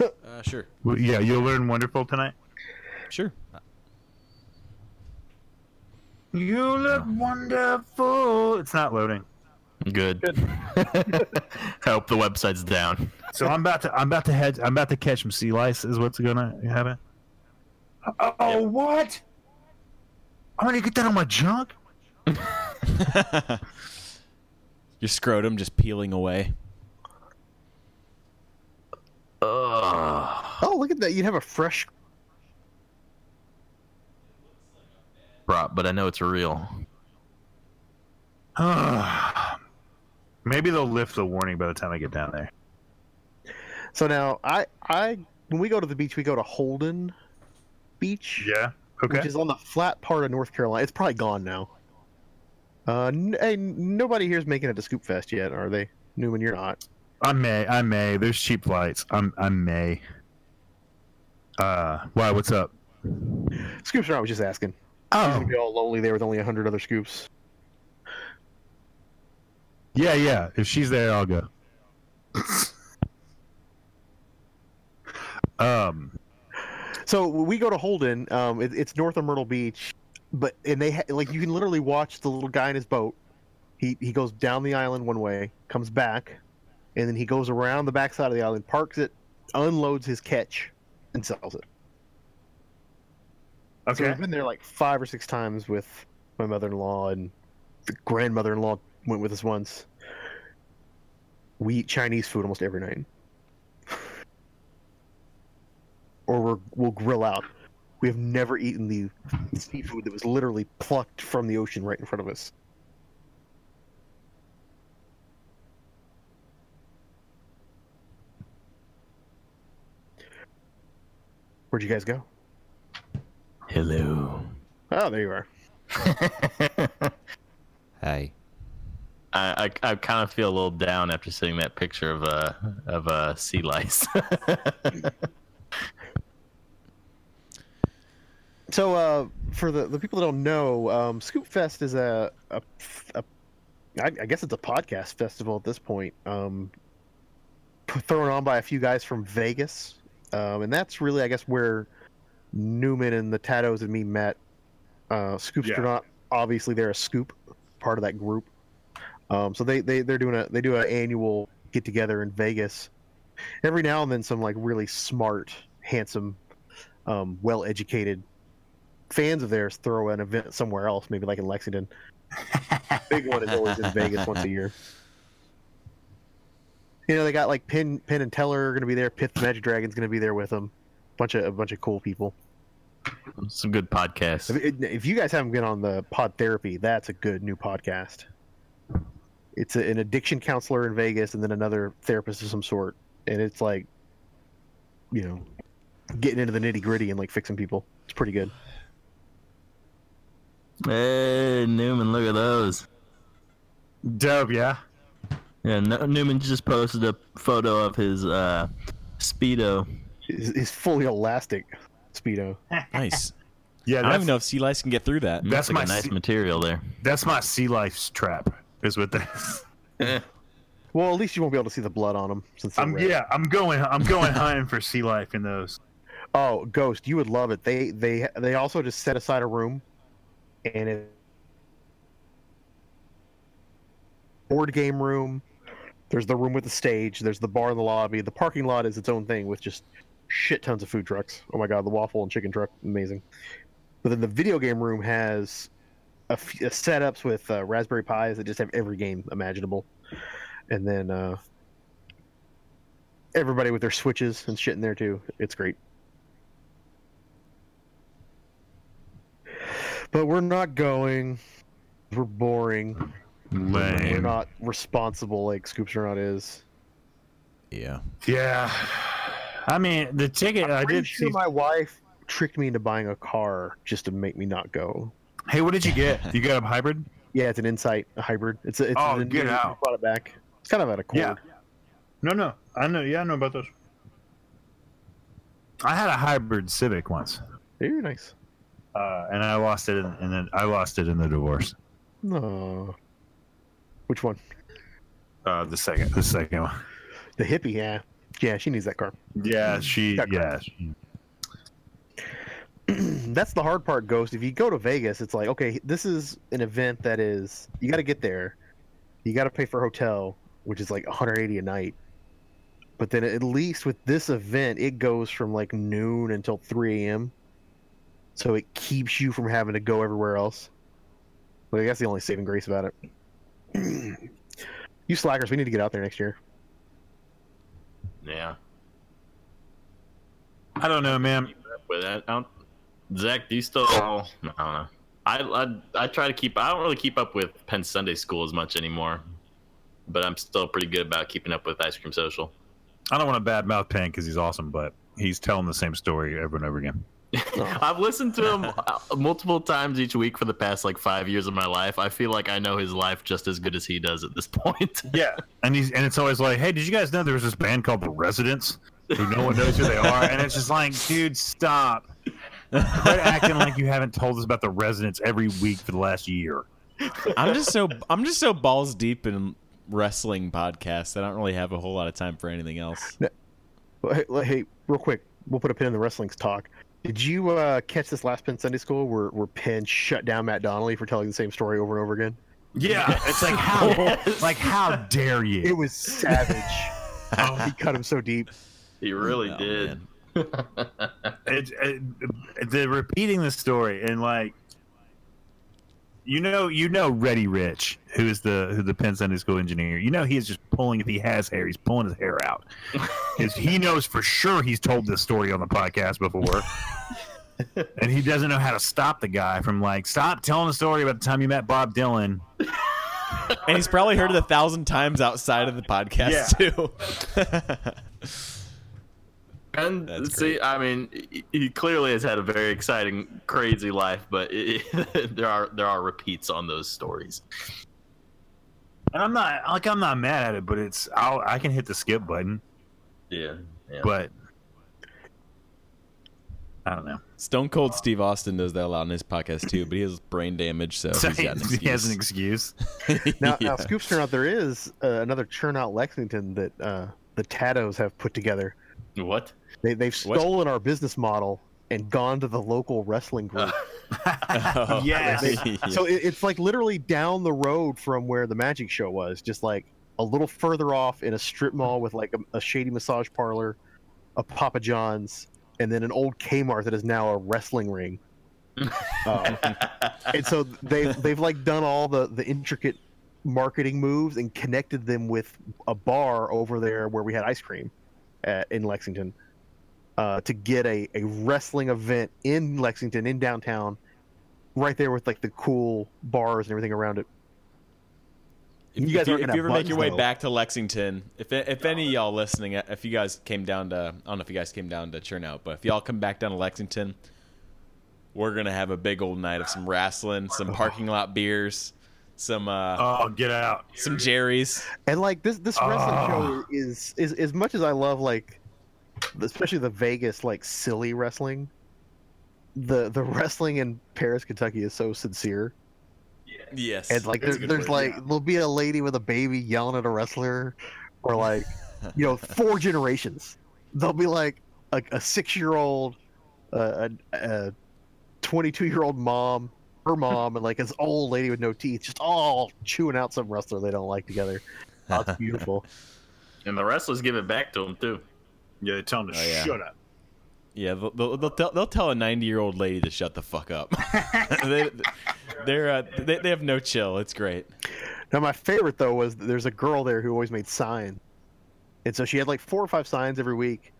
Uh, sure. Well, yeah, you'll learn "Wonderful" tonight. Sure. You look wonderful. It's not loading. Good. Hope the website's down. So I'm about to I'm about to head I'm about to catch some sea lice is what's gonna happen. Oh what? I'm gonna get that on my junk? Your scrotum just peeling away. Ugh. Oh, look at that! You'd have a fresh. prop, but I know it's real. Maybe they'll lift the warning by the time I get down there. So now I I when we go to the beach, we go to Holden Beach, Yeah. Okay. which is on the flat part of North Carolina. It's probably gone now. Uh, n- hey, nobody here's making it to Scoop Fest yet, are they? Newman, you're not. I may. I may. There's cheap flights. I'm. I may. Uh. Why? What's up? Scoops are not. I was just asking. He's Oh. gonna be all lonely there with only hundred other scoops. Yeah. Yeah. If she's there, I'll go. um. So we go to Holden. Um, it, it's north of Myrtle Beach, but and they ha- like you can literally watch the little guy in his boat. He he goes down the island one way, comes back, and then he goes around the backside of the island, parks it, unloads his catch, and sells it. So Okay. I've been there like five or six times with my mother-in-law and the grandmother-in-law went with us once. We eat Chinese food almost every night, or we're, we'll grill out. We have never eaten the seafood that was literally plucked from the ocean right in front of us. Where'd you guys go? Hello. Oh, there you are. Hey. I, I, I kind of feel a little down after seeing that picture of uh of uh sea lice. So, uh, for the, the people that don't know, um, Scoop Fest is a, a, a I, I guess it's a podcast festival at this point, um, p- thrown on by a few guys from Vegas, um, and that's really, I guess, where Newman and the Tattoos and me met. Uh, Scoops Yeah. are not obviously they're a scoop part of that group, um, so they they they're doing a they do an annual get together in Vegas. Every now and then, some like really smart, handsome, um, well educated fans of theirs throw an event somewhere else, maybe like in Lexington. Big one is always in Vegas once a year. You know, they got like Penn, Penn and Teller are going to be there. Pith the Magic Dragon's going to be there with them. Bunch of a bunch of cool people. Some good podcasts. If, if you guys haven't been on the Pod Therapy, that's a good new podcast. It's a, an addiction counselor in Vegas, and then another therapist of some sort, and it's like, you know, getting into the nitty gritty and like fixing people. It's pretty good. Hey Newman, look at those. Dope. Yeah. Yeah, no, Newman just posted a photo of his uh speedo. It's, it's fully elastic, speedo. Nice. Yeah. I don't That's, even know if sea lice can get through that. That's That's my like a nice se- material there. that's my sea life's trap. Is what that. Well, at least you won't be able to see the blood on them since they're I'm red. yeah. I'm going. I'm going hunting for sea life in those. Oh, Ghost, you would love it. They they they also just set aside a room, and it board game room. There's the room with the stage. There's the bar in the lobby. The parking lot is its own thing with just shit tons of food trucks. Oh my god, the waffle and chicken truck, amazing. But then the video game room has a, f- a setups with uh, Raspberry Pis that just have every game imaginable, and then uh, everybody with their switches and shit in there too. It's great. But we're not going. We're boring. We're Lame. not responsible like Scoops or Not is. yeah. Yeah. I mean, the ticket. I Pretty did. sure See, my wife tricked me into buying a car just to make me not go. hey, what did you get? You got a hybrid? Yeah, it's an Insight a hybrid. It's a, it's Oh, an, get we out. Bought it back. It's kind of out of Yeah. court. No, no. I know. Yeah, I know about those. I had a hybrid Civic once, Very nice. uh, and I lost it, in, and then I lost it in the divorce. No. Which one? Uh, the second, the second one. The hippie. Yeah. Yeah, she needs that car. Yeah, she. Got Yeah, that's the hard part, Ghost. If you go to Vegas, it's like, okay, this is an event that is you got to get there, you got to pay for a hotel, which is like 180 a night. But then at least with this event, it goes from like noon until 3 a.m. So it keeps you from having to go everywhere else. Like that's the only saving grace about it. you slackers, we need to get out there next year. Yeah. I don't know, man. But I, I don't, Zach, do you still? I don't know. I, I I try to keep. I don't really keep up with Penn Sunday School as much anymore, but I'm still pretty good about keeping up with Ice Cream Social. I don't want to badmouth Penn because he's awesome, but he's telling the same story over and over again. I've listened to him uh, multiple times each week for the past like five years of my life. I feel like I know his life just as good as he does at this point. Yeah, and he's and it's always like, hey, did you guys know there was this band called The Residents? Who no one knows who they are, and it's just like, dude, stop. Quit acting like you haven't told us about the residents every week for the last year. I'm just so I'm just so balls deep in wrestling podcasts. that I don't really have a whole lot of time for anything else. Well, Hey, well, hey, real quick, we'll put a pin in the wrestling's talk. Did you uh, catch this last Penn Sunday School where, where Penn shut down Matt Donnelly for telling the same story over and over again? Yeah, it's like how, like how dare It you? was savage. oh, he cut him so deep. He really Oh, did. man. It, it, the repeating the story and like, you know, you know, Reddy Rich, who is the who the Penn Sunday School engineer. You know, he is just pulling. If he has hair, he's pulling his hair out. 'Cause he knows for sure he's told this story on the podcast before. And he doesn't know how to stop the guy from like stop telling the story about the time you met Bob Dylan And he's probably heard it a thousand times outside of the podcast too. And That's see, I mean, he- he clearly has had a very exciting, crazy life, but it, there are there are repeats on those stories. And I'm not like I'm not mad at it, but it's I'll, I can hit the skip button, Yeah, yeah. but I don't know. Stone Cold Steve Austin does that a lot on his podcast too, but he has brain damage, so, So Oh, he's got an he, he has an excuse. excuse. Now, Yeah. now Scoops Turnout, there is uh, another Churnout Lexington that uh, the Tattos have put together. what? They, they've What? stolen our business model and gone to the local wrestling Uh, group. Oh, Yes. yeah. So it, it's like literally down the road from where the magic show was, just like a little further off in a strip mall with like a, a shady massage parlor, a Papa John's, and then an old Kmart that is now a wrestling ring. um, and so they they've like done all the the intricate marketing moves and connected them with a bar over there where we had ice cream at, in Lexington uh, to get a, a wrestling event in Lexington in downtown right there with like the cool bars and everything around it. If You guys you, aren't if gonna you ever have make your buttons, though. way back to Lexington, if if any of y'all listening, uh, if you guys came down to, I don't know if you guys came down to Churnout, but if y'all come back down to Lexington, we're gonna have a big old night of some wrestling, Oh. some parking lot beers, some uh, Oh, get out! some Jerry's. And like this this wrestling Ah. show is, is as much as I love like especially the Vegas like silly wrestling. The the wrestling in Paris, Kentucky is so sincere. Yes, And like there, there's like there'll be a lady with a baby yelling at a wrestler, or like you know four generations. There'll be like a, a six year old, uh, a twenty two year old mom, her mom, and like this old lady with no teeth, just all chewing out some wrestler they don't like together. Oh, it's beautiful. And the wrestlers give it back to him too. Yeah, they tell him to Oh, yeah. shut up. yeah, they'll, they'll, they'll, tell, they'll tell a 90 year old lady to shut the fuck up. they, they're uh, they, they have no chill. It's great. Now, my favorite though was there's a girl there who always made signs, and so she had like four or five signs every week,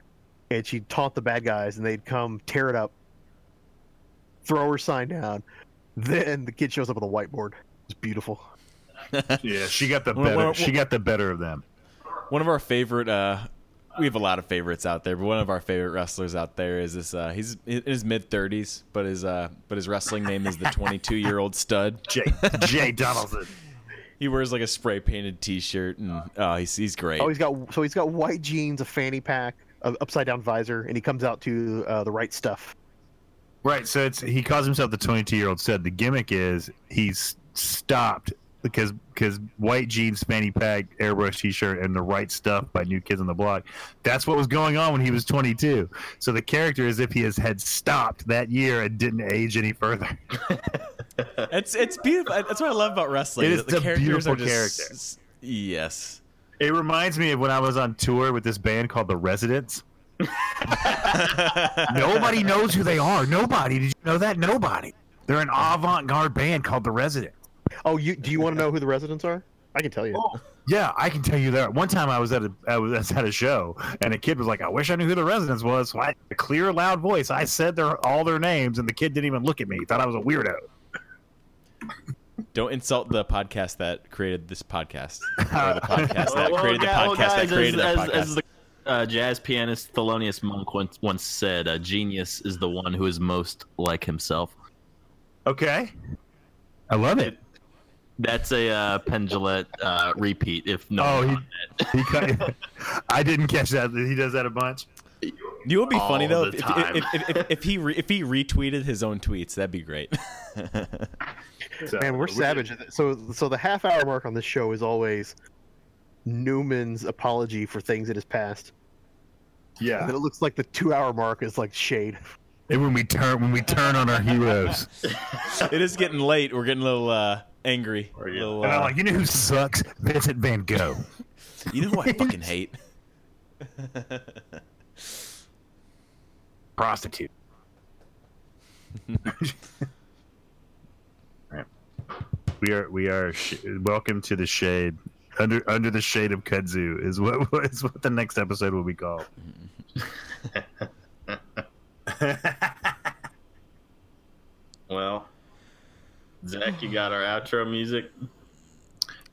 and she'd taunt the bad guys, and they'd come tear it up, throw her sign down. Then the kid shows up with a whiteboard. It's beautiful. Yeah, she got the Well, better. well, she got the better of them. One of our favorite, uh, we have a lot of favorites out there, but one of our favorite wrestlers out there is this. Uh, he's in his mid thirties, but his uh, but his wrestling name is the twenty two year old stud. Jay Jay Donaldson. He wears like a spray painted T shirt, and oh, he's he's great. Oh, he's got so he's got white jeans, a fanny pack, a upside down visor, and he comes out to uh, the right stuff. Right, so it's he calls himself the 22 year old stud. The gimmick is he's stopped because because white jeans, fanny pack, airbrush t shirt, and the right stuff by New Kids on the Block. That's what was going on when he was 22. So the character is if he has had stopped that year and didn't age any further. It's it's beautiful. That's what I love about wrestling. It is is that the a characters beautiful are just character. s- yes. It reminds me of when I was on tour with this band called The Residents. Nobody knows who they are. Nobody. Did you know that? Nobody. They're an avant garde band called The Residents. Oh, you do you want to know who the residents are? I can tell you. Yeah, I can tell you that. One time I was at a I was I was at a show and a kid was like, "I wish I knew who the residents was." So I had a clear, loud voice. I said their all their names, and the kid didn't even look at me. He thought I was a weirdo. Don't insult the podcast that created this podcast. Or the podcast that Well, created the guy- well, podcast that guys, created as, that as- podcast. as the uh, jazz pianist Thelonious Monk once, once said, uh, "Genius is the one who is most like himself." Okay. I love it. That's a uh, Pendulette uh, repeat. If no, Oh, one he- caught that. He cut, I didn't catch that. He does that a bunch. you would be funny though all if, the if, time. if, if, if, if he re, if he retweeted his own tweets, that'd be great. So, Man, we're savage. So, so the half hour mark on this show is always Newman's apology for things in his past. And Yeah. then it looks like the two hour mark is like shade. And when we turn when we turn on our heroes, it is getting late. We're getting a little uh, angry. A little, and I'm uh, like, you know who sucks? Vincent Van Gogh. you know who I fucking hate? prostitute. we are we are sh- welcome to the shade under under the shade of kudzu is what is what the next episode will be called. well, Zach, you got our outro music. Are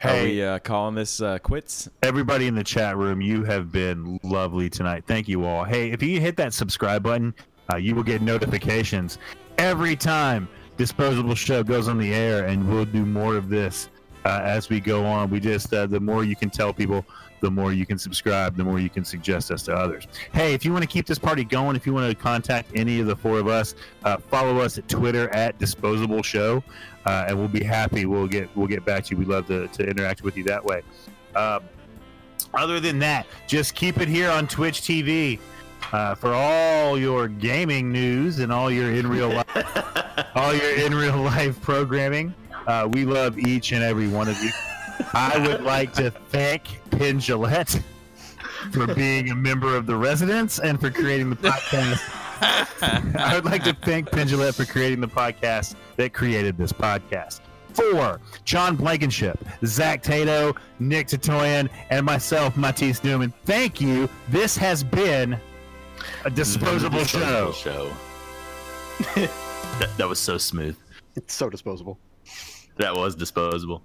Hey, we uh, calling this uh, quits? everybody in the chat room, you have been lovely tonight. Thank you all. Hey, if you hit that subscribe button, uh, you will get notifications every time Disposable Show goes on the air, and we'll do more of this uh, as we go on. We just, uh, the more you can tell people, the more you can subscribe, the more you can suggest us to others. Hey, if you want to keep this party going, if you want to contact any of the four of us, uh, follow us at Twitter at Disposable Show, uh, and we'll be happy. We'll get we'll get back to you. We'd love to, to interact with you that way. Um, other than that, just keep it here on Twitch TV uh, for all your gaming news and all your in real life, all your in real life programming. Uh, we love each and every one of you. I would like to thank Pin Gillette for being a member of the residents and for creating the podcast. I would like to thank Pin Gillette for creating the podcast that created this podcast four John Blankenship, Zach Tato, Nick Tatoyan, and myself, Matisse Newman. Thank you. This has been a disposable, Disposable show. show. that, that was so smooth. It's so disposable. That was disposable.